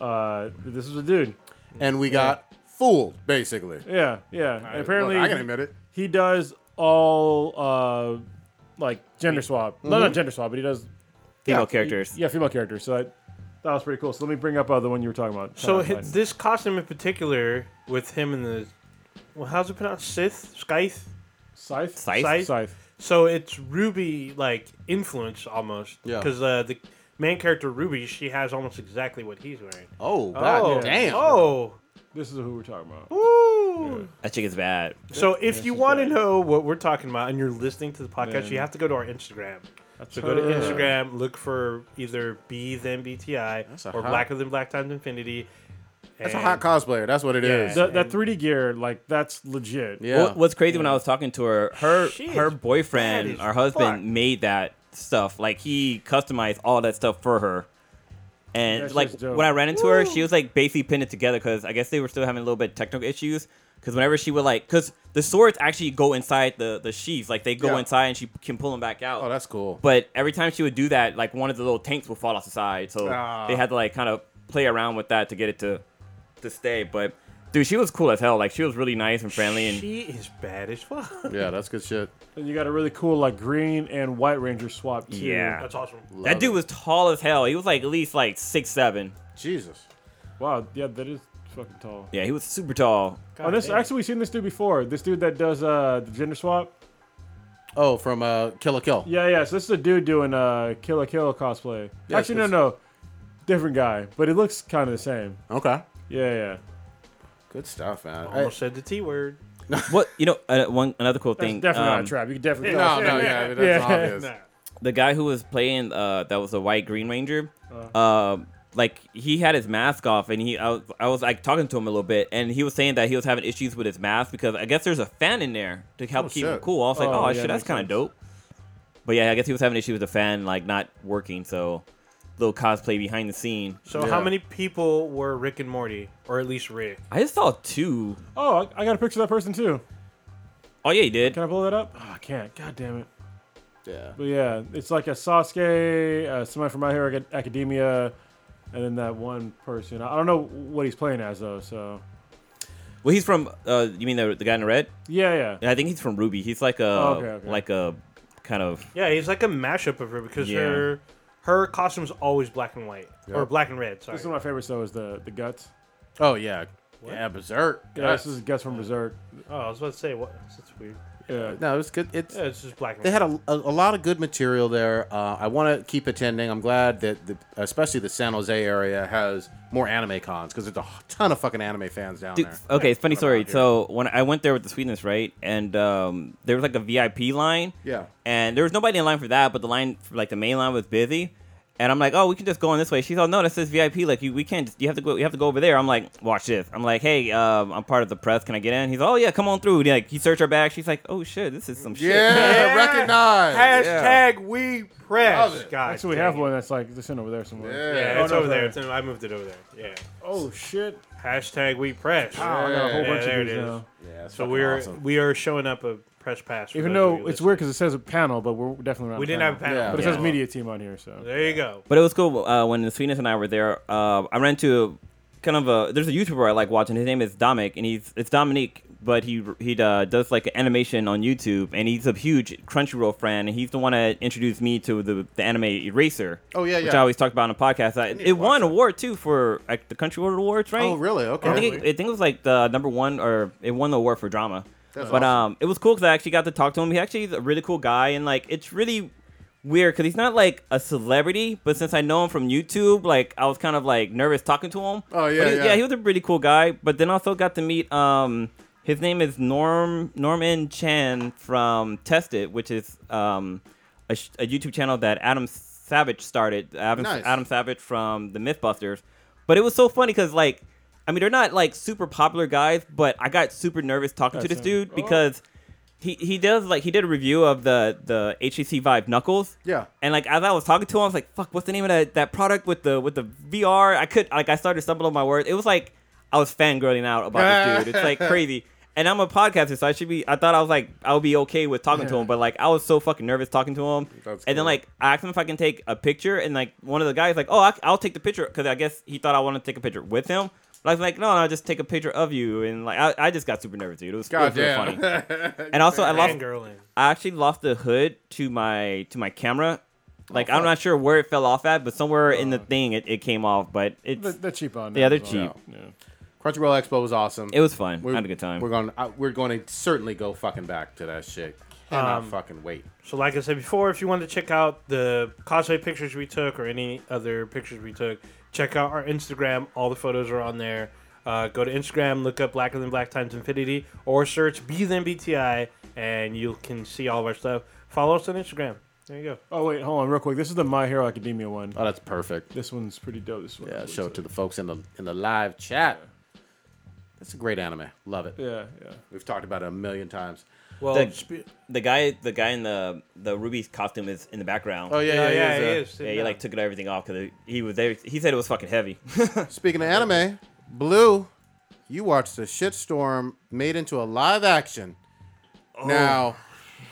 Uh, this was a dude. And we got fooled, basically. Yeah, yeah. And apparently, Look, I can admit it. he does all uh like gender Mm-hmm. swap. No, not gender swap, but he does Female characters. yeah female characters. So that, that was pretty cool. So let me bring up uh, the one you were talking about. so Titan. hi- this costume in particular, with him and the, well, how's it pronounced? Sith, Scythe. scythe, Scythe? Scythe? scythe. So it's Ruby like influence almost. Yeah. Because uh, the main character Ruby, she has almost exactly what he's wearing. Oh, God damn. Oh. This is who we're talking about. Ooh. That chick is bad. So if you want to know what we're talking about and you're listening to the podcast, Then- you have to go to our Instagram. That's So go to her. Instagram, look for either B then a BTI or hot- Blacker than Black Times Infinity. That's a hot cosplayer. That's what it Yeah. is. The- that 3D gear, like that's legit. Yeah. What, what's crazy when I was talking to her, her She her is bad boyfriend, as her husband, fuck. made that stuff. Like he customized all that stuff for her. And That's like just dope. when I ran into her, she was like basically pinned it together because I guess they were still having a little bit of technical issues. Because whenever she would like, because the swords actually go inside the the sheath, like they go Yeah. inside and she can pull them back out. oh, that's cool. But every time she would do that, like one of the little tanks would fall off the side. So Ah. they had to like kind of play around with that to get it to to stay. But dude, she was cool as hell. Like she was really nice and friendly. And She is bad as [LAUGHS] fuck. yeah, that's good shit. And you got a really cool like green and white ranger swap too. Yeah. That's awesome. Love that dude it. was tall as hell. He was like at least like six seven. Jesus. Wow. Yeah, that is fucking tall. Yeah, he was super tall. oh, this damn. actually we've seen this dude before. This dude that does uh the gender swap. Oh, from uh, Kill a Kill. Yeah, yeah. So this is a dude doing uh, Kill a Kill cosplay. Yes, Actually, no, it's- no, different guy, but it looks kind of the same. Okay. Yeah, yeah. Good stuff, man. I- Almost said the T word. What you know? Uh, one another cool That's thing. definitely not um, a trap. You can definitely no, tell. no, yeah, I mean, that's [LAUGHS] Yeah. obvious. Nah. the guy who was playing uh that was a white green ranger Uh-huh. um like he had his mask off and he I was, I was like talking to him a little bit and he was saying that he was having issues with his mask because i guess there's a fan in there to help Oh, keep him shit. cool i was like Oh, oh, yeah, shit that's makes kind of sense. dope but yeah i guess he was having issues with the fan like not working so little cosplay behind the scene So Yeah. how many people were Rick and Morty, or at least Rick? i just saw two Oh, I, I got a picture of that person too. oh yeah he did Can I blow that up? Oh, I can't. God damn it. Yeah. But yeah, it's like a Sasuke, uh, somebody from My Hero Acad- Academia, and then that one person. I I don't know what he's playing as though. So well he's from uh you mean the, the guy in the red yeah, yeah. yeah i think he's from ruby he's like a Oh, okay, okay. like a kind of Yeah, he's like a mashup of her because Yeah. her her costume's always black and white or Yep. black and red. Sorry. This is one of my favorites though. Is the the guts. Oh, yeah. Yeah, Berserk. Yeah, this is guts from Berserk. oh, I was about to say what? That's weird. Yeah. No, it's good. It's Yeah, it's just black and they white. had a, a, a lot of good material there. Uh, I want to keep attending. I'm glad that the, especially the San Jose area has more anime cons because there's a ton of fucking anime fans down Dude, there. okay, it's funny story. here. So when I went there with the sweetness, right, and um, there was like a VIP line. Yeah. And there was nobody in line for that, but the line, for, like the main line, was busy. And I'm like, oh, we can just go on this way. She's like, no, that says VIP. Like, you, we can't. You have to go. You have to go over there. I'm like, watch this. I'm like, hey, um, I'm part of the press. Can I get in? He's oh yeah, come on through. And, like, he searched her bag. She's like, oh shit, this is some shit. Yeah, recognize. Yeah. Hashtag we Love press. it. God, Actually, we dang have it. one that's like this in over there somewhere. Yeah. Yeah, it's Oh, no, over there. sorry. It's in, I moved it over there. Yeah. Oh shit. Hashtag we press. Oh, I got a whole Yeah, bunch there of it these is. now. Yeah, it's So fucking we're awesome. we are showing up a press pass. for Even those of though you it's listening. weird because it says a panel, but we're definitely not. we a didn't panel. have a panel. Yeah. But it Yeah. says media team on here, so There you go. But it was cool uh, when Sweetness and I were there. Uh, I ran to kind of a there's a YouTuber I like watching. His name is Dominic, and he's it's Dominique, but he he uh, does like animation on YouTube, and he's a huge Crunchyroll fan, and he's the one that introduced me to the, the anime Eraser. Oh, yeah, which yeah. I always talk about on the podcast. I, to it won watch an award too for like the Crunchyroll Awards, right? Oh, really? Okay. I think, it, I think it was like the number one, or it won the award for drama. That's but awesome. um, it was cool because I actually got to talk to him. He actually is a really cool guy, and like it's really weird because he's not like a celebrity. But since I know him from YouTube, like I was kind of like nervous talking to him. Oh, yeah, But he- yeah. yeah. He was a really cool guy. But then also got to meet um, his name is Norm Norman Chan from Tested, which is um, a, sh- a YouTube channel that Adam Savage started. Adam, Nice. Adam Savage from the MythBusters. But it was so funny because like, I mean, they're not like super popular guys, but I got super nervous talking to That's this him. Oh. dude because he he does like he did a review of the the HTC Vive Knuckles. Yeah. And like as I was talking to him, I was like, "Fuck, what's the name of that, that product with the with the VR?" I could like I started stumbling on my words. It was like I was fangirling out about this [LAUGHS] dude. It's like crazy. And I'm a podcaster, so I should be. I thought I was like I would be okay with talking to him, but like I was so fucking nervous talking to him. That's and cool. then like I asked him if I can take a picture, and like one of the guys like, "Oh, I, I'll take the picture," because I guess he thought I wanted to take a picture with him. But I was like, "No, no, just take a picture of you." And like I, I just got super nervous, dude. It was, it was real funny. Goddamn. And also, I lost Fangirling. I actually lost the hood to my to my camera. Oh, Like I'm not sure where it fell off at, but somewhere in the thing it, it came off. But it's they're, they're cheap on. Yeah, they're Amazon. cheap. Yeah. Crunchyroll Expo was awesome. it was fun. I had a good time. We're going. to we're going to certainly go fucking back to that shit. Cannot Um, fucking wait. So, like I said before, if you want to check out the cosplay pictures we took or any other pictures we took, check out our Instagram. All the photos are on there. Uh, go to Instagram, look up Blacker Than Black Times Infinity, or search B Than BTI, and you can see all of our stuff. Follow us on Instagram. There you go. Oh wait, hold on, real quick. This is the My Hero Academia one. Oh, that's perfect. This one's pretty dope. This one. Yeah, show it to the folks in the in the live chat. That's a great anime. Love it. Yeah, yeah. We've talked about it a million times. Well, The- spe- the guy the guy in the the Ruby's costume is in the background. Oh yeah, yeah, yeah, yeah. yeah, he is. Yeah, he like took it everything off because he was there. He said it was fucking [LAUGHS] heavy. Speaking of anime, Blue, you watched a shitstorm made into a live action. Oh. Now,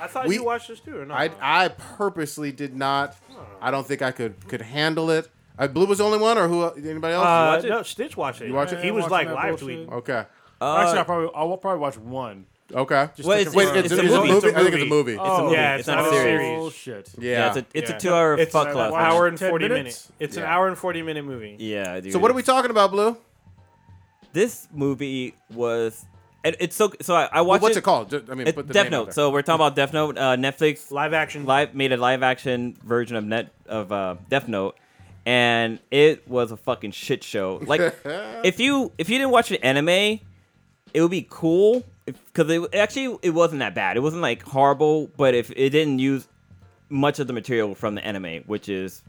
I thought we- you watched this too, or not? I I purposely did not. I don't think I could could handle it. Uh, Blue was the only one, or who? Anybody else? uh, You watch it? no, Stitch watched it. You watch it? He Yeah, was watching like that live bullshit. tweeting. Okay. Uh, Actually, I probably I'll probably watch one. Okay. Well, to it's, Wait, confirm. it's, it's a movie. It's a I think it's a movie. movie. Oh. It's a movie. yeah, it's, it's not a not a series. series. Oh shit. Yeah, yeah. it's a it's Yeah. a two hour It's fuck an club. hour and 10 forty minutes. minutes? It's an Yeah. hour and forty minute movie. Yeah. Dude. so what are we talking about, Blue? This movie was. It, it's so so. I, I watched. What's it, it, called? Ju- I mean, It, put the Death name out Note. there. So we're talking about Death Note. Uh, Netflix Live action. live made a live action version of net of uh, Death Note, and it was a fucking shit show. Like if you if you didn't watch an anime, it would be cool because it actually it wasn't that bad. It wasn't like horrible, but if it didn't use much of the material from the anime, which is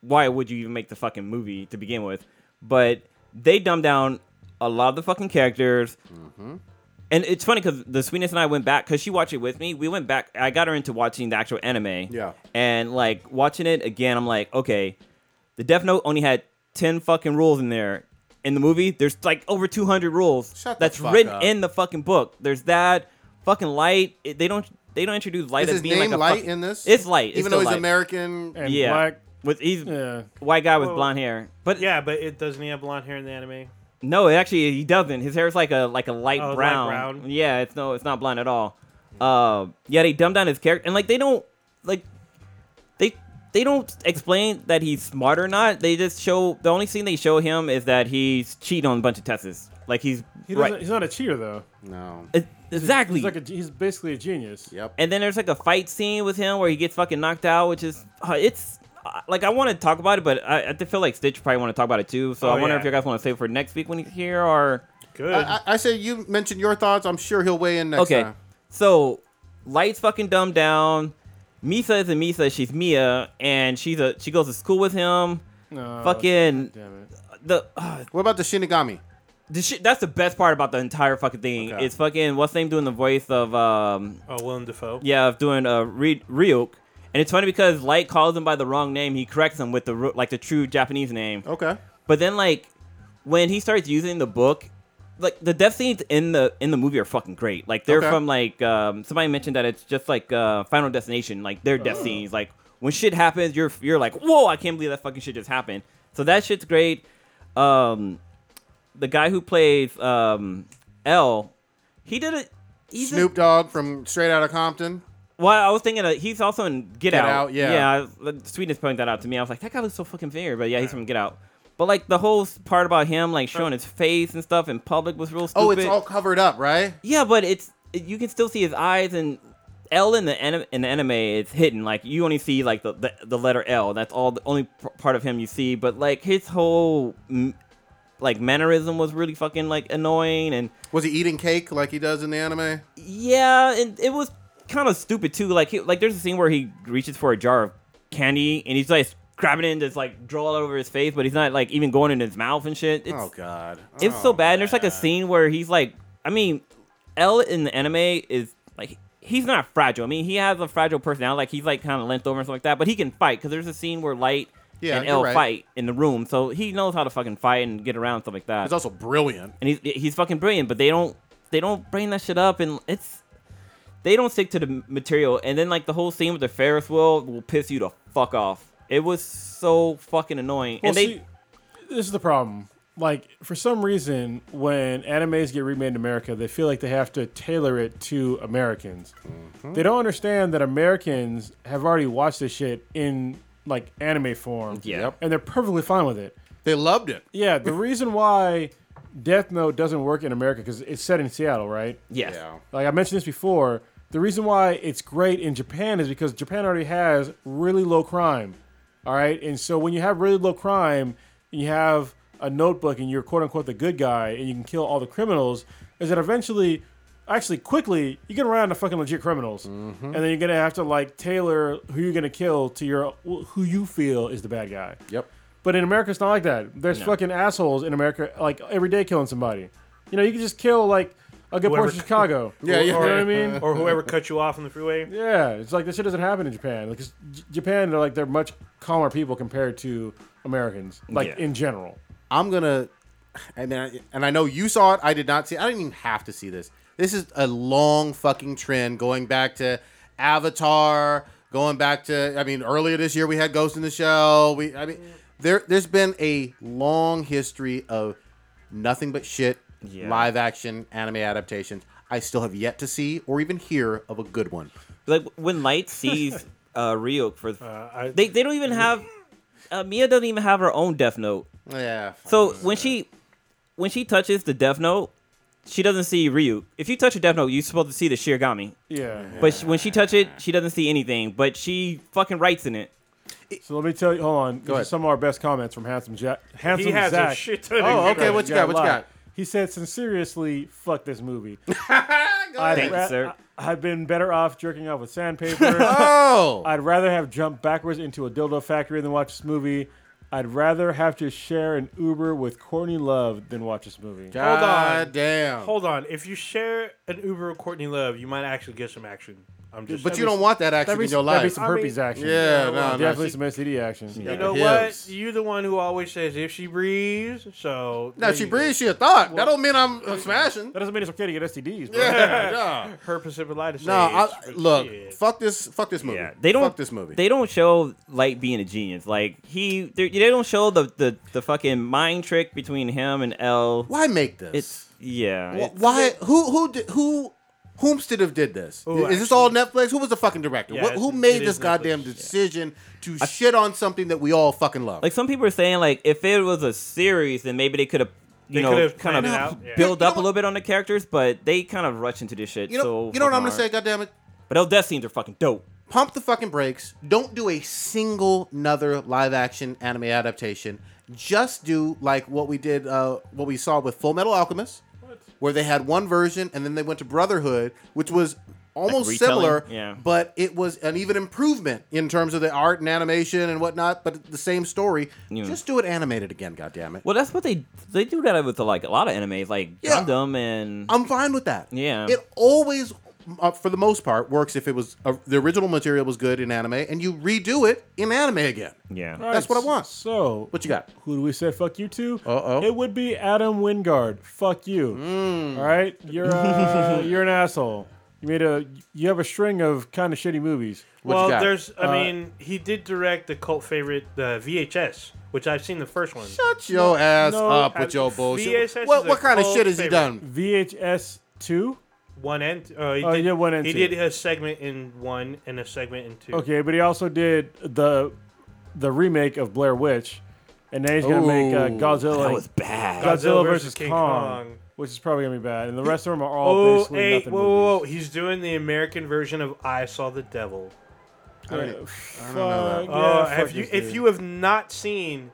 why would you even make the fucking movie to begin with? But they dumbed down a lot of the fucking characters. Mm-hmm. And it's funny because the sweetness and I went back because she watched it with me. We went back. I got her into watching the actual anime. Yeah. And like watching it again, I'm like, okay, the Death Note only had ten fucking rules in there. In the movie, there's like over 200 rules Shut the that's fuck written up. in the fucking book. There's that fucking light. It- they don't they don't introduce light Is as his being name like a Light fucking- in this? It's light. It's Even though still he's light. American. And Yeah. black. With he's Yeah. white guy with Well- blonde hair. But Yeah, but it doesn't he have blonde hair in the anime? No, it actually he doesn't. His hair is like a like a light Oh, light brown. brown. Yeah, it's no, it's not blonde at all. Uh, yeah, they dumb down his character, and like they don't like they they don't explain that he's smart or not. They just show the only scene they show him is that he's cheating on a bunch of tests. Like he's He doesn't. right, He's not a cheater though. No. E- exactly. He's like a, he's basically a genius. Yep. and then there's like a fight scene with him where he gets fucking knocked out, which is uh, it's uh, like I want to talk about it, but I, I feel like Stitch probably want to talk about it too. So Oh, I wonder yeah. if you guys want to save it for next week when he's here or. Good. I, I, I say you mentioned your thoughts. I'm sure he'll weigh in next Okay. time. So, lights fucking dumbed down. Misa isn't Misa. She's Mia, and she's a she goes to school with him. No, fucking Uh, Damn it. the uh, What about the Shinigami? the shit. That's the best part about the entire fucking thing. Okay. It's fucking what's the name doing the voice of um oh, Willem Dafoe. yeah of doing uh Ry- Ryuk. And it's funny because Light calls him by the wrong name. He corrects him with the ru- like the true Japanese name. Okay. But then like when he starts using the book like the death scenes in the in the movie are fucking great. Like they're Okay. from like um, somebody mentioned that it's just like uh, Final Destination. Like their death scenes. Like when shit happens, you're you're like, whoa, I can't believe that fucking shit just happened. So that shit's great. Um, the guy who plays um, L, he did it. He's in- Snoop Dogg from Straight Outta Compton. well, I was thinking of, he's also in Get, Out. Out, yeah. yeah. I- Sweetness pointed that out to me. I was like, that guy looks so fucking familiar, but yeah, he's from Get Out. But like the whole s- part about him like showing his face and stuff in public was real stupid. Oh, it's all covered up, right? yeah, but it's it- you can still see his eyes and L in the anim- in the anime it's hidden. Like you only see like the the, the letter L. That's all the only p- part of him you see. But like his whole mm, like mannerism was really fucking like annoying and Was he eating cake like he does in the anime? yeah, and it was kind of stupid too. Like, he, like there's a scene where he reaches for a jar of candy and he's like grabbing it and just like draw all over his face, but he's not like even going in his mouth and shit. It's, Oh God, it's so bad. And there's like a scene where he's like, I mean, L in the anime is like he's not fragile. I mean, he has a fragile personality. Like he's like kind of lent over and stuff like that, but he can fight because there's a scene where Light Yeah, and you're L right. fight in the room, so he knows how to fucking fight and get around and stuff like that It's also brilliant. and he's he's fucking brilliant. But they don't they don't bring that shit up, and it's they don't stick to the material. And then like the whole scene with the Ferris wheel will piss you the fuck off. It was so fucking annoying. Well, and they see, this is the problem. Like for some reason, when animes get remade in America, they feel like they have to tailor it to Americans. They don't understand that Americans have already watched this shit in like anime form. Yeah. Yep. and they're perfectly fine with it. They loved it. Yeah, the reason why Death Note doesn't work in America because it's set in Seattle, right? yes. Like I mentioned this before, the reason why it's great in Japan is because Japan already has really low crime. All right. And so when you have really low crime and you have a notebook and you're quote unquote the good guy and you can kill all the criminals, is that eventually, actually quickly, you get around to fucking legit criminals. And then you're going to have to like tailor who you're going to kill to your who you feel is the bad guy. Yep. But in America, it's not like that. There's fucking assholes in America, like every day killing somebody. You know, you can just kill like a good Whoever- portion of Chicago. [LAUGHS] Yeah, Uh. yeah. You know what I mean? or whoever cut you off on the freeway. Yeah, it's like this shit doesn't happen in Japan. Like 'cause J- Japan, they're like they're much calmer people compared to Americans, like Yeah. in general. I'm gonna, and then I, and I know you saw it. I did not see. I didn't even have to see this. This is a long fucking trend going back to Avatar, going back to. I mean, earlier this year we had Ghost in the Shell. We, I mean, there there's been a long history of nothing but shit Yeah. live action anime adaptations. I still have yet to see or even hear of a good one. Like when Light [LAUGHS] sees uh, Rio for I- they they don't even have uh, Mia doesn't even have her own Death Note. Yeah. fuck. So when she when she touches the Death Note, she doesn't see Ryu. If you touch a Death Note, you're supposed to see the Shirigami. Yeah. But she, when she touches it, she doesn't see anything. But she fucking writes in it. So let me tell you. Hold on. These are ahead. some of our best comments from handsome Jack. Handsome He has Zach. a shit ton of Oh, okay. credit. What you Yeah, got? What you lie. got? He said, "Sincerely, fuck [LAUGHS] this movie." ahead. I'd Thank you, sir. I- I've been better off jerking off [LAUGHS] with sandpaper. Oh, I'd rather have jumped backwards into a dildo factory than watch this movie. I'd rather have to share an Uber with Courtney Love than watch this movie. God on. damn. Hold on. If you share an Uber with Courtney Love, you might actually get some action. I'm just. but saying. you don't want that action That'd be, in your that'd be life. some I herpes mean- action. Yeah, Yeah, no, no. well, Definitely some STD action. [LAUGHS] You know Yes. what? You're the one who always says if she breathes. So Now there she you go. breathes, she a thought. that don't mean I'm, I'm smashing. [LAUGHS] That doesn't mean it's okay to get STDs. Bro. Yeah, her Pacificolitis. no, no. I, look, shit. fuck this, fuck this movie. Yeah, they don't. fuck this movie. They don't show Light being a genius. Like he, they they don't show the, the the fucking mind trick between him and L. why make this? It's yeah. Wh- it's- why? Who? Who? Did, who? Whomstead have did this? Ooh, Is this all Netflix? Who was the fucking director? Yeah, what, who it's- made it this is goddamn Netflix, yeah. decision to shit on something that we all fucking love? like some people are saying, like if it was a series, then maybe they could have you They know could've kind planned of it out, yeah. build You know up a what- little bit on the characters, but they kind of rush into this shit. you know, so you know what I'm fucking gonna hard. say? Goddamn it! But L death scenes are fucking dope. pump the fucking brakes. Don't do a single another live action anime adaptation. Just do like what we did, uh, what we saw with Full Metal Alchemist, where they had one version and then they went to Brotherhood, which was almost retelling? similar, Yeah. but it was an even improvement in terms of the art and animation and whatnot, but the same story. Yeah. Just do it animated again, goddammit. Well, that's what they they do that with like a lot of animes, like Yeah. Gundam and I'm fine with that. Yeah. It always uh, for the most part, works if it was uh, the original material was good in anime, and you redo it in anime again. Yeah. All That's what I s- want. So, What you got? who do we say fuck you to? Uh-oh. Mm. It would be Adam Wingard. Fuck you. All right, you're [LAUGHS] uh, you're an asshole. You made a you have a string of kind of shitty movies. What well, you got? there's. I mean, he did direct the cult favorite, the VHS, which I've seen the first one. Shut your ass no, up I- with your bullshit. VSS What, is what a kind of cult shit has he favorite. done? VHS two. One and uh, he Oh, did, yeah, one and He two. did a segment in one and a segment in two. Okay, but he also did the the remake of Blair Witch, and now he's gonna make uh, Ooh, Godzilla. That was bad. Godzilla, Godzilla versus, versus King Kong, Kong. which is probably gonna be bad, and the rest of them are all Oh, basically hey, nothing. whoa, whoa, whoa! movies. He's doing the American version of "I Saw the Devil." I don't Yeah, even- fuck, know that. yeah, Oh, fuck if you this if dude. you have not seen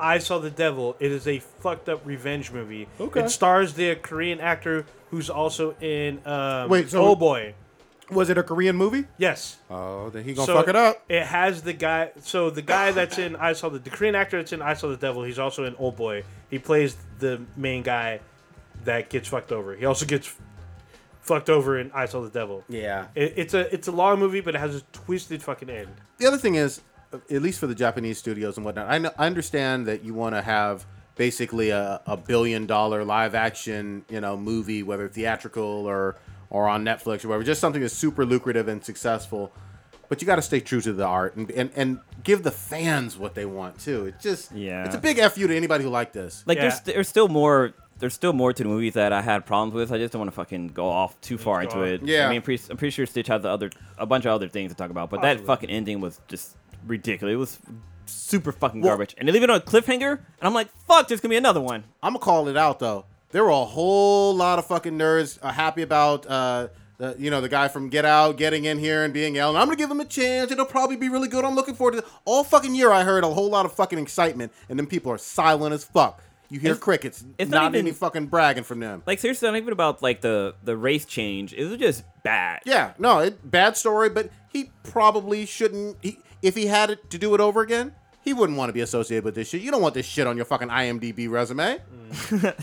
I Saw the Devil, it is a fucked up revenge movie. Okay. It stars the Korean actor who's also in um, Wait, so- Oh Boy. Was it a Korean movie? Yes. Oh, then he gonna So fuck it up. It has the guy. So the guy that's in I Saw the, the Korean actor that's in I Saw the Devil. He's also in Old Boy. He plays the main guy that gets fucked over. He also gets fucked over in I Saw the Devil. Yeah. It, it's a it's a long movie, but it has a twisted fucking end. the other thing is, at least for the Japanese studios and whatnot, I, know, I understand that you want to have basically a, a billion dollar live action, you know, movie, whether theatrical or or on Netflix or whatever, just something that's super lucrative and successful. But you got to stay true to the art and, and and give the fans what they want too. It's just Yeah. it's a big f you to anybody who liked this. Like Yeah. there's there's still more there's still more to the movies that I had problems with. I just don't want to fucking go off too far into on. it. Yeah. I mean, pre- I'm pretty sure Stitch had the other a bunch of other things to talk about, but that fucking ending was just ridiculous. It was super fucking Well- garbage, and they leave it on a cliffhanger, and I'm like, fuck, there's gonna be another one. I'm gonna call it out though. There were a whole lot of fucking nerds uh, happy about uh, the, you know the guy from Get Out getting in here and being Ellen. I'm gonna give him a chance. It'll probably be really good. I'm looking forward to it. all fucking year. I heard a whole lot of fucking excitement, and then people are silent as fuck. You hear It's- crickets. it's not, not even- any fucking bragging from them. Like seriously, not even about like the the race change. It was just bad. yeah, no, it, bad story. But he probably shouldn't. He, if he had it to do it over again, he wouldn't want to be associated with this shit. You don't want this shit on your fucking IMDb resume. Mm.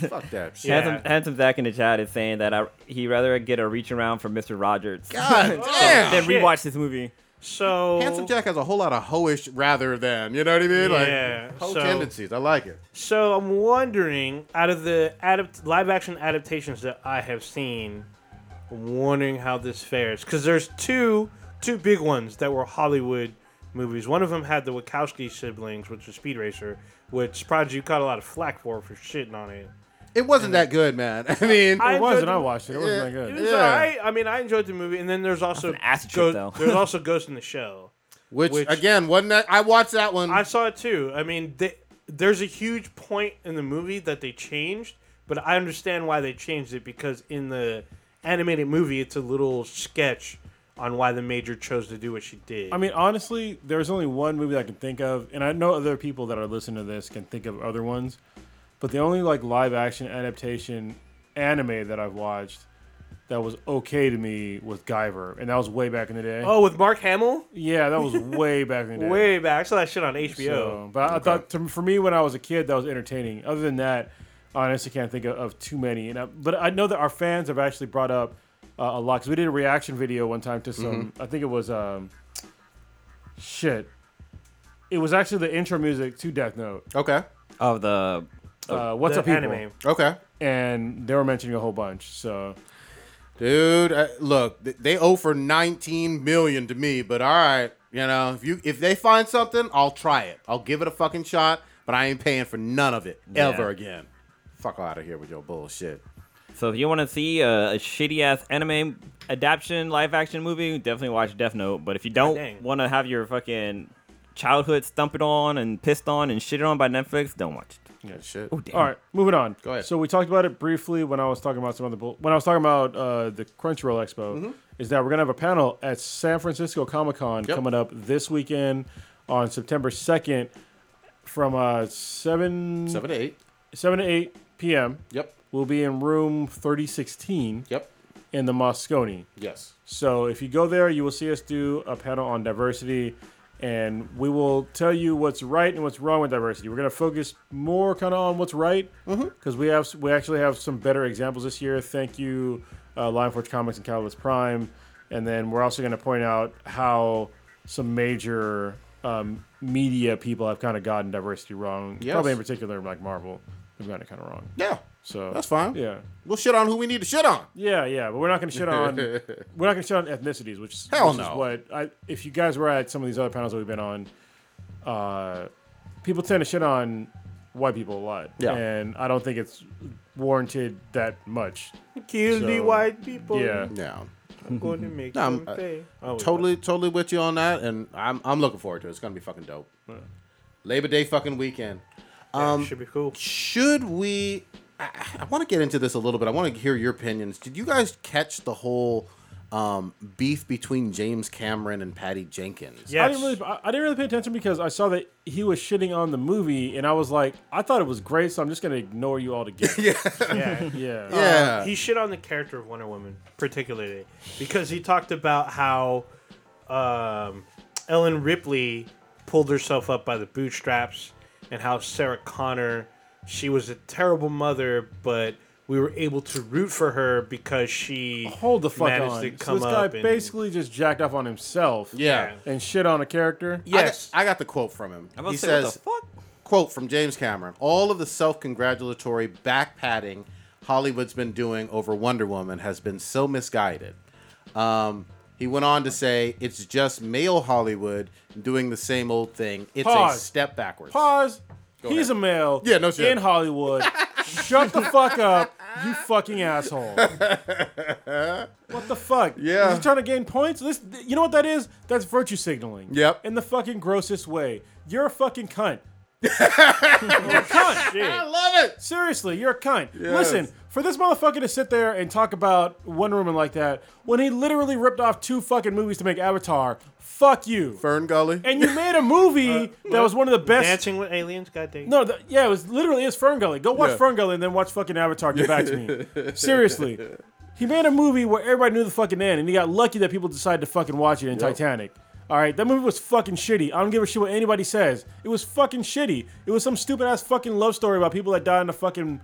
fuck [LAUGHS] that shit. Handsome, handsome Zach in the chat is saying that I, he'd rather get a reach around from Mr. Rogers [LAUGHS] God damn. than shit. rewatch this movie. So Handsome Jack has a whole lot of hoish rather than, you know what I mean? Yeah, Like hoe so- tendencies. I like it. So I'm wondering, out of the adapt- live action adaptations that I have seen, I'm wondering how this fares because there's two two big ones that were Hollywood movies. One of them had the Wachowski siblings, which was Speed Racer, which surprised you caught a lot of flack for for shitting on it. It wasn't that good, man. [LAUGHS] I mean, I It was, enjoyed and I the- watched it. It wasn't that It good. was Yeah. alright. I mean, I enjoyed the movie, and then there's also an acid trip, though. there's [LAUGHS] also Ghost in the Shell. which, which- again wasn't that. I watched that one. I saw it too. I mean, they, there's a huge point in the movie that they changed, but I understand why they changed it because in the animated movie, it's a little sketch on why the major chose to do what she did. I mean, honestly, there's only one movie I can think of, and I know other people that are listening to this can think of other ones, but the only like live action adaptation anime that I've watched that was okay to me was Guyver, and that was way back in the day. oh, with Mark Hamill, yeah, that was way back in the [LAUGHS] day. way back. I saw that shit on HBO. So, but I thought to, for me when I was a kid that was entertaining. Other than that, I honestly can't think of, of too many. And I, but I know that our fans have actually brought up uh, a lot because we did a reaction video one time to some. Mm-hmm. I think it was um, shit. It was actually the intro music to Death Note. okay. Of the Uh, What's Oh, the up, people? anime. Okay. And they were mentioning a whole bunch. So Dude, uh, look, th- they owe for 19 million to me, but all right, you know, if you if they find something, I'll try it. I'll give it a fucking shot, but I ain't paying for none of it ever again. Fuck out of here with your bullshit. So if you want to see a, a shitty ass anime adaptation live action movie, definitely watch Death Note. But if you Dang. don't want to have your fucking childhood stumped on and pissed on and shitted on by Netflix, don't watch it. Yeah, shit. Oh damn! all right, moving on. Go ahead. So we talked about it briefly when I was talking about some other bull- when I was talking about uh, the Crunchyroll Expo. Mm-hmm. Is that we're gonna have a panel at San Francisco Comic Con Yep. coming up this weekend on September second from uh, seven Seven to eight. seven to eight p.m. Yep. We'll be in room thirty sixteen Yep. in the Moscone. Yes. So if you go there, you will see us do a panel on diversity, and we will tell you what's right and what's wrong with diversity. We're gonna focus Mm-hmm. more kind of on what's right because we have we actually have some better examples this year. Thank you, uh, Lionforge Comics and Catalyst Prime. And then we're also going to point out how some major um, media people have kind of gotten diversity wrong. Yes. Probably in particular, like Marvel, they've gotten it kind of wrong. Yeah. So That's fine. Yeah, We'll shit on who we need to shit on. yeah, yeah. But we're not going to shit [LAUGHS] on we're not going to shit on ethnicities, which is- Hell which no. is what I, if you guys were at some of these other panels that we've been on, uh, people tend to shit on white people a lot. Yeah. and I don't think it's warranted that much. Kill the So, white people. Yeah. No. I'm going to make No, I'm- uh, them I- pay. Oh, wait, Totally, totally with you on that, and I'm I'm looking forward to it. It's gonna be fucking dope. Labor Day fucking weekend. yeah, should be cool. Should we? I, I want to get into this a little bit. I want to hear your opinions. Did you guys catch the whole um, beef between James Cameron and Patty Jenkins? Yes. I didn't really, I, I didn't really pay attention because I saw that he was shitting on the movie, and I was like, I thought it was great, so I'm just gonna ignore you [LAUGHS] altogether. yeah, Yeah. yeah, Yeah. He shit on the character of Wonder Woman, particularly because he talked about how um, Ellen Ripley pulled herself up by the bootstraps, and how Sarah Connor, she was a terrible mother, but we were able to root for her because she Hold the fuck managed on. to So come this guy up and- basically just jacked off on himself. yeah. and shit on a character. I got- Yes. I got, the quote from him. I'm about he to say, says, what the fuck? quote from James Cameron All of the self congratulatory back patting Hollywood's been doing over Wonder Woman has been so misguided. Um, he went on to say, It's just male Hollywood doing the same old thing. It's a Pause. step backwards. Pause. ahead. He's a male. Yeah, no shit. [LAUGHS] In Hollywood. Shut the fuck up, you [LAUGHS] fucking asshole. What the fuck? Yeah. Is he trying to gain points? This, you know what that is? That's virtue signaling. Yep. In the fucking grossest way. You're a [LAUGHS] fucking cunt. I love it. Seriously, you're a cunt. Listen, for this motherfucker to sit there and talk about Wonder Woman like that when he literally ripped off two fucking movies to make Avatar, fuck you. Fern Gully. and you made a movie Uh, that was one of the best dancing with aliens. Goddamn. No, the, yeah, it was literally it's Ferngully. Go watch Yeah. Ferngully and then watch fucking Avatar. Get back to [LAUGHS] me. Seriously, he made a movie where everybody knew the fucking end, and he got lucky that people decided to fucking watch it in Titanic. All right, that movie was fucking shitty. I don't give a shit what anybody says. It was fucking shitty. It was some stupid ass fucking love story about people that died in a fucking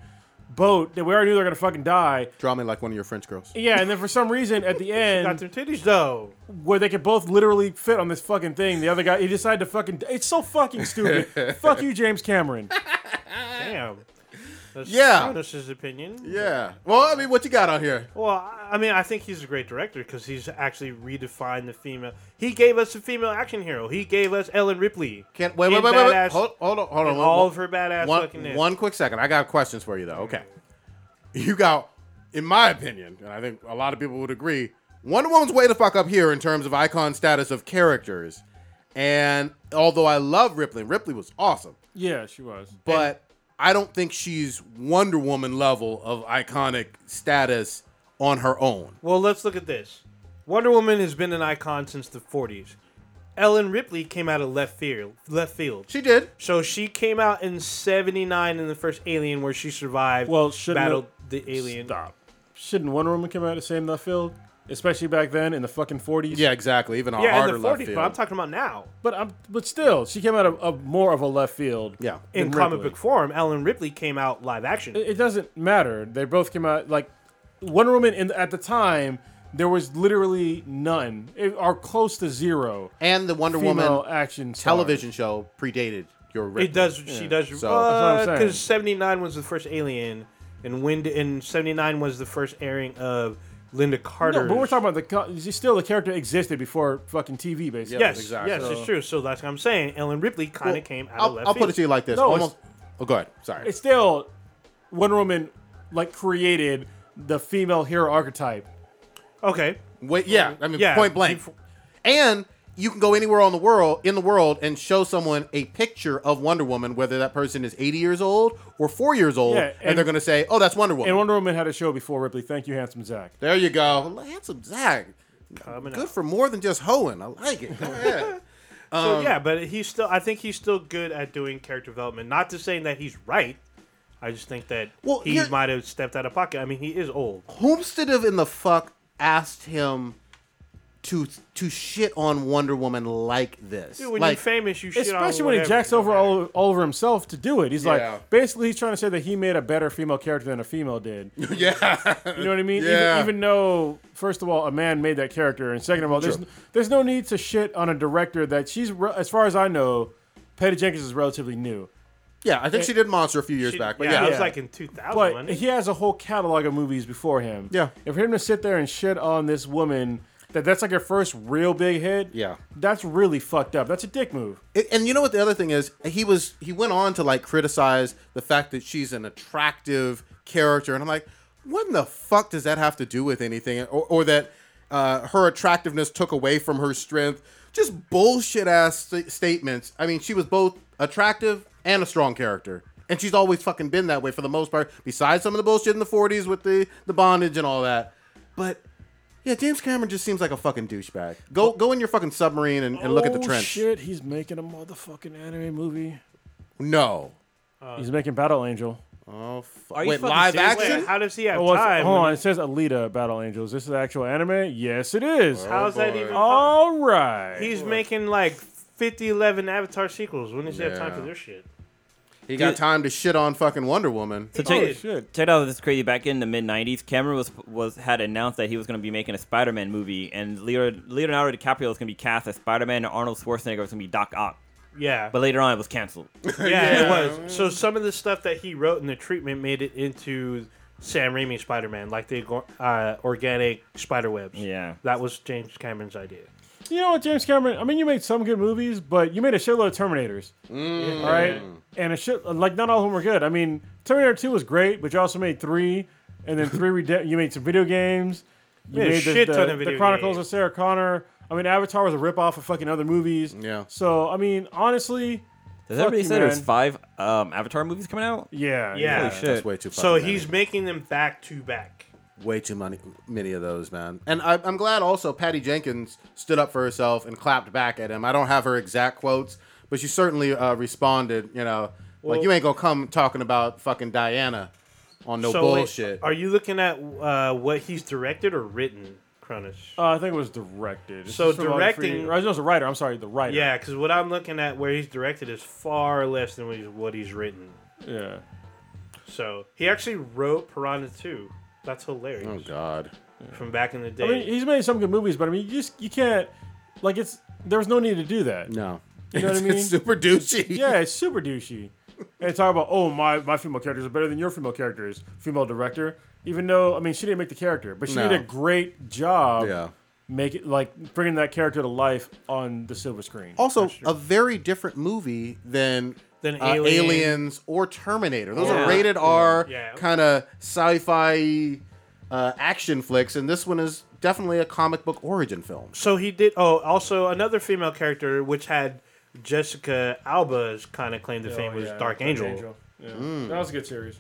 boat that we already knew they're gonna fucking die. Draw me like one of your French girls. Yeah, and then for some [LAUGHS] reason at the Got end their titties though. where they could both literally fit on this fucking thing, the other guy he decided to fucking. It's so [LAUGHS] fucking stupid. Fuck you, James Cameron. Damn. That's Yeah. Cronus's opinion. Yeah. Well, I mean, what you got on here? Well, I- I mean, I think he's a great director because he's actually redefined the female. He gave us a female action hero. He gave us Ellen Ripley. Can't, wait, in wait, wait, wait, wait. Badass- Hold, hold on, hold on. in One- all of her badass one, lookingness. one quick second. I got questions for you though. Okay, you got, in my opinion, and I think a lot of people would agree, Wonder Woman's way the fuck up here in terms of icon status of characters. And although I love Ripley, Ripley was awesome, Yeah, she was. but I don't think she's Wonder Woman level of iconic status on her own. Well, let's look at this. Wonder Woman has been an icon since the 40s. Ellen Ripley came out of left field. Left field. She did. so she came out in 79 in the first Alien where she survived. Well, shouldn't battled it- the alien. Stop. Shouldn't Wonder Woman come out of the same left field? Especially back then in the fucking forties. Yeah, exactly. Even a Yeah, harder in the 40s, left field. but I'm talking about now. But I'm, but still, she came out of, of more of a left field. Yeah. than In comic Ripley. book form, Ellen Ripley came out live action. It doesn't matter. They both came out like Wonder Woman in, at the time. There was literally none, it, or close to zero, and the Wonder female Woman action stars. television show predated your Ripley. It does. She does. So- That's what I'm saying. Because seventy nine was the first Alien, and when and seventy nine was the first airing of Linda Carter. No, but we're talking about the co- she's still the character existed before fucking TV, basically. Yes, Exactly. yes, it's true. So that's what I'm saying. Ellen Ripley kind of came out I'll, of left I'll put it to you like this. No, it's- Almost. Oh, go ahead. Sorry. It's still Wonder Woman like created the female hero archetype. you. Okay. Wait, yeah, I mean, Yeah, point blank. befo- And you can go anywhere on the world in the world and show someone a picture of Wonder Woman, whether that person is 80 years old or four years old, Yeah, and, and- they're going to say, "Oh, that's Wonder Woman." And Wonder Woman had a show before Ripley. Thank you, handsome Zach. there you go, handsome Zach. Coming Good out. for more than just hoeing. I like it. Go [LAUGHS] ahead. So Um, yeah, but he's still. I think he's still good at doing character development. Not to saying that he's right. I just think that Well, he here- might have stepped out of pocket. I mean, he is old. Whomstead of in the fuck asked him to to shit on Wonder Woman like this. Dude, Oh, when like, you're famous, you shit on Especially when he whatever, jacks you know, over man. all, all over himself to do it. He's Yeah. like, basically, he's trying to say that he made a better female character than a female did. You [LAUGHS] [LAUGHS] yeah, know what I mean? Yeah. Even, even though, first of all, a man made that character, and second of all, there's there's no need to shit on a director that she's, re- as far as I know, Patty Jenkins is relatively new. yeah. I think she did Monster a few years Shit- back, but yeah, yeah, it yeah, was like in 2000. But wasn't it? he has a whole catalog of movies before him. Yeah. And for him to sit there and shit on this woman that that's like her first real big hit. That's really fucked up. That's a dick move. It- and you know what the other thing is? He was he went on to like criticize the fact that she's an attractive character, and I'm like, what in the fuck does that have to do with anything? Or, or that uh, her attractiveness took away from her strength? Just bullshit ass st- statements. I mean, she was both attractive and a strong character. And she's always fucking been that way for the most part, besides some of the bullshit in the 40s with the, the bondage and all that. But yeah, James Cameron just seems like a fucking douchebag. Go go in your fucking submarine and, and look at the Oh, trench. Shit, he's making a motherfucking anime movie. No. he's making Battle Angel. Oh, fuck. Are you Wait, fucking live serious? action? Wait, how does he have Oh, it's- time? hold on, it says Alita Battle Angels. This is the actual anime? Yes, it is. How's that boy. even? All right. Oh, He's making like 50, 11 Avatar sequels. When does he have time for Yeah. this shit? he got time to shit on fucking Wonder Woman. So Oh, check, shit. check out this crazy. Back in the mid '90s, Cameron was was had announced that he was going to be making a Spider-Man movie, and Leo- Leonardo DiCaprio was going to be cast as Spider-Man, and Arnold Schwarzenegger was going to be Doc Ock. Yeah, But later on, it was canceled. yeah, it was. So some of the stuff that he wrote in the treatment made it into Sam Raimi Spider-Man, like the gor- uh, organic spider webs. Yeah. that was James Cameron's idea. You know what, James Cameron? I mean, you made some good movies, but you made a shitload of Terminators. Mm. All right? And a shit, like, not all of them were good. I mean, Terminator 2 was great, but you also made three, and then three, rede- you made some video games. You Made a the- shit the, ton of the video Chronicles games. of Sarah Connor. I mean, Avatar was a ripoff of fucking other movies. Yeah. So, I mean, honestly, Does Fuck everybody you, say there's man. five um, Avatar movies coming out? yeah. Yeah. Holy shit. That's way too. Fucking So many. he's making them back to back. way too many, many of those, man. And I, I'm glad also Patty Jenkins stood up for herself and clapped back at him. I don't have her exact quotes, but she certainly uh, responded. You know, like you ain't gonna come talking about fucking Diana on no so wait, bullshit. are you looking at uh, what he's directed or written, Cronus? Uh, I think it was directed. It's So just about directing- Free, I was a writer. I'm sorry, the writer. Yeah, because what I'm looking at where he's directed is far less than what he's, what he's written. Yeah. So he actually wrote Piranha 2. That's hilarious. oh God. From back in the day. I mean, he's made some good movies, but I mean, you just you can't like it's. There's no need to do that. No. know what I [LAUGHS] It's- mean? It's super douchey. Yeah, it's super douchey. And talk about oh my my female characters are better than your female characters, female director. Even though I mean she didn't make the character, but she No. did a great [LAUGHS] job. Yeah. Make it like bringing that character to life on the silver screen. Also, a very different movie than Than uh, Alien. Aliens or Terminator. Those Yeah. are rated R Yeah. kind of sci-fi uh, action flicks, and this one is definitely a comic book origin film. so he did. Oh, also another female character, which had Jessica Alba's kind of Oh, claim to fame, was Dark Angel. Yeah. That was a good series.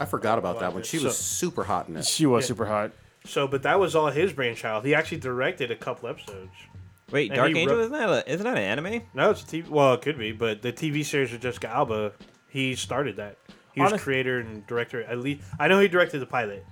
I forgot about that one. She was So- super hot [LAUGHS] in it. She was super hot. So, but that was all his brainchild. He actually directed a couple episodes. Wait, And Dark he Angel wrote- isn't that a, isn't that an anime? No, it's a TV. Well, it could be, but the TV series with Jessica Alba, he started that. He was Honest- creator and director. At least I know he directed the pilot.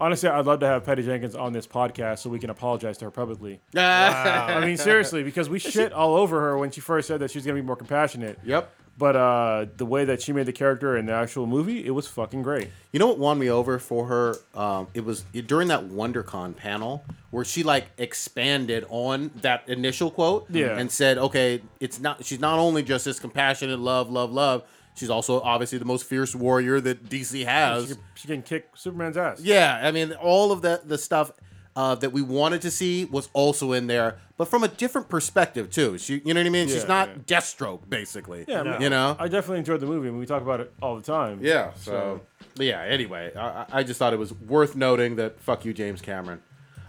Honestly, I'd love to have Patty Jenkins on this podcast so we can apologize to her publicly. [LAUGHS] Ah. I mean, seriously, because we shit all over her when she first said that she was gonna be more compassionate. Yep. But uh, the way that she made the character in the actual movie, it was fucking great. You know what won me over for her? Um, it was during that WonderCon panel where she like expanded on that initial quote Yeah. and said, "Okay, it's not. She's not only just this compassionate love, love, love. She's also obviously the most fierce warrior that DC has. She, she can kick Superman's ass. Yeah, I mean, all of the the stuff uh, that we wanted to see was also in there, but from a different perspective too. She, you know what I mean? She's Yeah, not yeah. Deathstroke, basically. Yeah, I mean, you know. I definitely enjoyed the movie, and we talk about it all the time. yeah. So, but yeah. Anyway, I, I- I just thought it was worth noting that fuck you, James Cameron.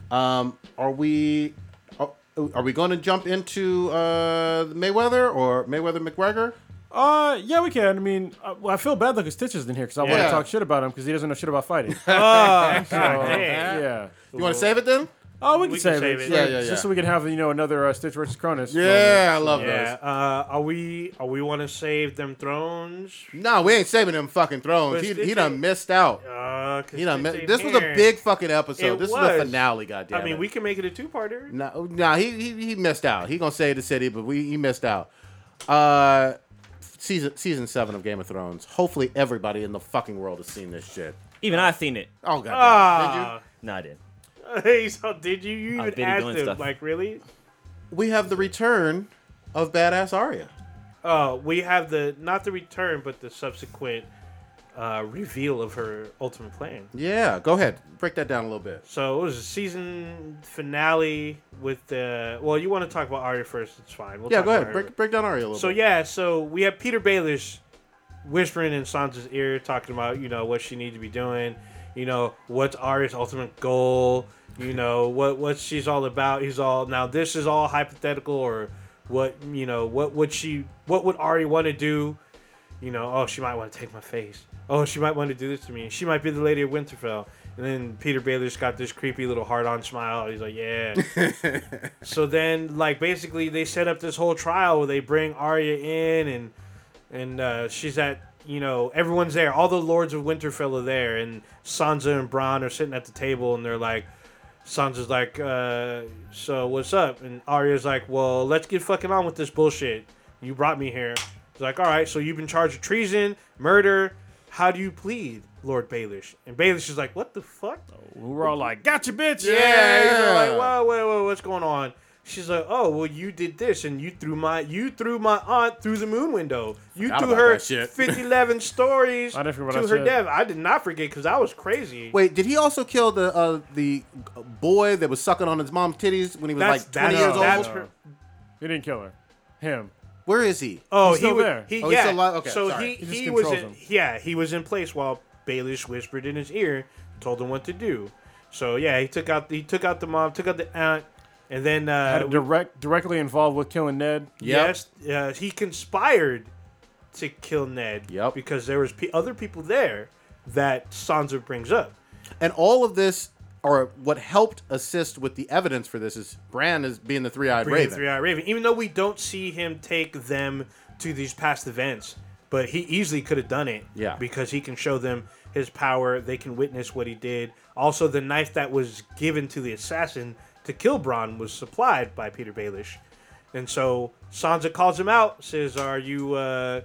Um, are we? Are, are we going to jump into uh, Mayweather or Mayweather McGregor? Uh, yeah, we can. I mean, I, well, I feel bad like Stitch isn't here because I want Yeah. to talk shit about him because he doesn't know shit [LAUGHS] about fighting. Ah, So, yeah. You want to save it then? Oh, we can can save, save it. it. Yeah, yeah, yeah. Just so we can have you know another uh, Stitch versus Cronus. Yeah, I love Yeah. Uh, are we? Are we want to save them thrones? those. No, we ain't saving them fucking thrones. But He, Stitch he done ain't- missed out. Uh, no, 'cause You know, this man, ain't this was a here. big fucking episode. It this was. was. the finale, goddamn. I mean, we can make it a two-parter. No, no, oh, he, he he missed out. He gonna say the city, but we he missed out. Uh, season season seven of Game of Thrones. Hopefully, everybody in the fucking world has seen this shit. Even I've seen it. Oh god, Ah, No, I didn't. [LAUGHS] hey, so did you? You I've even been asked doing him, stuff. like, really? we have the return of badass Arya. Uh, we have the not the return, but the subsequent uh, reveal of her ultimate plan. Yeah, go ahead, break that down a little bit. So it was a season finale with the. Well, you want to talk about Arya first? It's fine. We'll Yeah, talk go about ahead, her. break break down Arya a little So bit. yeah, so we have Peter Baelish whispering in Sansa's ear, talking about you know what she needs to be doing, you know what's Arya's ultimate goal, you know what what she's all about. He's all now this is all hypothetical or what you know what would she what would Arya want to do, you know oh she might want to take my face, oh she might want to do this to me, she might be the Lady of Winterfell. And then Peter Baelish got this creepy little hard-on smile. He's like, "Yeah, so then, like, basically, they set up this whole trial where they bring Arya in, and and uh, she's at, you know, everyone's there. All the lords of Winterfell are there, and Sansa and Bronn are sitting at the table, and they're like, Sansa's like, uh, so what's up? And Arya's like, well, let's get fucking on with this bullshit. You brought me here. He's like, all right, so you've been charged with treason, murder. How do you plead, Lord Baelish? And Baelish is like, what the fuck? We were all like, "Gotcha, bitch!" Yeah, you know, Yeah. like, whoa, whoa, whoa, what's going on? She's like, oh, well, you did this, and you threw my, you threw my aunt through the moon window. You Forgot threw about her that shit. [LAUGHS] 511 stories I didn't forget what to I her said. death. I did not forget because I was crazy. Wait, did he also kill the uh, the boy that was sucking on his mom's titties when he was like twenty years old? that's No. her- He didn't kill her. Him. Where is he? Oh, He's he still was there. he Oh, he's yeah. still alive? Okay, so sorry. he He just he was in, controls him. yeah he was in place while Baelish whispered in his ear, told him what to do. So yeah, he took out he took out the mom, took out the aunt, and then uh, Had direct, directly involved with killing Ned. Yep. Yes, uh, he conspired to kill Ned. Yep. Because there was pe- other people there that Sansa brings up. And all of this, or what helped assist with the evidence for this, is Bran is being the three-eyed Bringing raven. Three Eyed Raven. Even though we don't see him take them to these past events, but he easily could have done it. Yeah. Because he can show them his power. They can witness what he did. Also, the knife that was given to the assassin to kill Bronn was supplied by Peter Baelish, and so Sansa calls him out. Says, "Are you, uh,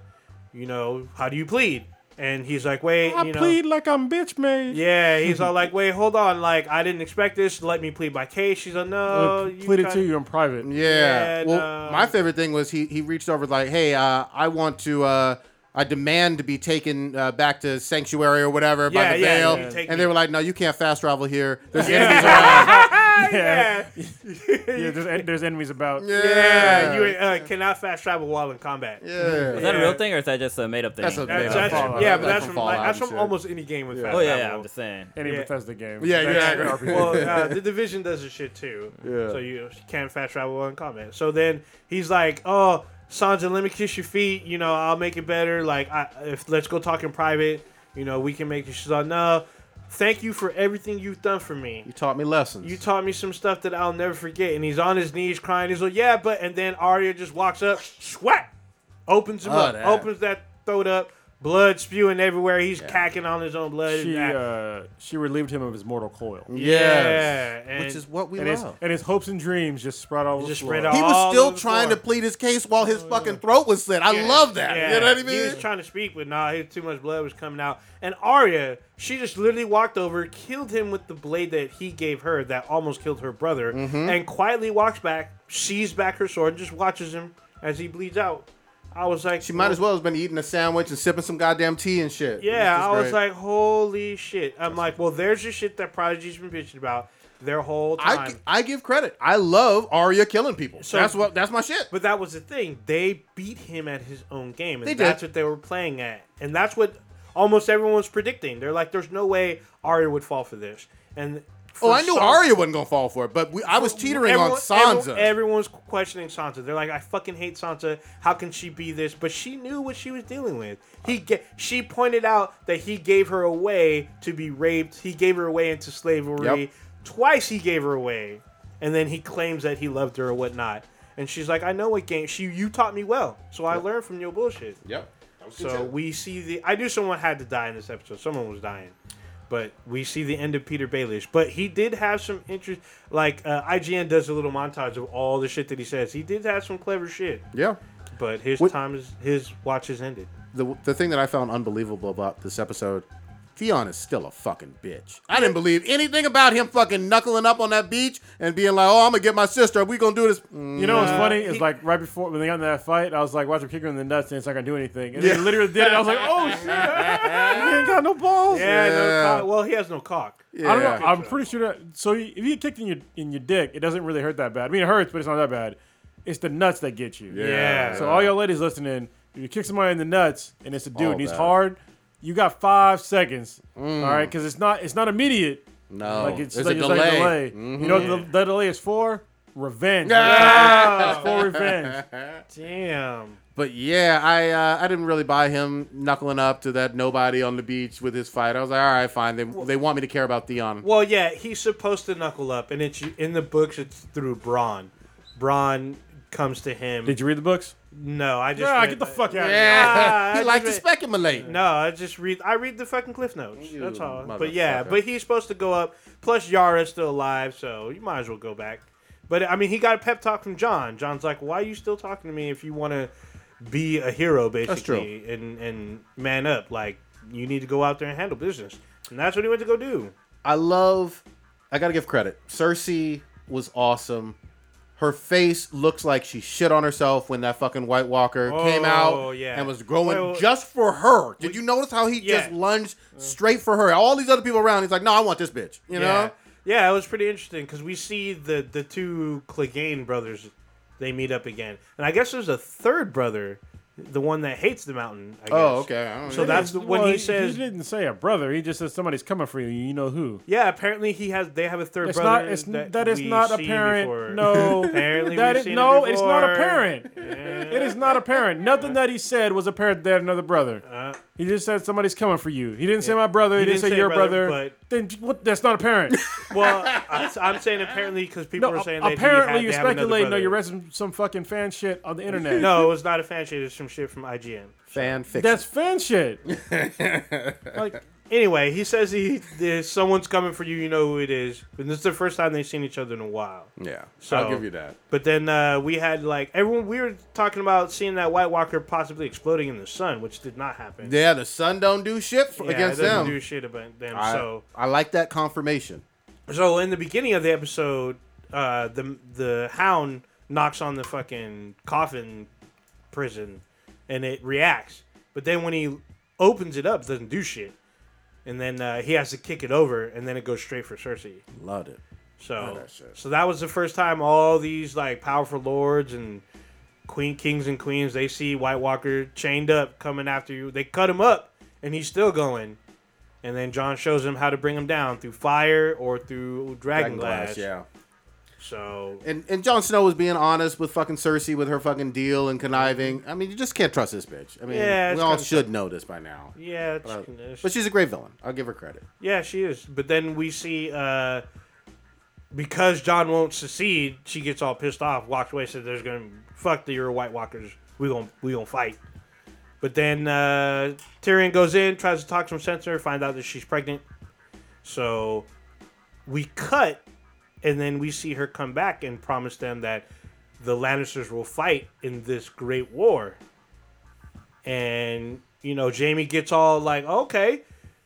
you know, how do you plead?" And he's like, "Wait, I you know." plead like I'm bitch made. Yeah, he's [LAUGHS] all like, "Wait, hold on! Like, I didn't expect this. Let me plead my case." She's like, "No, you pleaded kinda- Uh, to you in private. [LAUGHS] Yeah. Yeah, well, no. my favorite thing was he he reached over like, "Hey, uh, I want to." Uh, I demand to be taken uh, back to sanctuary or whatever by Yeah, the yeah, veil, you and take me. they were like, "No, you can't fast travel here. There's Yeah. enemies around." Yeah, Yeah, there's, there's enemies about. yeah, you uh, cannot fast travel while in combat. Yeah, Yeah. Is that a Yeah. real thing or is that just a made up thing? That's a- that's, Yeah, that's- Fallout. yeah, Like but that's from from like, Fallout that's and from shit. almost any game with fast oh yeah, yeah, travel. I'm just saying. Any Yeah. Bethesda game. Yeah, That's yeah. [LAUGHS] an RPG. well, uh, the division does this shit too. Yeah. So you can't fast travel while in combat. So then he's like, "Oh, Sansa, let me kiss your feet. You know, I'll make it better. Like, I, if let's go talk in private. You know, we can make this." She's like, "No, thank you for everything you've done for me. You taught me lessons. You taught me some stuff that I'll never forget. And he's on his knees crying. He's like, yeah, but. And then Arya just walks up, sweat, opens him Oh, up, that. opens that throat up, blood spewing everywhere. He's cacking on his own blood. She and, uh, she relieved him of his mortal coil, Yes. Yeah. And which is what we and his love. and his hopes and dreams just spread all over Just the floor. spread out. He was all still over the trying to floor. plead his case while his fucking throat was slit. I Yeah, love that. yeah. You know what I mean? He was trying to speak, but nah, his too much blood was coming out. And Arya, she just literally walked over, killed him with the blade that he gave her that almost killed her brother, Mm-hmm. and quietly walks back, she's back her sword, and just watches him as he bleeds out. I was like, she might as well have been eating a sandwich and sipping some goddamn tea and shit. Yeah, This is I was great. like, holy shit. I'm like, well, there's the shit that Prodigy's been bitching about their whole time. I, I give credit. I love Arya killing people. So- that's what that's my shit. But that was the thing. They beat him at his own game. And They did. that's what they were playing at. And that's what almost everyone was predicting. They're like, there's no way Arya would fall for this. And Oh, for I knew some- Arya wasn't gonna fall for it, but we, I was teetering on Sansa. Everyone, everyone's questioning Sansa. They're like, I fucking hate Sansa. How can she be this? But she knew what she was dealing with. Uh, He ga- She pointed out that he gave her away to be raped. He gave her away into slavery. Yep. Twice he gave her away, and then he claims that he loved her or whatnot. And she's like, I know what game. She you taught me well, so I learned from your bullshit. yep. So we see the. I knew someone had to die in this episode. Someone was dying. But we see the end of Peter Baelish. But he did have some interest. Like uh, IGN does a little montage of all the shit that he says. He did have some clever shit. Yeah. But his What- time is his watch is ended. The, the thing that I found unbelievable about this episode, Theon is still a fucking bitch. I didn't believe anything about him fucking knuckling up on that beach and being like, "Oh, I'm gonna get my sister. We gonna do this." Mm, You know what's Uh, funny? It's he- like right before when they got into that fight, I was like, watch him kick her in the nuts and it's not gonna do anything. And they literally did it. I was like, oh [LAUGHS] shit, he ain't got no balls. Yeah. Yeah. No cock. Well, he has no cock. yeah. I don't know. I'm pretty sure that so you- if you get kicked in your in your dick, it doesn't really hurt that bad. I mean, it hurts, but it's not that bad. It's the nuts that get you. Yeah. So all y'all ladies listening, if you kick somebody in the nuts and it's a dude All and he's bad. hard, you got five seconds. Mm. All right, because it's not it's not immediate. no, Like it's there's like a it's delay. like Oh, a delay. Mm. Mm-hmm. You know what the, the delay is for? Revenge. It's for revenge. Damn. But yeah, I uh, I didn't really buy him knuckling up to that nobody on the beach with his fight. I was like, all right, fine. They, they want me to care about Theon. Well, yeah, he's supposed to knuckle up, and it's in the books. It's through Braun. Braun comes to him. [LAUGHS] Did you read the books? no, I just Yeah, read- get the fuck out [LAUGHS] yeah, Ah, [LAUGHS] he I likes to just speculate. No, I just read. I read the fucking cliff notes. You That's all. But yeah, motherfucker. but he's supposed to go up. Plus, Yara's still alive, so you might as well go back. But I mean, he got a pep talk from John. John's like, "Why are you still talking to me if you want to be a hero, basically, and and man up? Like, you need to go out there and handle business." And that's what he went to go do. I love. I gotta give credit. Cersei was awesome. Her face looks like she shit on herself when that fucking White Walker came Oh, out yeah. and was growing Wait, wait. just for her. Did you notice how he Yeah. Uh-huh. just lunged straight for her? All these other people around, he's like, "No, I want this bitch." You Yeah, know? yeah, it was pretty interesting because we see the the two Clegane brothers. They meet up again, and I guess there's a third brother, the one that hates the mountain. I guess. Oh, okay. I don't So know. that's the, when Well, he says, he didn't say a brother. He just says somebody's coming for you. You know who? yeah. Apparently, he has. They have a third It's brother. not. It's that is we not seen apparent. before. [LAUGHS] No. Apparently, that we've is- seen it no. it's not before. apparent. It is not apparent. Nothing that he said was apparent. That another brother. he just said somebody's coming for you. He didn't say my brother. Uh. He, didn't, say, your brother. Then what? That's not [LAUGHS] apparent. Well, I, I'm saying apparently because people no. are saying that he apparently, had- you're they have another speculating. No, brother. [LAUGHS] you're read some, some fucking fan shit on the internet. No, it was not a fan shade. It's some shit from IGN. fan fiction. That's fan shit. like, Anyway, he says he there's someone's coming for you. You know who it is. But this is the first time they've seen each other in a while. yeah. So- I'll give you that. But then uh, we had like everyone. We were talking about seeing that White Walker possibly exploding in the sun, which did not happen. Yeah, the sun don't do shit for, Yeah, against it doesn't them. do shit about them. I, so I like that confirmation. So in the beginning of the episode, uh, the the hound knocks on the fucking coffin prison, and it reacts. But then when he opens it up, it doesn't do shit. And then uh, he has to kick it over, and then it goes straight for Cersei. Loved it. So, that shit. so that was the first time all these like powerful lords and queen kings and queens they see White Walker chained up coming after you. They cut him up, and he's still going. And then John shows him how to bring him down through fire or through dragon, glass. yeah. So And and Jon Snow was being honest with fucking Cersei with her fucking deal and conniving. I mean, you just can't trust this bitch. I mean, Yeah, we it's all kinda should know this by now. yeah, it's, But, uh, it's- but she's a great villain. I'll give her credit. yeah, she is. But then we see uh, because John won't secede, she gets all pissed off, walks away, says, "There's gonna fuck the your White Walkers. We gonna we gonna fight." But then uh, Tyrion goes in, tries to talk some sense to her, find out that she's pregnant. So we cut, and then we see her come back and promise them that the Lannisters will fight in this great war. And you know, Jamie gets all like, "Okay,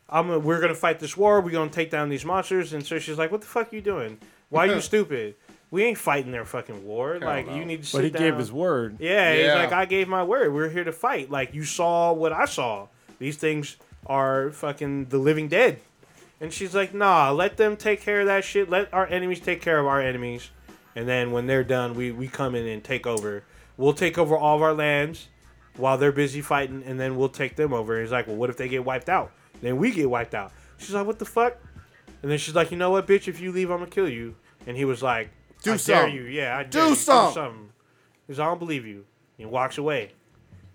I'm gonna, we're gonna fight this war. We're gonna take down these monsters." And so she's like, "What the fuck are you doing? Why are you stupid? We ain't fighting their fucking war. like no. you need to." Sit but he gave down." his word. Yeah, he's Yeah. like, I gave my word. We're here to fight. Like, you saw what I saw. These things are fucking the living dead. And she's like, nah, let them take care of that shit. Let our enemies take care of our enemies. And then when they're done, we, we come in and take over. We'll take over all of our lands while they're busy fighting, and then we'll take them over. he's like, well, what if they get wiped out? Then we get wiped out. She's like, what the fuck? And then she's like, you know what, bitch? If you leave, I'm gonna kill you. And he was like, Do I dare something. you. Yeah, I Do dare you. something. Do something. He's like, I don't believe you. He walks away.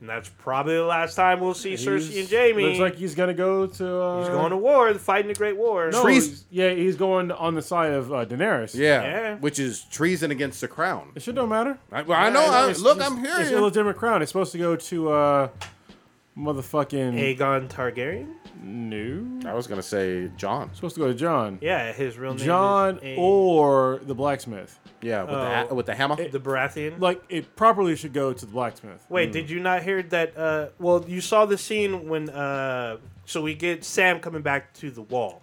And that's probably the last time we'll see Cersei He's- and Jamie. Looks like he's gonna go to. Uh, He's going to war, fighting the Great War. No, Trees- he's- yeah, he's going on the side of uh, Daenerys. Yeah. Yeah. Which is treason against the crown. It should don't matter. I, well, I know. I, It's- look, it's- I'm It's hearing. you. illegitimate crown. It's supposed to go to uh, Motherfucking Aegon Targaryen. new. I was gonna say John. Supposed to go to John. Yeah, his real name. John is A- or the blacksmith. Yeah, with, the, ha- Oh. with the hammer. the Baratheon. Like hmm. it properly should go to the blacksmith. Wait, did you not hear that? Uh, well, you saw the scene when. Uh, so we get Sam coming back to the wall.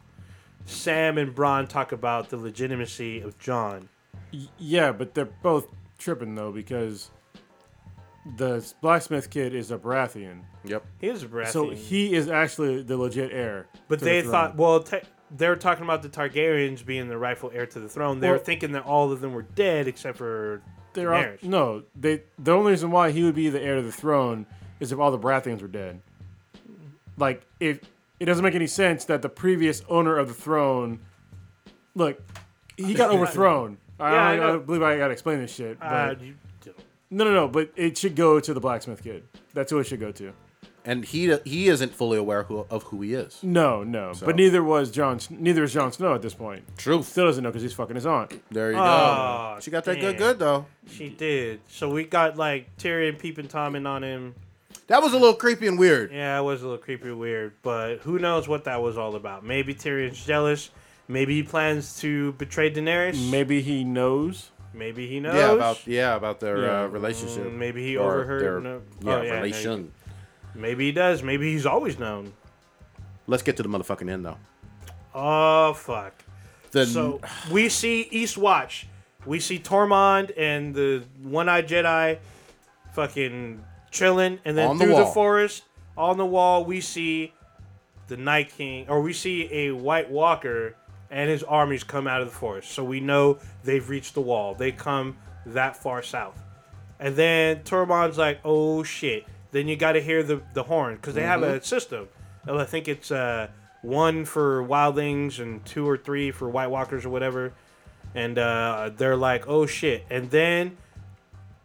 Sam and Bronn talk about the legitimacy of John. Y- Yeah, but they're both tripping though because the blacksmith kid is a Baratheon, yep. He is a Baratheon. so he is actually the legit heir. but to the they throne. thought, well, te- they were talking about the Targaryens being the rightful heir to the throne. They were Well- thinking that all of them were dead except for they're all, Daenerys. no. They the only reason why he would be the heir to the throne is if all the Baratheons were dead. Like if it doesn't make any sense that the previous owner of the throne, look, [LAUGHS] he got overthrown. I, Yeah, I don't, I know. don't believe I got to explain this shit. But Uh, you don't. no, no, no. But it should go to the blacksmith kid. That's who it should go to. And he he isn't fully aware who, of who he is. No, no. So- But neither was John. Neither is Jon Snow at this point. Truth. Still doesn't know because he's fucking his aunt. There you Aw, go. Oh, She got that Oh. damn. good, good though. She did. So we got like Tyrion peeping Tommen on him. That was a little creepy and weird. Yeah, it was a little creepy and weird, but who knows what that was all about. Maybe Tyrion's jealous. Maybe he plans to betray Daenerys. Maybe he knows. Maybe he knows. Yeah, about yeah about their Yeah. Uh, relationship. Mm, maybe he Or overheard Their, no- yeah, oh, yeah, relation. Maybe he does. Maybe he's always known. Let's get to the motherfucking end though. Oh, fuck. The So we see Eastwatch. We see Tormund and the one eyed Jedi fucking chilling. And then On the through the wall. forest, on the wall, we see the Night King, or we see a White Walker and his armies come out of the forest. So we know they've reached the wall. They come that far south. And then Tormund's like, oh shit. Then you got to hear the, the horn because they have a Mm-hmm. system. And I think it's uh, one for wildlings and two or three for White Walkers or whatever. And uh, they're like, oh shit. And then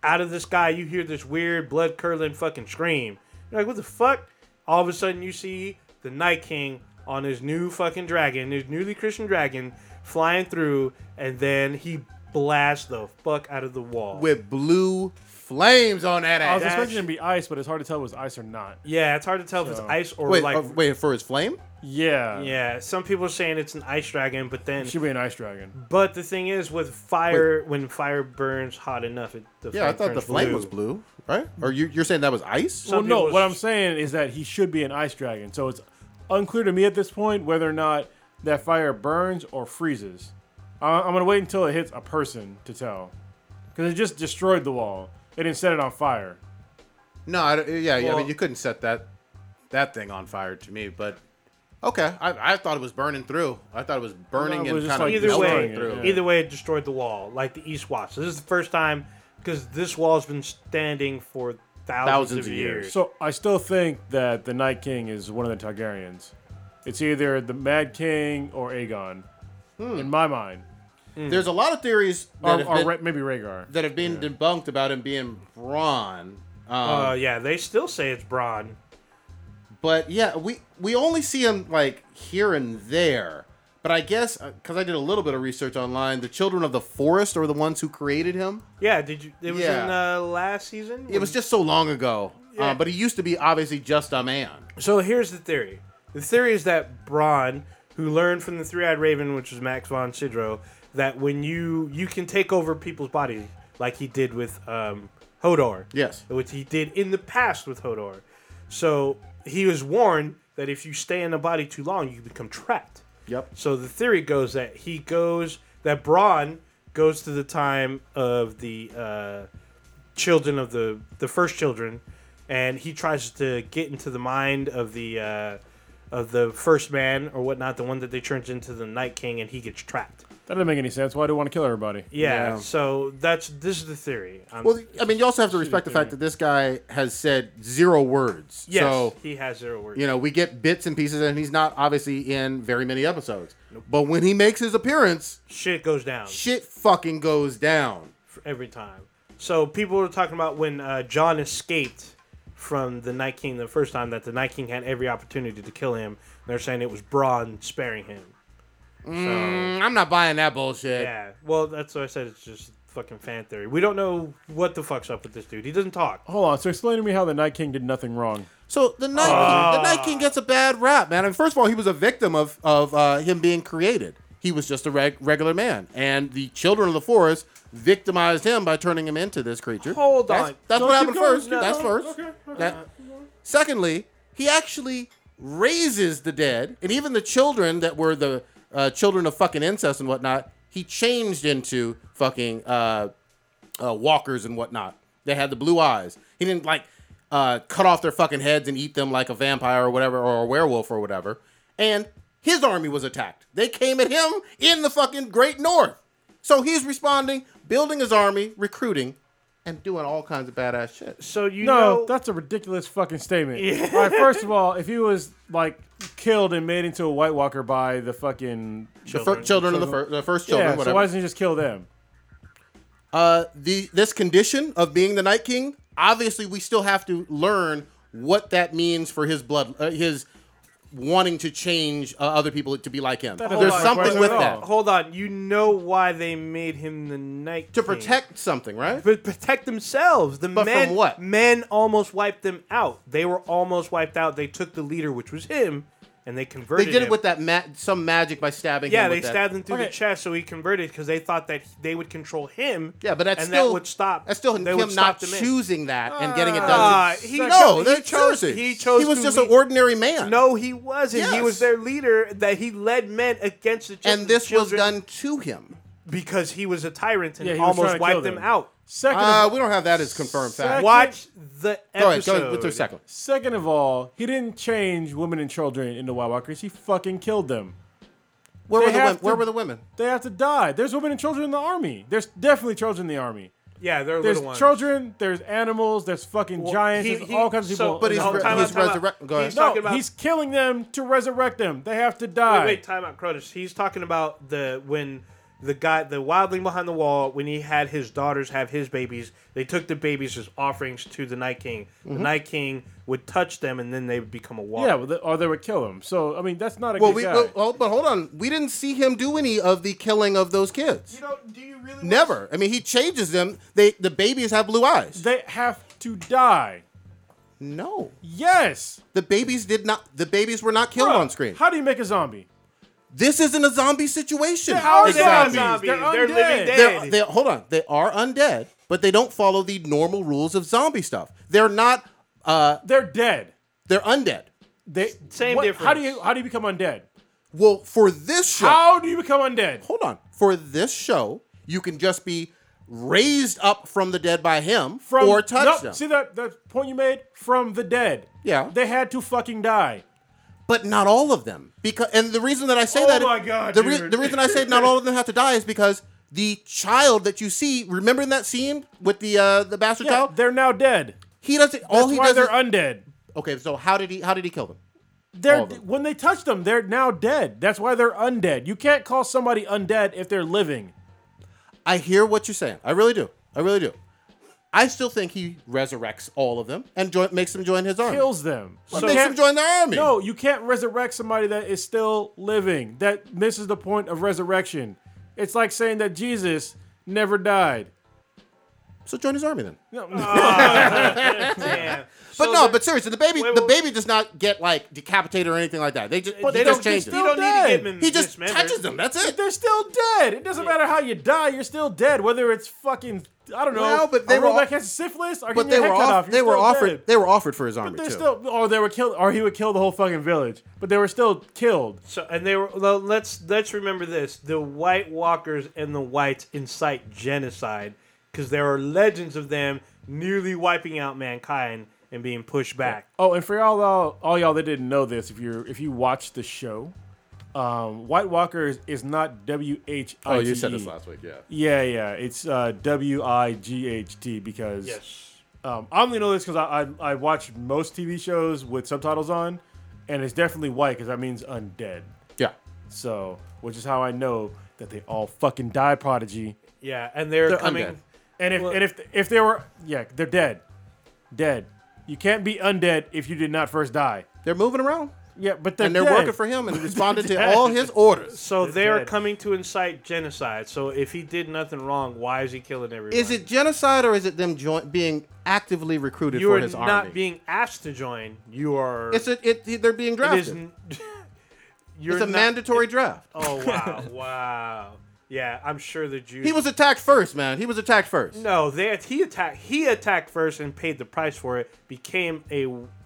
out of the sky, you hear this weird blood curdling fucking scream. You're like, what the fuck? All of a sudden, you see the Night King on his new fucking dragon, his newly christened dragon, flying through, and then he blasts the fuck out of the wall. with blue flames on that I was ass. expecting it to be ice, but it's hard to tell if it's ice or not. Yeah, it's hard to tell if it's So- ice or Wait, like. uh, wait for his flame. Yeah. yeah, some people are saying it's an ice dragon, but then. It should be an ice dragon. But the thing is, with fire, when fire burns hot enough, it the Yeah, I flame thought the turns flame was blue, right? Or you, you're saying that was ice? Some well, no. people- What I'm saying is that he should be an ice dragon. So it's unclear to me at this point whether or not that fire burns or freezes. I- I'm gonna wait until it hits a person to tell, because it just destroyed the wall. It didn't set it on fire. No, I, don't- yeah, yeah. I mean, Well- you couldn't set that that thing on fire to me, but okay. I, I thought it was burning through. I thought it was burning No, it and was just kind like of either melting way, destroying through. it, yeah. either way, it destroyed the wall, like the East Watch. So this is the first time because this wall's been standing for thousands, Thousands of of years. years. So I still think that the Night King is one of the Targaryens. It's either the Mad King or Aegon, in my mind, There's a lot of theories Hmm. that or, have or been, Ra- maybe Rhaegar. that have been debunked about him being Braun. Um, uh, yeah, they still say it's Braun. but yeah, we we only see him like here and there. But I guess because I did a little bit of research online, the children of the forest are the ones who created him. Yeah, did you? It was Yeah. in uh, last season. It was just so long ago. Yeah. Uh, but he used to be obviously just a man. So here's the theory. The theory is that Braun, who learned from the Three-Eyed Raven, which was Max von Sydow, that when you you can take over people's bodies, like he did with um, Hodor. Yes. Which he did in the past with Hodor. So he was warned that if you stay in a body too long, you become trapped. Yep. So the theory goes that he goes that Braun goes to the time of the uh, children of the the first children, and he tries to get into the mind of the uh, of the first man or whatnot, the one that they turns into the Night King, and he gets trapped. That doesn't make any sense. Why do I want to kill everybody? Yeah. Yeah. So that's this is the theory. Um, Well, I mean, you also have to respect the fact that this guy has said zero words. yes, So, he has zero words. you know, we get bits and pieces, and he's not obviously in very many episodes. But when he makes his appearance, Shit goes down. shit fucking goes down. every time. So people were talking about when uh, John escaped from the Night King the first time that the Night King had every opportunity to kill him. They're saying it was Braun sparing him. So Mm, I'm not buying that bullshit. yeah, well that's what I said. It's just fucking fan theory. We don't know what the fuck's up with this dude. He doesn't talk. Hold on. So explain to me how the Night King did nothing wrong. So the Night the Ah. Night King gets a bad rap, man. And first of all, he was a victim of of uh, him being created. He was just a reg- regular man, and the children of the forest victimized him by turning him into this creature. Hold That's- on. that's Don't what keep happened going. first. No, that's no. first. Okay, okay. That- secondly, he actually raises the dead, and even the children that were the uh, children of fucking incest and whatnot, he changed into fucking uh, uh, walkers and whatnot. They had the blue eyes. He didn't like uh, cut off their fucking heads and eat them like a vampire or whatever, or a werewolf or whatever. And his army was attacked. They came at him in the fucking Great North. So he's responding, building his army, recruiting, and doing all kinds of badass shit. So you No, know that's a ridiculous fucking statement. All right, first of all, if he was like killed and made into a White Walker by the fucking The fir- children, of the, fir- the first children, yeah, whatever. so why doesn't he just kill them? Uh, the this condition of being the Night King, obviously, we still have to learn what that means for his blood, uh, his wanting to change uh, other people to be like him. There's is not something surprising with at that all. hold on. You know why they made him the night to King. protect something, right? but protect themselves. The But from men, what? Men almost wiped them out. They were almost wiped out. They took the leader, which was him, and they They converted. did him. it with that ma- some magic by stabbing. Yeah, him they with that. stabbed him through the Okay. chest, so he converted because they thought that they would control him. Yeah, but that's and still that would stop. That's still they him would stop not them in. choosing that and getting Uh, it done. Ah, to- he no, chose- they he chose- it. he chose He was to just an lead- ordinary man. No, he wasn't. He Yes. was their leader. That he led men against the children. and this was children done to him. because he was a tyrant and Yeah, he was trying almost to wiped kill them them. out. Second, Uh, of, we don't have that as confirmed fact. Second- Watch the episode. Go ahead, go ahead with your second. second of all, he didn't change women and children into White Walkers. He fucking killed them. Where They were the have women? to- Where were the women? They have to die. There's women and children in the army. There's definitely children in the army. Yeah, they're There's little ones. children. There's animals. There's fucking Well, giants. he- there's he- all kinds of so- people. But in he's the re- army. he's time out. resurrect. Go ahead. He's no, talking about- he's killing them to resurrect them. They have to Wait, die. wait, time out, Crotus. He's talking about the when the guy, the wildling behind the wall, when he had his daughters have his babies, they took the babies as offerings to the Night King. Mm-hmm. The Night King would touch them, and then they would become a wall. Yeah, well, th- or they would kill him. So I mean, that's not a Well, good we, guy. well, well, but hold on. We didn't see him do any of the killing of those kids. You don't, do you really Never. I mean, he changes them. They the babies have blue eyes. they have to die. No, Yes. the babies did not. The babies were not killed Bruh, on screen. How do you make a zombie? This isn't a zombie situation. How are They're Exactly. not zombies. They're They're, living undead. dead. They're, they hold on. They are undead, but they don't follow the normal rules of zombie stuff. They're not. Uh, They're dead. they're undead. They Same what- difference. How do you how do you become undead? Well, for this show, How do you become undead? hold on. For this show, you can just be raised up from the dead by him or touched no, them, See that that point you made from the dead. Yeah. They had to fucking die. but not all of them. Because and the reason that I say Oh that my God, the, re- dude. the reason I say not all of them have to die is because the child that you see, remember in that scene with the uh, the bastard Yeah, child, they're now dead. he doesn't. That's all he why does. they're Is, undead. okay, so how did he? How did he kill them? They're All of them. when they touch them, they're now dead. That's why they're undead. You can't call somebody undead if they're living. I hear what you're saying. I really do. I really do. I still think he resurrects all of them and join, makes them join his army. Kills them. What You makes can't- them join the army? No, you can't resurrect somebody that is still living. That misses the point of resurrection. It's like saying that Jesus never died. So join his army then. No, Yeah. But So no, they're- but seriously, the baby, Wait, the wait, baby does not get like decapitated or anything like that. They just, But they they just don't- change you it. still don't need to dead. get him He just dismembered. touches them. That's it. they're still dead. It doesn't matter how you die. You're still dead. Whether it's fucking I don't know. Well, but they a were rollback off- has syphilis. Or But getting they your were head cut off, off. You're they were still offered dead. they were offered for his army They're too. still, or they were killed, or he would kill the whole fucking village. But they were still killed. So and they were well, let's let's remember this: the White Walkers and the Whites incite genocide because there are legends of them nearly wiping out mankind and being pushed back. Oh, and for y'all, all, all y'all that didn't know this, if you're if you watch the show, um, White Walkers is not W H I T E. Oh, Oh, week, yeah. Yeah, yeah, it's uh, W I G H T because Yes. um, I only know this because I, I I watch most TV shows with subtitles on, and it's definitely white because that means undead. Yeah. So, which is how I know that they all fucking die, prodigy. Yeah, and they're, They're coming. undead. And if Well- and if if they were yeah, they're dead, dead. You can't be undead if you did not first die. They're moving around. Yeah, but they're and they're dead. working for him and responded [LAUGHS] to all his orders. So they are dead. coming to incite genocide. So if he did nothing wrong, why is he killing everyone? Is it genocide or is it them joint being actively recruited you for are his not army? being asked to join? You are. it's a, it, they're being it drafted. is. n- [LAUGHS] You're it's a not- mandatory draft. Oh [LAUGHS] wow, wow. Yeah, I'm sure the Jews. He was attacked first, man. He was attacked first. No, they he attacked. He attacked first and paid the price for it. Became a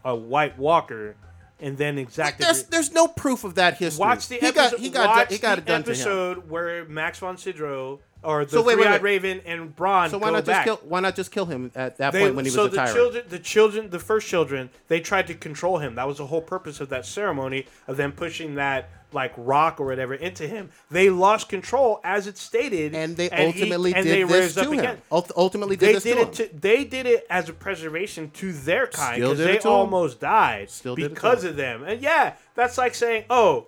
a White Walker, and then Like, exacted. there's it. there's no proof of that history. watch the he episode. got he got watch he got the it done to him. episode where Max von Sydow or the So wait, wait, Three-Eyed wait. Raven and Braun. So why go not just back. kill? Why not just kill him at that They- point when he so was a the tyrant? children, the children, the first children, they tried to control him. That was the whole purpose of that ceremony of them pushing that like rock or whatever into him. They lost control, as it stated, and they he- ultimately and did they this raised to up him. again. Ult- ultimately did They this did to him. it. To, they did it as a preservation to their kind Still because did it they to 'em. almost died Still did it to because 'em. of them. And yeah, that's like saying, oh,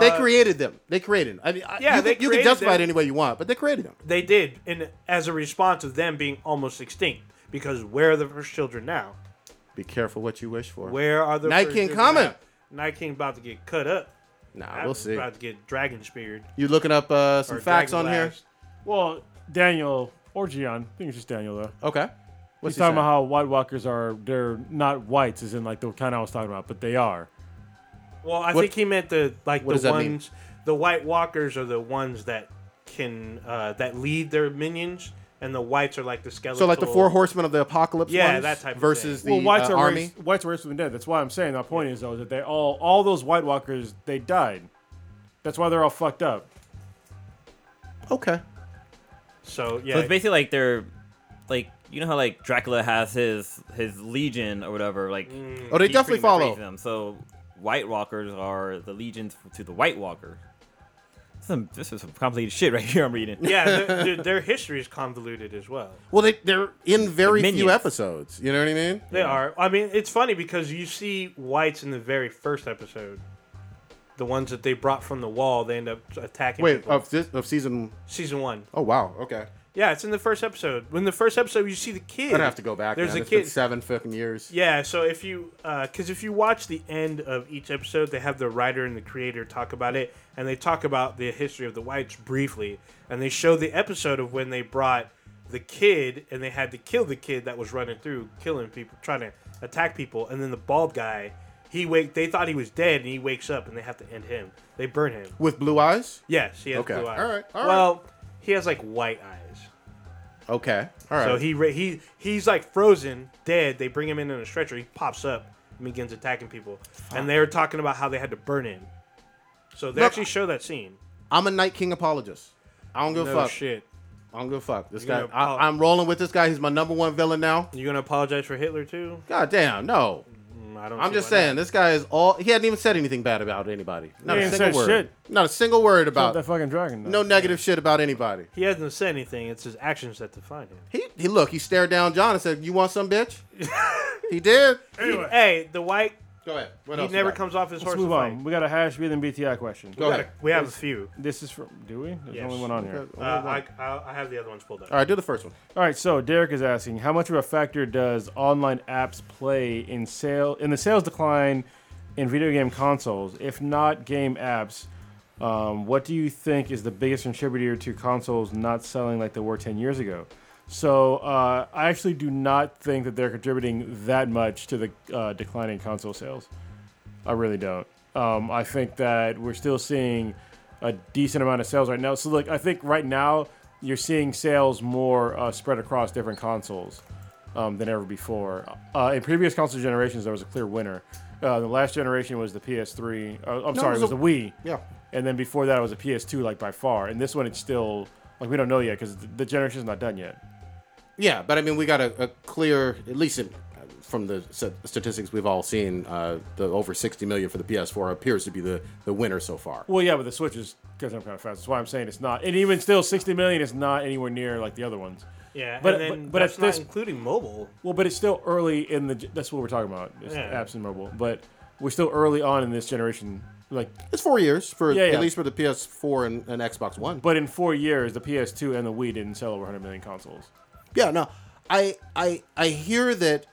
they created them. They created. Them. I mean, I- Yeah, you, they can, you can created justify them. it any way you want, but they created them. they did, and as a response of them being almost extinct. Because where are the first children now? Be careful what you wish for. Where are the Night first King children coming. now? Night King about to get cut up. Nah, we'll was see. About to get dragon speared. You looking up uh, some or facts on dragon here? blast. Well, Daniel or Gian. I think it's just Daniel though. Okay. What's He's he talking about saying? how White Walkers are they're not whites, as in like the kind I was talking about, but they are. Well, I What- think he meant the like What does the that mean? ones. The White Walkers are the ones that can uh, that lead their minions, and the whites are like the skeletal. So like the four horsemen of the apocalypse. Yeah, ones that type of versus well, the whites uh, are army. raised, whites are raised from the dead. That's why I'm saying. My point is though is that they all all those White Walkers they died. That's why they're all fucked up. Okay. So yeah, So it's basically like they're like you know how like Dracula has his his legion or whatever. Like Mm. Oh, they definitely he pretty much follow. raised them. So White Walkers are the legions to the White Walker. Some this is some complicated shit right [LAUGHS] here. I'm reading. yeah, their, their, their history is convoluted as well. Well, they they're in very few minions. episodes. You know what I mean? They are. I mean, it's funny because you see whites in the very first episode, the ones that they brought from the wall. They end up attacking. Wait, people. of this of season. season one. Oh wow. Okay. Yeah, it's in the first episode. When the first episode, you see the kid. I'd have to go back. There's man. a It's kid. been seven fucking years. Yeah, so if you, because if you watch the end of each episode, they have the writer and the creator talk about it, and they talk about the history of the whites briefly, and they show the episode of when they brought the kid and they had to kill the kid that was running through, killing people, trying to attack people, and then the bald guy, he wake, they thought he was dead, and he wakes up, and they have to end him. They burn him. With blue eyes. Yes, he has Okay, blue eyes. all right, all right. well, he has like white eyes. Okay. All right. So he ra- he he's like frozen, dead. They bring him in on a stretcher. He pops up and begins attacking people. And they were talking about how they had to burn him. So they Look- actually show that scene. I'm a Night King apologist. I don't give a No fuck. shit. I don't give a fuck. This You're guy. gonna apol- I, I'm rolling with this guy. He's my number one villain now. You gonna apologize for Hitler too? God damn. No. Mm, I don't. I'm see just why not. saying, this guy is all. He hadn't even said anything bad about anybody. Not He a ain't single said word. shit. Not a single word Not that about. fucking dragon. Though. Uh, No negative shit about anybody. He hasn't said anything. It's his actions that define him. He, he look. He stared down John and said, "You want some, [LAUGHS] bitch?" he did. He- hey, the white. Go ahead. What He else you never got? comes off his Let's horse. move to fight. on. We got a hash B and BTI question. Go ahead. We have a few. This is from. Do we? There's Yes. only one on here. Uh, I, I I have the other ones pulled up. All right, do the first one. All right. So Derek is asking, how much of a factor does online apps play in sale in the sales decline in video game consoles? If not game apps, um, what do you think is the biggest contributor to consoles not selling like they were 10 years ago? So uh, I actually do not think that they're contributing that much to the uh, declining console sales. I really don't. Um, I think that we're still seeing a decent amount of sales right now. So, like, I think right now you're seeing sales more uh, spread across different consoles um, than ever before. Uh, in previous console generations, there was a clear winner. Uh, the last generation was the PS3. Uh, I'm sorry, it it was was a- the Wii. Yeah. And then before that, it was a PS2, like by far. And this one, it's still like we don't know yet because the generation's not done yet. Yeah, but I mean, we got a, a clear, at least in, from the s- statistics we've all seen, uh, the over 60 million for the PS4 appears to be the, the winner so far. Well, yeah, but the Switch is because I'm kind of fast. That's why I'm saying it's not. And even still, 60 million is not anywhere near like the other ones. Yeah, But- and then but- but that's at not this- including mobile. Well, but it's still early in the. That's what we're talking about. It's Yeah. apps and mobile, but we're still early on in this generation. Like, It's four years for Yeah, yeah. at least for the PS4 and, and Xbox One. but in four years, the PS2 and the Wii didn't sell over 100 million consoles. Yeah, no, I I I hear that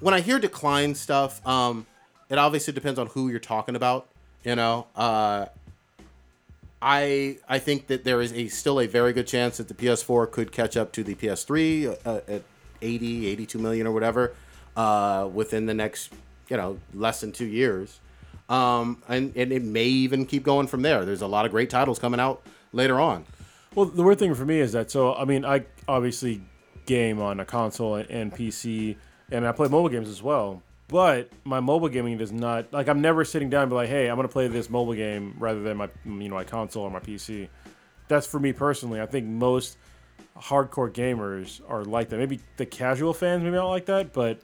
when I hear decline stuff, um, It obviously depends on who you're talking about. You know, uh, I I think that there is a still a very good chance that the PS4 could catch up to the PS3 uh, at 80, 82 million or whatever uh, within the next you know less than two years, um, and and it may even keep going from there. There's a lot of great titles coming out later on. Well, the weird thing for me is that so I mean I obviously game on a console and, and PC, and I play mobile games as well. But my mobile gaming does not like I'm never sitting down and be like, hey, I'm gonna play this mobile game rather than my you know my console or my PC. That's for me personally. I think most hardcore gamers are like that. Maybe the casual fans maybe not like that, but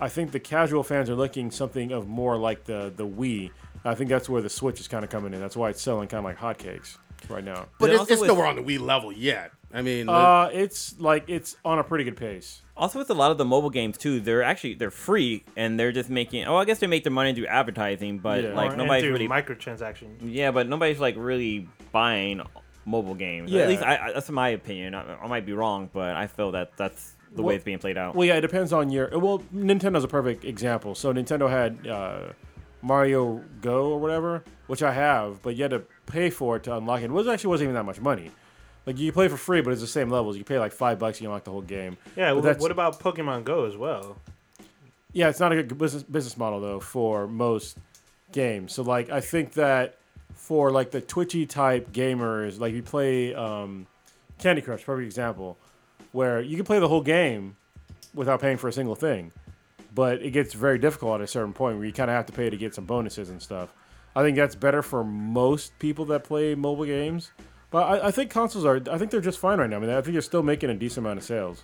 I think the casual fans are looking something of more like the the Wii. I think that's where the Switch is kind of coming in. That's why it's selling kind of like hotcakes right now. But Then it's, also it's with- nowhere on the Wii level yet. I mean, Uh, it's like it's on a pretty good pace. Also, with a lot of the mobile games too, they're actually they're free and they're just making. Oh, I guess they make their money through advertising, but Yeah. like Or- nobody's and through really. microtransactions. yeah, but nobody's like really buying mobile games. Yeah. At least I, I, that's my opinion. I, I might be wrong, but I feel that that's the Well- way it's being played out. Well, yeah, it depends on your. Well, Nintendo's a perfect example. So Nintendo had uh, Mario Go or whatever, which I have, but you had to pay for it to unlock it. It was actually wasn't even that much money. Like you play for free, but it's the same levels. You pay like five bucks, you unlock the whole game. Yeah. But What, that's- what about Pokemon Go as well? Yeah, it's not a good business business model though for most games. So like I think that for like the twitchy type gamers, like you play um, Candy Crush, perfect example, where you can play the whole game without paying for a single thing, but it gets very difficult at a certain point where you kind of have to pay to get some bonuses and stuff. I think that's better for most people that play mobile games, but I, I think consoles are. I think they're just fine right now. I mean, I think they're still making a decent amount of sales.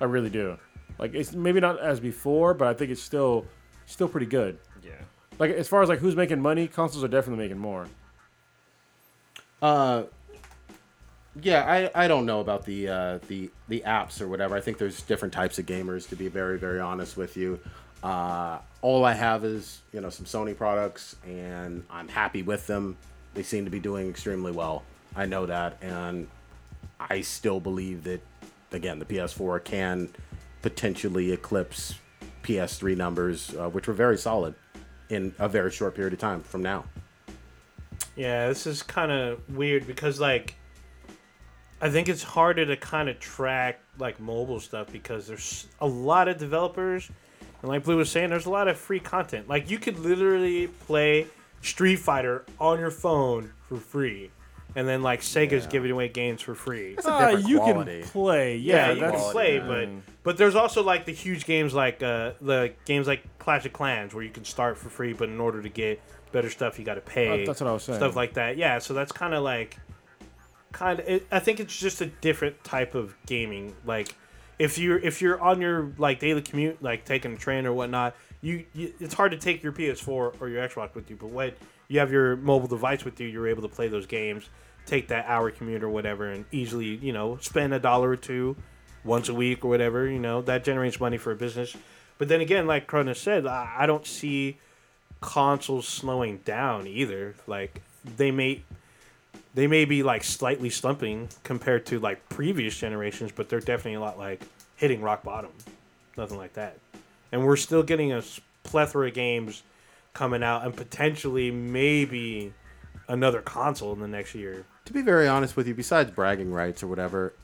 I really do. Like it's maybe not as before, but I think it's still still pretty good. yeah. Like as far as like who's making money, consoles are definitely making more. Uh, yeah, I, I don't know about the uh, the the apps or whatever. I think there's different types of gamers. To be very very honest with you, uh, all I have is you know some Sony products, and I'm happy with them. They seem to be doing extremely well. I know that, and I still believe that again the PS4 can potentially eclipse PS3 numbers, uh, which were very solid in a very short period of time from now. Yeah, this is kind of weird because like I think it's harder to kind of track like mobile stuff because there's a lot of developers and like Blue was saying there's a lot of free content. Like you could literally play Street Fighter on your phone for free. And then like Sega's giving away games for free. It's a different Ah, you quality. can play, Yeah, yeah, you that's can play, but but there's also like the huge games like uh the games like Clash of Clans where you can start for free, but in order to get better stuff, you got to pay. Uh, that's what I was saying. Stuff like that. Yeah, so that's kind of like kind of. I think it's just a different type of gaming. Like if you're if you're on your like daily commute, like taking a train or whatnot, you, you it's hard to take your PS4 or your Xbox with you. But when you have your mobile device with you, you're able to play those games. Take that hour commute or whatever, and easily, you know, spend a dollar or two once a week or whatever. You know, that generates money for a business. But then again, like Cronus said, I, I don't see consoles slowing down either. Like they may they may be like slightly slumping compared to like previous generations, but they're definitely a lot like hitting rock bottom. Nothing like that. And we're still getting a s- plethora of games coming out and potentially maybe another console in the next year. to be very honest with you, besides bragging rights or whatever,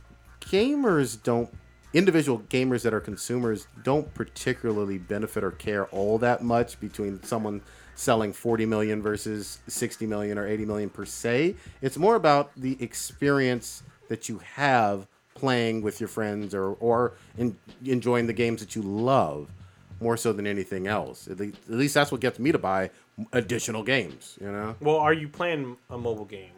gamers don't individual gamers that are consumers don't particularly benefit or care all that much between someone selling 40 million versus 60 million or 80 million per se. It's more about the experience that you have playing with your friends or or in, enjoying the games that you love more so than anything else. At least, at least that's what gets me to buy additional games, you know. Well, are you playing a mobile game?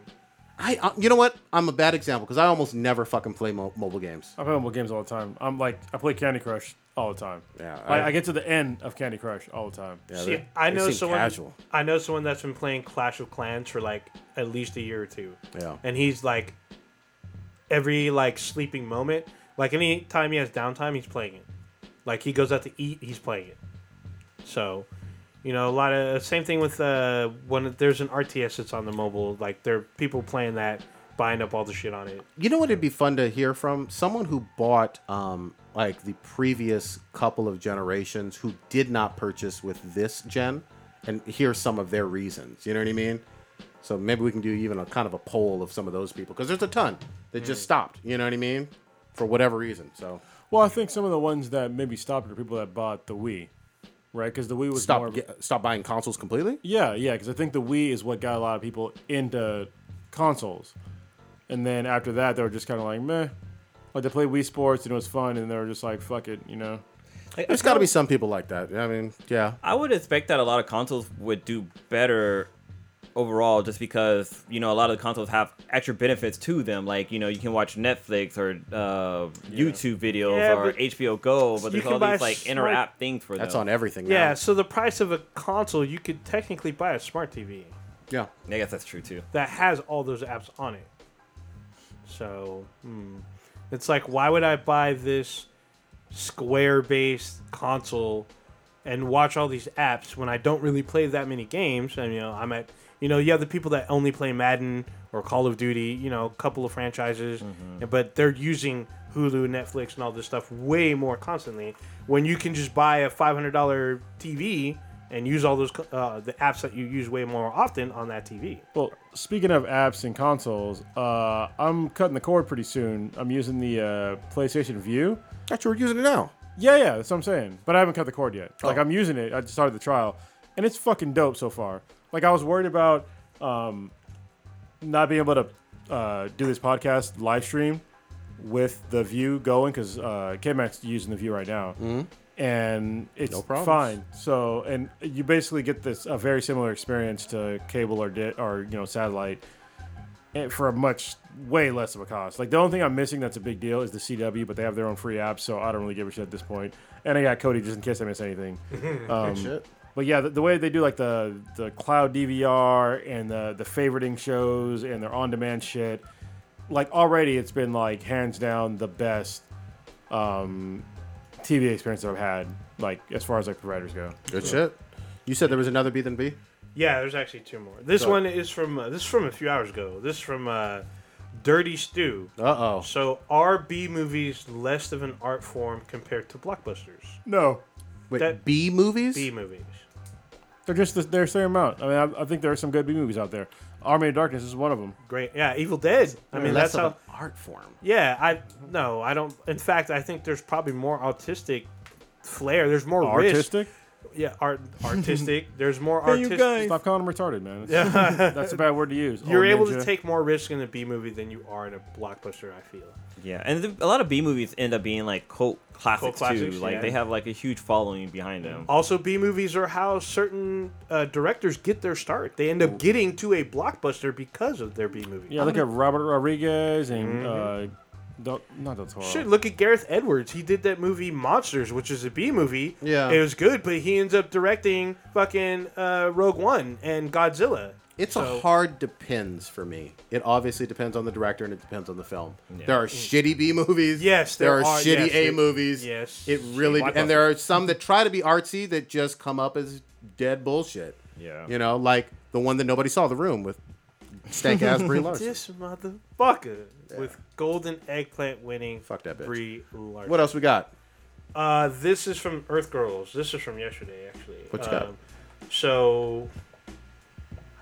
I, uh, you know what? I'm a bad example because I almost never fucking play mo- mobile games. I play mobile games all the time. I'm like I play Candy Crush all the time. Yeah, I, I- I, get to the end of Candy Crush all the time. Yeah, See, they- I they know seem someone. Casual. I know someone that's been playing Clash of Clans for like at least a year or two. Yeah. And he's like, every like sleeping moment, like any time he has downtime, he's playing it. Like he goes out to eat, he's playing it. So, you know, a lot of same thing with uh when there's an RTS that's on the mobile, like there are people playing that, buying up all the shit on it. You know what? It'd be fun to hear from someone who bought um, like the previous couple of generations who did not purchase with this gen and hear some of their reasons. You know what I mean? So maybe we can do even a kind of a poll of some of those people because there's a ton that Mm. just stopped. You know what I mean? For whatever reason. So Well, I think some of the ones that maybe stopped are people that bought the Wii, right? Because the Wii was stop more. of- get, stop buying consoles completely. Yeah, yeah, because I think the Wii is what got a lot of people into consoles, and then after that they were just kind of like meh. Like they played Wii Sports and it was fun, and they were just like fuck it, you know. There's got to be some people like that. I mean, yeah. I would expect that a lot of consoles would do better overall just because, you know, a lot of the consoles have extra benefits to them. Like, you know, you can watch Netflix or uh, YouTube videos Yeah, or but HBO Go, but you there's can all buy these like inner smart- app things for That's them. on everything. now. Yeah, so the price of a console, you could technically buy a smart TV Yeah. I guess that's true too. that has all those apps on it. So, hmm. it's like, why would I buy this Square-based console and watch all these apps when I don't really play that many games? And you know, I'm at, you know, you have the people that only play Madden or Call of Duty, you know, a couple of franchises, but they're using Hulu, Netflix, and all this stuff way more constantly. When you can just buy a $500 TV and use all those co- uh, the apps that you use way more often on that TV. Well, speaking of apps and consoles, uh, I'm cutting the cord pretty soon. I'm using the uh, PlayStation View. Thought you were using it now. Yeah, yeah, that's what I'm saying. But I haven't cut the cord yet. Like I'm using it. I just started the trial, and it's fucking dope so far. Like I was worried about um, not being able to uh, do this podcast live stream with the view going because uh, KMax using the view right now, and it's problems. fine. So and you basically get this a very similar experience to cable or di- or you know satellite. and For a much way less of a cost. Like the only thing I'm missing that's a big deal is the CW, but they have their own free app, so I don't really give a shit at this point. And I got Cody just in case I miss anything. Shit. But yeah, the, the way they do like the the cloud DVR and the the favoriting shows and their on demand shit, like already it's been like hands down the best um, TV experience I've had. Like as far as like providers go. Good shit. You said there was another B than B. Yeah, there's actually two more. This So- one is from uh, this is from a few hours ago. This is from uh, Dirty Stew. Uh oh. So are B movies less of an art form compared to blockbusters? No, Wait, That- B movies? B movies. they're just the, they're the same amount. I mean, I, I think there are some good B movies out there. Army of Darkness is one of them. Great. Yeah, Evil Dead. I mean, that's how. an art form. Yeah, I no, I don't. In fact, I think there's probably more autistic flair. There's more risk. Artistic. Yeah, art artistic. [LAUGHS] there's more artistic. Stop calling them retarded, man. That's, [LAUGHS] that's a bad word to use. You're Old able Oh, ninja. to take more risk in a B movie than you are in a blockbuster. I feel. Yeah, and th- a lot of B movies end up being like cult classics, classics, too. Like yeah. they have like a huge following behind them. Also, B movies are how certain uh, directors get their start. They end up getting to a blockbuster because of their B movie. Yeah, look at Robert Rodriguez and Mm-hmm. uh, Del, not Del Toro. Shit, look at Gareth Edwards. He did that movie Monsters, which is a B movie. Yeah. It was good, but he ends up directing fucking uh, Rogue One and Godzilla. It's So- a hard depends for me. It obviously depends on the director and it depends on the film. There are shitty B movies. Mm. Yes, there, there are, are, shitty yes, A there- movies. yes. it really Shitty and there are some that try to be artsy that just come up as dead bullshit. Yeah. you know, like the one that nobody saw, The Room with stank ass [LAUGHS] Brie Larson. This motherfucker with Golden Eggplant winning Fuck that bitch. Brie Larson. What else we got? Uh, this is from Earth Girls. This is from yesterday, actually. Um, What you got? So,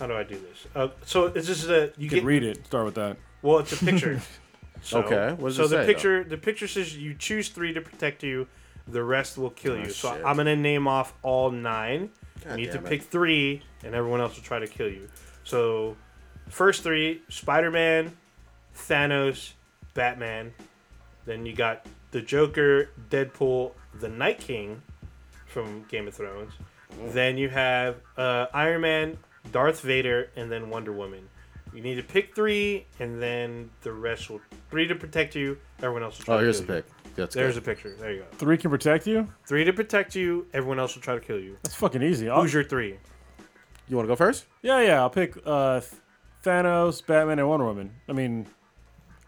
how do I do this? Uh, so is this a you You get could read it. Start with that. Well, it's a [LAUGHS] picture. So, Okay, what does so it the say, picture the picture says you choose three to protect you, the rest will kill you. So Oh, shit. I'm gonna name off all nine. you need to damn it. pick three, and everyone else will try to kill you. So first three: Spider-Man, Thanos, Batman. Then you got the Joker, Deadpool, the Night King from Game of Thrones. Then you have uh, Iron Man, Darth Vader, and then Wonder Woman. You need to pick three, and then the rest will three to protect you. Everyone else will try. Oh, to here's a kill you. pick. That's There's good. a picture. There you go. Three can protect you. Three to protect you. Everyone else will try to kill you. That's fucking easy. I'll, Who's your three? you want to go first? yeah, yeah. I'll pick uh, Th- Thanos, Batman, and Wonder Woman. I mean,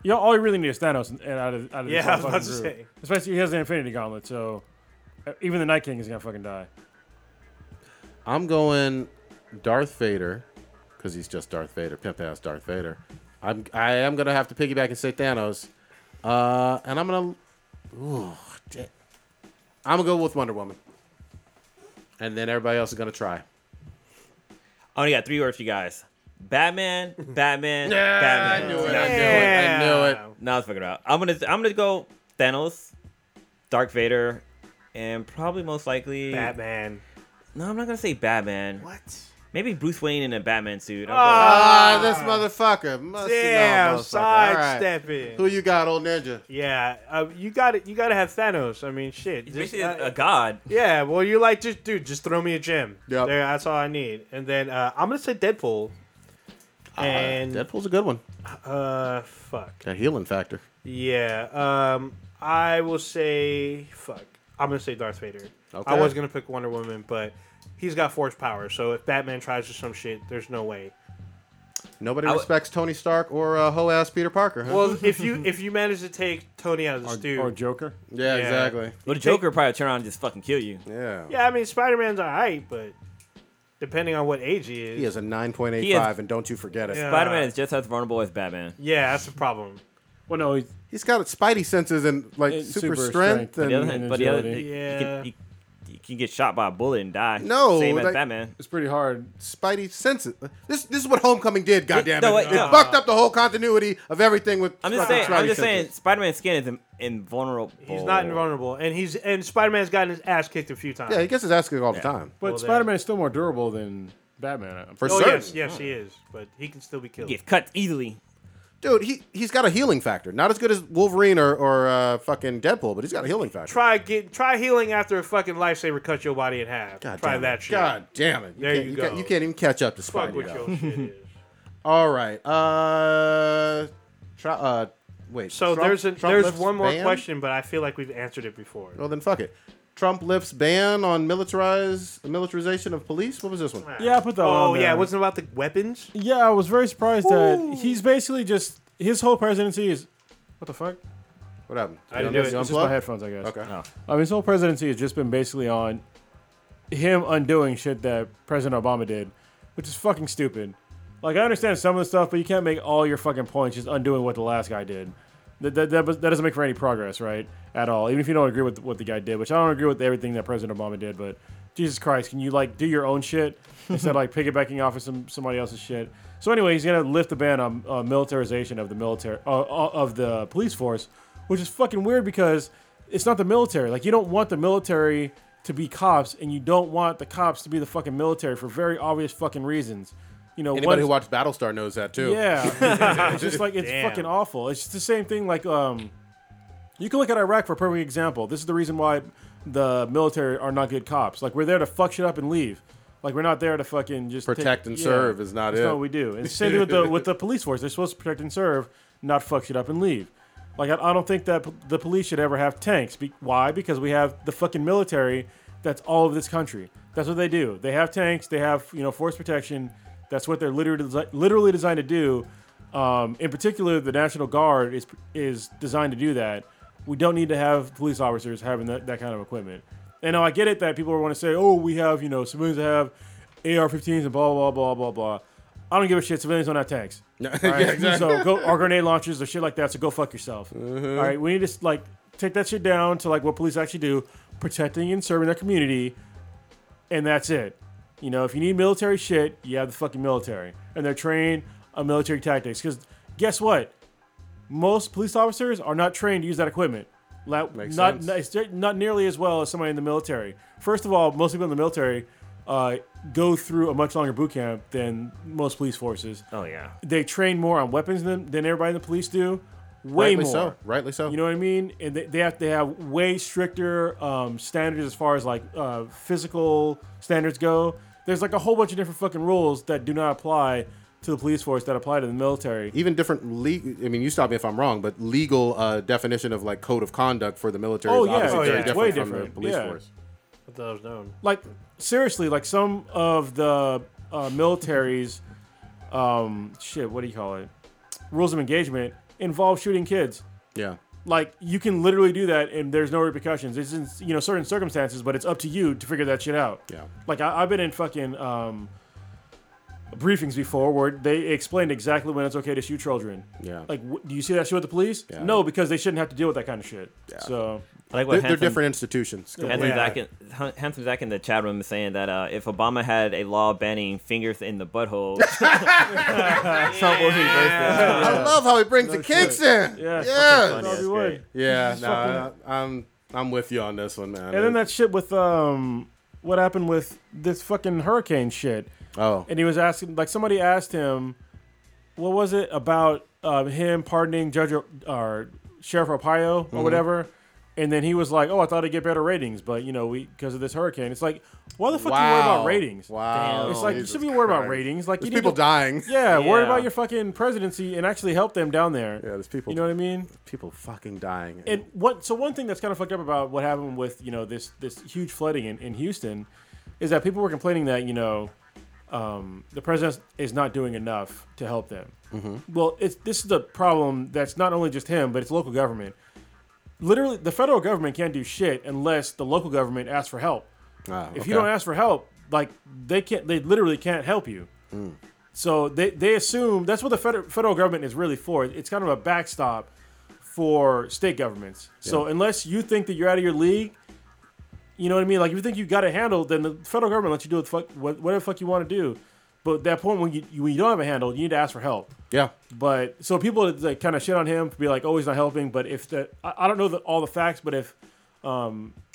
you know, all you really need is Thanos, and and out of out of this Yeah, whole I was about fucking to group. say. Especially he has the Infinity Gauntlet, so uh, even the Night King is gonna fucking die. I'm going Darth Vader because he's just Darth Vader, pimp ass Darth Vader. I'm I am gonna have to piggyback and say Thanos, uh, and I'm gonna, ooh, da- I'm gonna go with Wonder Woman, and then everybody else is gonna try. I only got three words for you guys: Batman, Batman, Batman. I knew it. I knew it. Now let's figure it out. I'm gonna I'm gonna go Thanos, Dark Vader, and probably most likely Batman. No, I'm not gonna say Batman. What? Maybe Bruce Wayne in a Batman suit. I'll go- Ah, this motherfucker. Must Damn, know, motherfucker. All right. sidestepping. Who you got, old ninja? Yeah, uh, you got it. You got to have Thanos. I mean, shit. He's just, basically uh, a god. yeah, well, you're like, just dude, just throw me a gem. Yep. There, that's all I need. And then uh, I'm gonna say Deadpool. And uh, Deadpool's a good one. fuck. That healing factor. Yeah. Um, I will say fuck. I'm gonna say Darth Vader. I Okay. was gonna pick Wonder Woman, but he's got force power. So if Batman tries to some shit, there's no way. Nobody I would- respects Tony Stark or uh, hoe ass Peter Parker. Huh? Well, if you if you manage to take Tony out of the stew, Or, or Joker. yeah, yeah. exactly. But the Joker would probably turn around and just fucking kill you. Yeah. yeah, I mean Spider Man's alright, but depending on what age he is, He is a nine point eight He five, is- and don't you forget it. Yeah. Spider Man is just as vulnerable as Batman. yeah, that's the problem. Well, no, he's He's got Spidey senses and like And super, super strength, strength. But The other and Yeah. hand- and but the other, agility. you can, Yeah. you, you can get shot by a bullet and die. No, same as like- Batman. it's pretty hard. Spidey senses. This this is what Homecoming did. Goddamn no, it! wait, it no. fucked up the whole continuity of everything with. I'm just fucking saying. I'm Spidey just saying. senses. Spider Man's skin is in, invulnerable. He's not invulnerable, and he's and Spider Man's gotten his ass kicked a few times. Yeah, he gets his ass kicked all the time. But then- Spider Man is still more durable than Batman. I'm For oh certain. yes, yes he is, but he can still be killed. He gets cut easily. Dude, he he's got a healing factor. Not as good as Wolverine or or uh, fucking Deadpool, but he's got a healing factor. Try get try healing after a fucking lifesaver cuts your body in half. God try damn it. that shit. God damn it! You There can't, you you can't- go. you can't even catch up to fuck Spidey. what now. your [LAUGHS] shit is. All right. Uh, try, uh, wait. So Trump- there's a, Trump there's lifts one more ban? question, but I feel like we've answered it before. Well, then fuck it. Trump lifts ban on militarized militarization of police. What was this one? Yeah, I put that Oh on yeah, there. it wasn't about the weapons. Yeah, I was very surprised that he's basically just his whole presidency is what the fuck? What happened? I didn't You do it. unplug? It's just my headphones, I guess. Okay. I mean, his whole presidency has just been basically on him undoing shit that President Obama did, which is fucking stupid. Like I understand some of the stuff, but you can't make all your fucking points just undoing what the last guy did. That, that, that, was- that doesn't make for any progress, right? At all. Even if you don't agree with what the guy did, which I don't agree with everything that President Obama did, but Jesus Christ, can you like do your own shit instead of like [LAUGHS] piggybacking off of some somebody else's shit? So anyway, he's gonna lift the ban on uh, militarization of the military uh, uh, of the police force, which is fucking weird because it's not the military. Like you don't want the military to be cops, and you don't want the cops to be the fucking military for very obvious fucking reasons. You know, Anybody one- who watched Battlestar knows that too. yeah, it's just like it's Damn. fucking awful. It's just the same thing. Like, um, you can look at Iraq for a perfect example. This is the reason why the military are not good cops. Like, we're there to fuck shit up and leave. Like, we're not there to fucking just Protect and serve is not That's it. not what we do. And same thing with the with the police force. They're supposed to protect and serve, not fuck shit up and leave. Like, I, I don't think that p- the police should ever have tanks. Be- why? Because we have the fucking military. That's all of this country. That's what they do. They have tanks. They have you know force protection. That's what they're literally desi- literally designed to do. Um, in particular, the National Guard is is designed to do that. We don't need to have police officers having that, that kind of equipment. And now I get it that people want to say, "Oh, we have you know civilians that have AR-15s and blah blah blah blah blah." I don't give a shit. Civilians don't have tanks. All right? So go or grenade launchers or shit like that. So go fuck yourself. All right, we need to like take that shit down to like what police actually do, protecting and serving their community, and that's it. You know, if you need military shit, you have the fucking military, and they're trained on military tactics. Because guess what? Most police officers are not trained to use that equipment. La- Makes not, sense. not- it's ju- not nearly as well as somebody in the military. First of all, most people in the military uh, go through a much longer boot camp than most police forces. Oh yeah. They train more on weapons than, than everybody in the police do. Way Rightly more. so. Rightly so. You know what I mean? And they, they have they have way stricter um, standards as far as like uh, physical standards go. There's like a whole bunch of different fucking rules that do not apply to the police force that apply to the military. even different legal. I mean, you stop me if I'm wrong, but legal uh, definition of like code of conduct for the military Oh, is yeah. obviously Oh, very yeah. It's different way from the different. police Yeah. force. I thought it was known. Like seriously, like some of the uh, military's um, shit. What do you call it? Rules of engagement involve shooting kids. Yeah, Like you can literally do that, and there's no repercussions. It's in you know certain circumstances, but it's up to you to figure that shit out. yeah. Like I, I've been in fucking um, briefings before where they explained exactly when it's okay to shoot children. Yeah. Like, w- do you see that shit with the police? Yeah. No, because they shouldn't have to deal with that kind of shit. So I like what They're, they're Handsome, different institutions. Handsome, completely. Zach in, Han- Handsome Zach in the chat room is saying that uh, if Obama had a law banning fingers in the butthole, [LAUGHS] Trump would reverse that. I love how he brings the kinks in. Yeah. Yes. Funny. Probably That's would. great. Yeah, no, fucking- I, I'm I'm with you on this one, man. And then that shit with um, what happened with this fucking hurricane shit, oh, and he was asking like somebody asked him, what was it about um, him pardoning Judge O- or Sheriff Arpaio or Mm-hmm. whatever, and then he was like, oh, I thought it'd get better ratings, but you know we because of this hurricane, it's like why the fuck you worry about ratings? Wow, It's like you Jesus should be worried about Christ. ratings. Like There's you need people to- dying. Yeah, worry Yeah. about your fucking presidency and actually help them down there. Yeah, there's people. You know what I mean? people fucking dying. And what? So one thing that's kind of fucked up about what happened with you know this this huge flooding in, in Houston is that people were complaining that you know um, the president is not doing enough to help them. Well, it's this is the problem that's not only just him, but it's local government. Literally, the federal government can't do shit unless the local government asks for help. Ah, If you okay. don't ask for help, like they can't, they literally can't help you. So they, they assume that's what the federal federal government is really for. It's kind of a backstop for state governments. So unless you think that you're out of your league, you know what I mean. Like if you think you got it handled, then the federal government lets you do what the fuck what, whatever the fuck you want to do. But at that point, when you when you don't have it handled, you need to ask for help. yeah, But so people like kind of shit on him, be like, "Oh, he's not helping." But if the I, I don't know the, all the facts, but if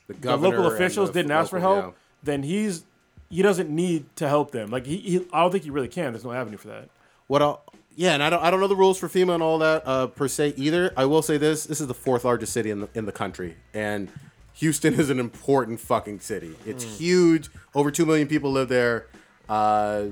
the governor local and officials the didn't ask for local- help, then he's he doesn't need to help them. Like he, he, I don't think he really can. There's no avenue for that. What? I'll, yeah, and I don't I don't know the rules for FEMA and all that uh, per se either. I will say this: this is the fourth largest city in the in the country, and Houston [LAUGHS] is an important fucking city. It's Mm. huge. Over two million people live there. Uh,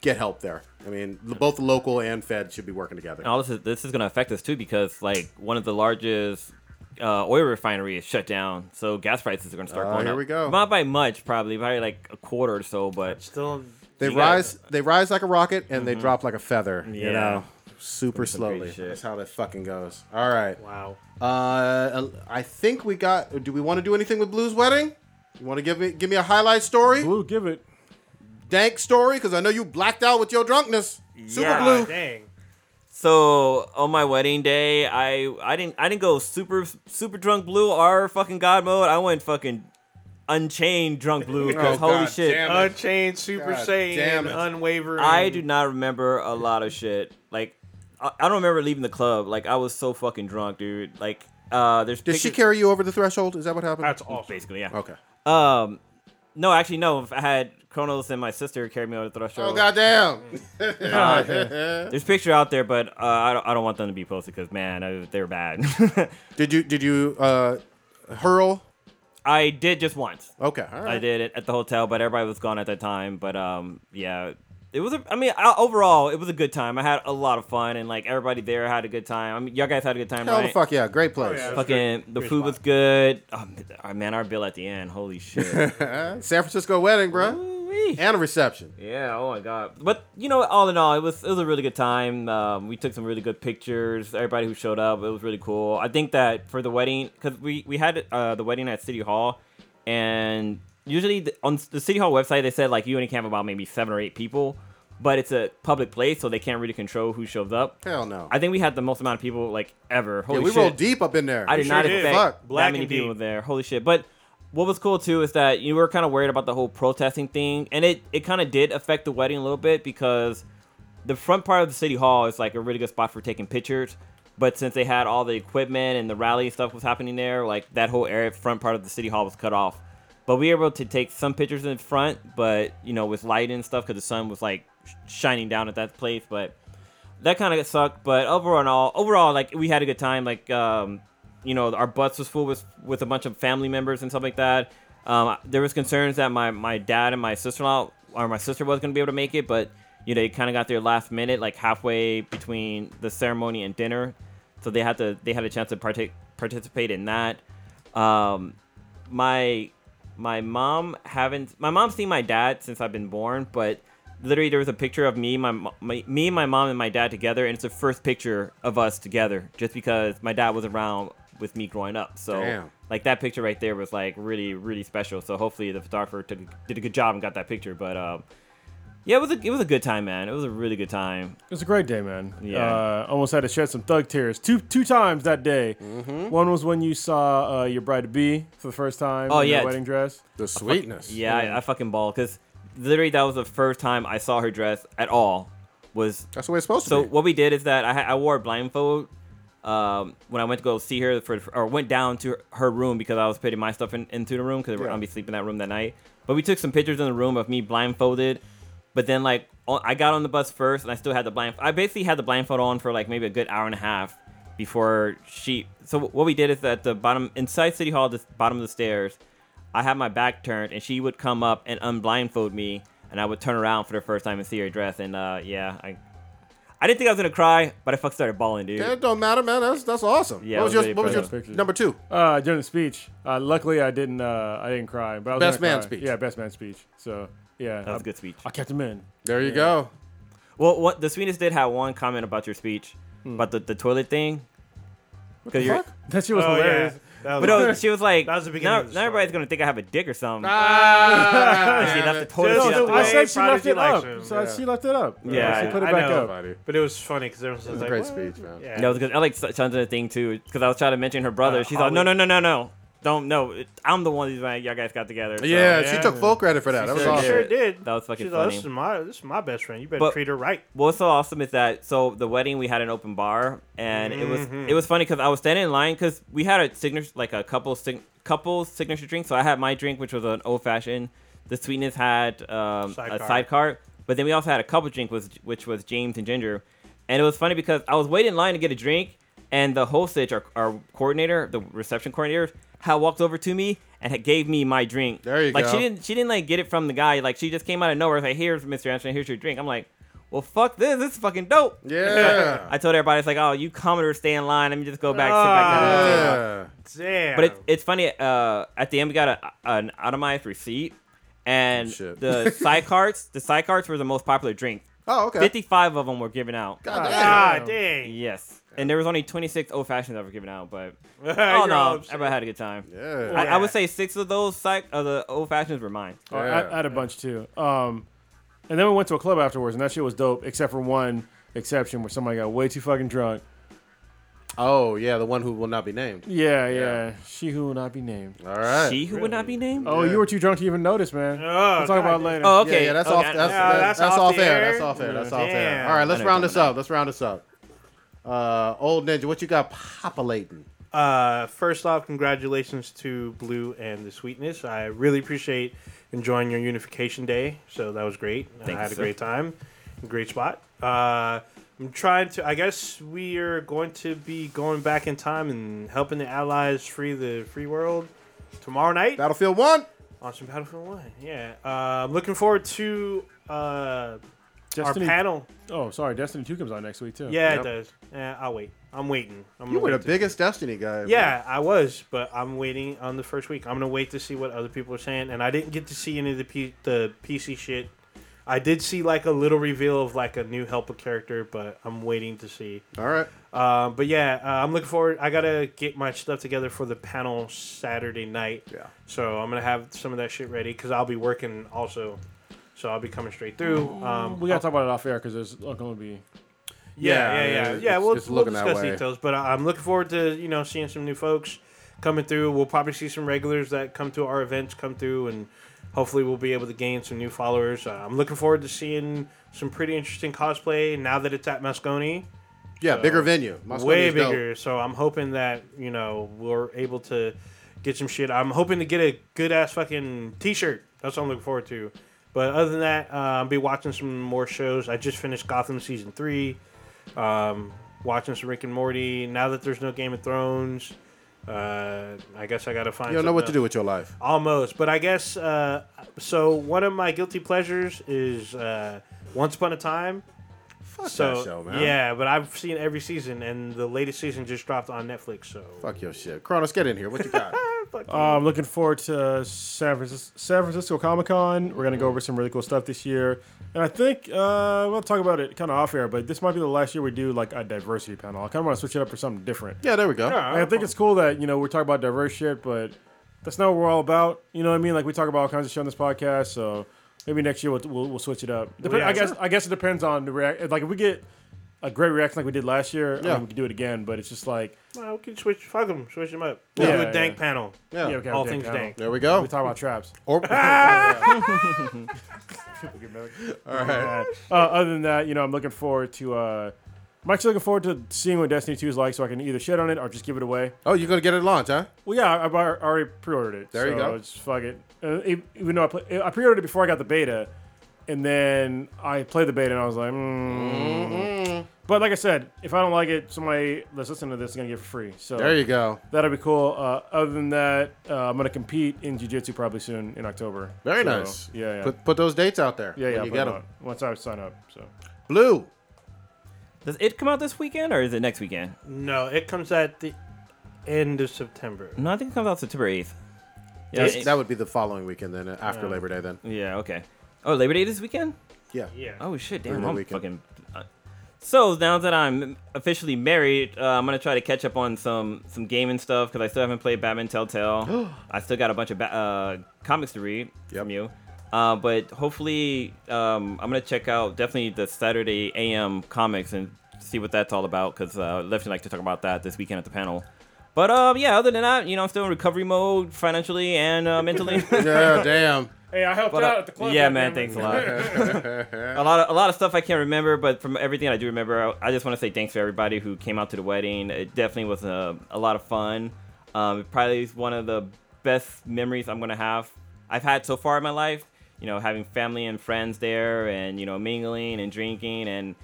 get help there. I mean, the- both the local and Fed should be working together. And all this is this is going to affect us too because like one of the largest uh, oil refinery is shut down, so gas prices are going to start Ah, going here up. we go. Not by much, probably probably like a quarter or so, but Still, They You gotta- Mm-hmm. rise. They rise like a rocket, and they drop like a feather. You Yeah. know, super slowly. crazy shit. That's how that fucking goes. All right. wow. Uh, I think we got. Do we want to do anything with Blue's wedding? You want to give me give me a highlight story, Blue, give it. dank story? Because I know you blacked out with your drunkenness. Super Yeah. blue. Dang. So on my wedding day, I I didn't I didn't go super super drunk blue or fucking god mode. I went fucking unchained drunk blue [LAUGHS] because Oh, holy God shit, Uh, damn it. Unchained, Super God damn Saiyan, it. unwavering. I do not remember a lot of shit. Like I, I don't remember leaving the club. Like I was so fucking drunk, dude. Like uh, there's Did she pictures- carry you over the threshold? Is that what happened? That's awesome. basically yeah. okay. Um, no, actually no. I had Kronos and my sister carry me over the threshold. Oh goddamn! There's picture out there, but uh, I don't I don't want them to be posted because man, I, they're bad. [LAUGHS] Did you did you uh, hurl? I did just once. Okay. All right. I did it at the hotel, but everybody was gone at that time. But um, yeah, it was. A, I mean, I, overall, it was a good time. I had a lot of fun, and like everybody there had a good time. I mean, y'all guys had a good time, Hell right? the fuck yeah! Great place. yeah. Fucking the food was good. Um, oh, man, our bill at the end, holy [LAUGHS] shit. San Francisco wedding, bro, Ooh-wee. and a reception. yeah, oh my god. But you know, all in all, it was it was a really good time. Um, we took some really good pictures. Everybody who showed up, it was really cool. I think that for the wedding, because we we had uh, the wedding at City Hall, and usually the, on the City Hall website they said like you only can have about maybe seven or eight people, but it's a public place, so they can't really control who shows up. Hell no. I think we had the most amount of people like ever. Holy yeah, we shit. rolled deep up in there. I did not did. expect Fuck. Black that many and people deep. there. Holy shit! But what was cool too is that you were kind of worried about the whole protesting thing, and it it kind of did affect the wedding a little bit because the front part of the city hall is like a really good spot for taking pictures. But since they had all the equipment and the rally stuff was happening there, like that whole area front part of the city hall was cut off. But we were able to take some pictures in front, but you know with light and stuff because the sun was like sh- shining down at that place. But that kind of sucked. But overall, and all overall, like we had a good time. Like um, you know, our butts was full with with a bunch of family members and stuff like that. Um, there was concerns that my my dad and my sister in law or my sister was gonna be able to make it, but you know, they kind of got there last minute, like halfway between the ceremony and dinner, so they had to they had a chance to partake participate in that. Um, my my mom haven't my mom's seen my dad since I've been born, but literally there was a picture of me, my, mo- my me, my mom, and my dad together, and it's the first picture of us together, just because my dad was around with me growing up. So Damn. like that picture right there was like really really special. So hopefully the photographer took, did a good job and got that picture. But um, Yeah, it was a it was a good time, man. It was a really good time. It was a great day, man. Yeah. Uh, almost had to shed some thug tears two two times that day. Mm-hmm. One was when you saw uh, your bride to be for the first time. Oh, in your yeah. wedding dress. The sweetness. Yeah, I, I fucking ball because literally that was the first time I saw her dress at all. Was That's the way it's supposed so to be. what we did is that I, ha- I wore a blindfold um, when I went to go see her for or went down to her, her room because I was putting my stuff in, into the room because Yeah. I'm be sleeping in that room that night. But we took some pictures in the room of me blindfolded. But then like on, I got on the bus first and I still had the blind. I basically had the blindfold on for like maybe a good hour and a half before she. So what we did is that the bottom inside City Hall, the bottom of the stairs, I had my back turned and she would come up and unblindfold me. And I would turn around for the first time and see her dress, and uh, yeah, I I didn't think I was gonna cry, but I fucking started bawling, dude. Yeah, it don't matter, man. That's that's awesome. what Yeah, was, it was your really what was your impressive. number two? Uh, during the speech, uh, luckily I didn't uh, I didn't cry, but I was Best gonna man cry. speech. Yeah, best man speech. So yeah, That was I- a good speech. I kept him in. There you go. Well, what the sweetest did have one comment about your speech, about the, the toilet thing. Because you're, [LAUGHS] That shit was Oh yeah, hilarious. that but no, she was like, That was the beginning now, of the now everybody's gonna think I have a dick or something. Ah, she damn left the it. toilet. Just seat the out the I way- way. said she Prodigy left it likes up. him. So Yeah. she left it up. Yeah, she put it I back know. up. Buddy. but it was funny because everyone was It was like, a great "What?" speech, man. Yeah. No, it was good. I like Shanta's thing too, because I was trying to mention her brother. Uh, She's like, no, no, Ollie- no, no, no, don't, no. it- I'm the one that y'all guys got together. so- Yeah, Yeah. she took full credit for that. that was She awesome. sure did. That was fucking She's like, funny. This is my this is my best friend. You better But- treat her right. what's so awesome is that so the wedding we had an open bar and it was it was funny because I was standing in line because we had a signature like a couple sig- couple signature drinks. So I had my drink which was an old fashioned. The sweetness had um, a Sidecar. sidecar, but then we also had a couple drink was which was James and Ginger, and it was funny because I was waiting in line to get a drink and the hostage our, our coordinator the reception coordinator had walked over to me and had gave me my drink. There you like go. she didn't she didn't like get it from the guy. Like she just came out of nowhere. Like here's Mr. Anderson, here's your drink. I'm like, well fuck this, this is fucking dope. Yeah. [LAUGHS] I told everybody it's like, oh you commoners stay in line. Let me just go back, sit back Ah. down. yeah. Damn. But it, it's funny. Uh, at the end we got a, an itemized receipt, and Shit. [LAUGHS] the side carts the side carts were the most popular drink. Oh, okay. Fifty five of them were given out. God damn. God Ah, dang. [LAUGHS] Yes. And there was only 26 old fashions that were given out, but You're oh all no, upset. everybody had a good time. Yeah. I, I would say six of those psych, of the old fashions were mine. Oh, I, I had a bunch too. Um, and then we went to a club afterwards, and that shit was dope, except for one exception where somebody got way too fucking drunk. Oh, yeah, the one who will not be named. Yeah, yeah. She who will not be named. All right. she who would not be named. Oh, Yeah. you were too drunk to even notice, man. Oh, we'll talk God. about it later. Oh, okay. Yeah, yeah, that's okay. off. That's, Yeah, that- that's that's off off the air. air. That's off air. That's off air. Damn. All right, let's I know round you're this up. Let's round this up. Uh, old ninja, what you got populating? Uh, first off, congratulations to Blue and the Sweetness. I really appreciate enjoying your unification day. So that was great. Thank I you, had a sir. great time. Great spot. Uh, I'm trying to. I guess we are going to be going back in time and helping the allies free the free world tomorrow night Battlefield One. on some Battlefield One. Yeah, uh, I'm looking forward to uh, our Destiny. panel. oh, sorry. Destiny 2 comes out next week, too. Yeah, Yep. it does. Yeah, I'll wait. I'm waiting. I'm You gonna were the wait to- biggest Destiny guy. Yeah, I was, but I'm waiting on the first week. I'm gonna wait to see what other people are saying, and I didn't get to see any of the P- the PC shit. I did see like a little reveal of like a new helper character, but I'm waiting to see. All right. Um, but yeah, uh, I'm looking forward. I gotta get my stuff together for the panel Saturday night. Yeah. So I'm gonna have some of that shit ready because I'll be working also. So I'll be coming straight through. Um, We got to talk about it off air because there's going to be. Yeah, Yeah, yeah, yeah. yeah, Yeah, it's- we'll, it's we'll looking that discuss way. details, but I- I'm looking forward to, you know, seeing some new folks coming through. We'll probably see some regulars that come to our events come through, and hopefully we'll be able to gain some new followers. Uh, I'm looking forward to seeing some pretty interesting cosplay now that it's at Moscone. Yeah, bigger venue. Moscone way is dope. bigger. So I'm hoping that, you know, we're able to get some shit. I'm hoping to get a good ass fucking t shirt. That's what I'm looking forward to. But other than that, uh, I'll be watching some more shows. I just finished Gotham season three um, watching some Rick and Morty. Now that there's no Game of Thrones, uh, I guess I gotta find. You don't know what to something do else. with your life. Almost, but I guess uh, so. One of my guilty pleasures is uh, Once Upon a Time. Fuck So that show, man. yeah, but I've seen every season, and the latest season just dropped on Netflix. So Fuck your shit. Kronos, get in here. What you got? Fuck you. I'm um, looking forward to San Francisco, San Francisco Comic Con. We're going to go over some really cool stuff this year. And I think uh, we'll talk about it kind of off air, but this might be the last year we do like a diversity panel. I kind of want to switch it up for something different. yeah, there we go. Like, I think it's cool that you know we're talking about diverse shit, but that's not what we're all about. You know what I mean? Like we talk about all kinds of shit on this podcast, so Maybe next year we'll we'll, we'll switch it up. Dep- yeah, I guess sure. I guess it depends on the react. Like if we get a great reaction like we did last year, I Yeah. mean, we could do it again. But it's just like Well, we can switch. Fuck them. Switch them up. We'll Yeah, do a yeah, dank yeah. panel. Yeah. yeah, we can All have a things panel. dank. There we go. We talk [LAUGHS] about traps. Or- All right. Uh, other than that, you know, I'm looking forward to. Uh, I'm actually looking forward to seeing what Destiny 2 is like, so I can either shit on it or just give it away. Oh, you're gonna get it at launch, huh? Well, yeah, I, I already pre-ordered it. There you so go. Just fuck it. Uh, e- even though I play, I pre-ordered it before I got the beta, and then I played the beta and I was like, mm. Mm-hmm. but like I said, if I don't like it, somebody that's listening to this is gonna get it for free. So There you go. that'll be cool. Uh, other than that, uh, I'm gonna compete in jiu-jitsu probably soon in October. Very So, nice. Yeah, yeah, Put, put those dates out there. yeah, yeah. when I'll You put get it 'em. out once I sign up. So Blue. Does it come out this weekend or is it next weekend? No, it comes at the end of September. No, I think it comes out September eighth. Yeah, That's- it- that would be the following weekend then, uh, after Labor Day then. yeah, okay. Oh, Labor Day this weekend? Yeah. Yeah. Oh shit, damn, Labor Day I'm weekend. fucking. uh, So now that I'm officially married, uh, I'm gonna try to catch up on some some gaming stuff because I still haven't played Batman Telltale. I still got a bunch of ba- uh, comics to read from you, uh, but hopefully um, I'm gonna check out definitely the Saturday AM comics and see what that's all about because uh, Lefty like to talk about that this weekend at the panel. But um, yeah, other than that, you know, I'm still in recovery mode financially and uh, [LAUGHS] mentally. Yeah. [LAUGHS] damn. hey, I helped But, uh, out at the club. yeah, goddamn man, it. thanks [LAUGHS] a lot. a lot of a lot of stuff I can't remember, but from everything I do remember, I, I just want to say thanks for everybody who came out to the wedding. It definitely was a, a lot of fun. Um, it probably is one of the best memories I'm gonna have I've had so far in my life. You know, having family and friends there, and you know, mingling and drinking and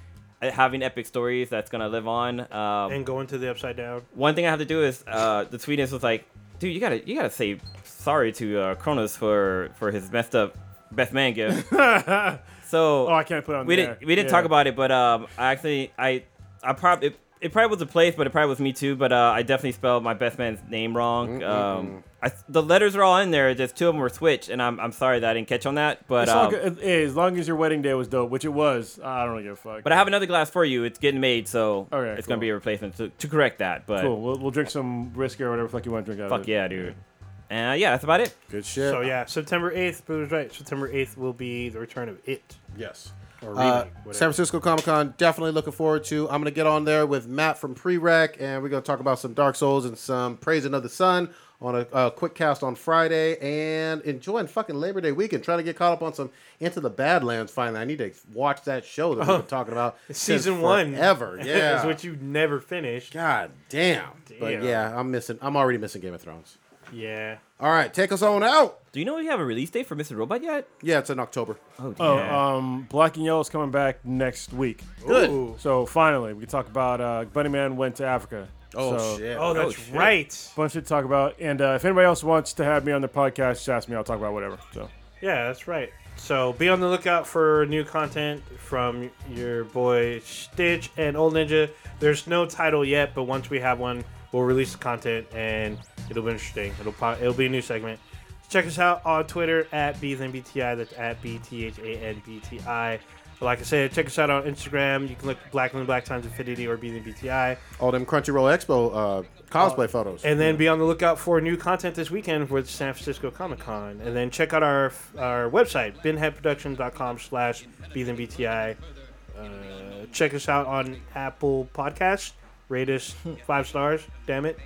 uh, having epic stories that's gonna live on. Um, And going to the upside down. one thing I have to do is uh, the sweetness was like, dude, you gotta you gotta say sorry to uh, Cronus for for his messed up best man [LAUGHS] gift. so Oh, I can't put it on. we there. didn't we didn't Yeah. talk about it, but um, I actually I I probably it, it probably was a place, but it probably was me too. But uh, I definitely spelled my best man's name wrong. Um, I, the letters are all in there. Just two of them were switched, and I'm, I'm sorry that I didn't catch on that. But It's all um, good. Hey, as long as your wedding day was dope, which it was, I don't really give a fuck. but I have another glass for you. It's getting made, so Okay, it's gonna Oh, cool. be a replacement to, to correct that. But cool. We'll, we'll drink some whiskey or whatever the fuck you want to drink out of fuck it. yeah, dude. And uh, yeah, that's about it. Good shit. So yeah, September eighth. But it was right. September eighth will be the return of it. Yes. Or Uh, remake, whatever. San Francisco Comic Con, definitely looking forward to. I'm gonna get on there with Matt from Prereq, and we're gonna talk about some Dark Souls and some Praising of the Sun on a, a quick cast on Friday, and enjoying fucking Labor Day weekend. Trying to get caught up on some Into the Badlands. Finally, I need to watch that show that we've been talking [LAUGHS] about Oh. Season one. [LAUGHS] ever. Yeah, is what you never finished. God damn. But Damn. yeah, I'm missing. I'm already missing Game of Thrones. Yeah. All right, take us on out. Do you know we have a release date for Mr. Robot yet? Yeah, it's in October. Oh, Oh, damn. um, Black and Yellow is coming back next week. Good. Ooh. So finally, we can talk about uh, Bunny Man went to Africa. Oh so, shit. Oh, that's shit. right. Bunch to talk about, and uh, if anybody else wants to have me on the podcast, just ask me. I'll talk about whatever. So Yeah, that's right. So be on the lookout for new content from your boy Stitch and Old Ninja. There's no title yet, but once we have one, we'll release the content and it'll be interesting. It'll po- it'll be a new segment. Check us out on Twitter at BTI. That's at B T H A N B T I. Like I said, check us out on Instagram. You can look Black and Black Times Infinity or BTI. All them Crunchyroll Expo uh, cosplay photos. And then be on the lookout for new content this weekend with San Francisco Comic Con. And then check out our our website, binheadproductions.com slash BTI. Uh, check us out on Apple Podcasts. [LAUGHS] Rate us five stars. Damn it.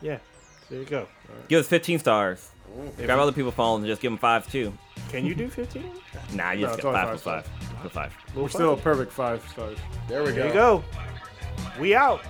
Yeah. There you go. Give us 15 stars. Grab other people's phones and just give them five too. Can you do 15? Nah, you just it's got only five plus five five. Plus five. we're still a perfect five stars. there we There you go. We out.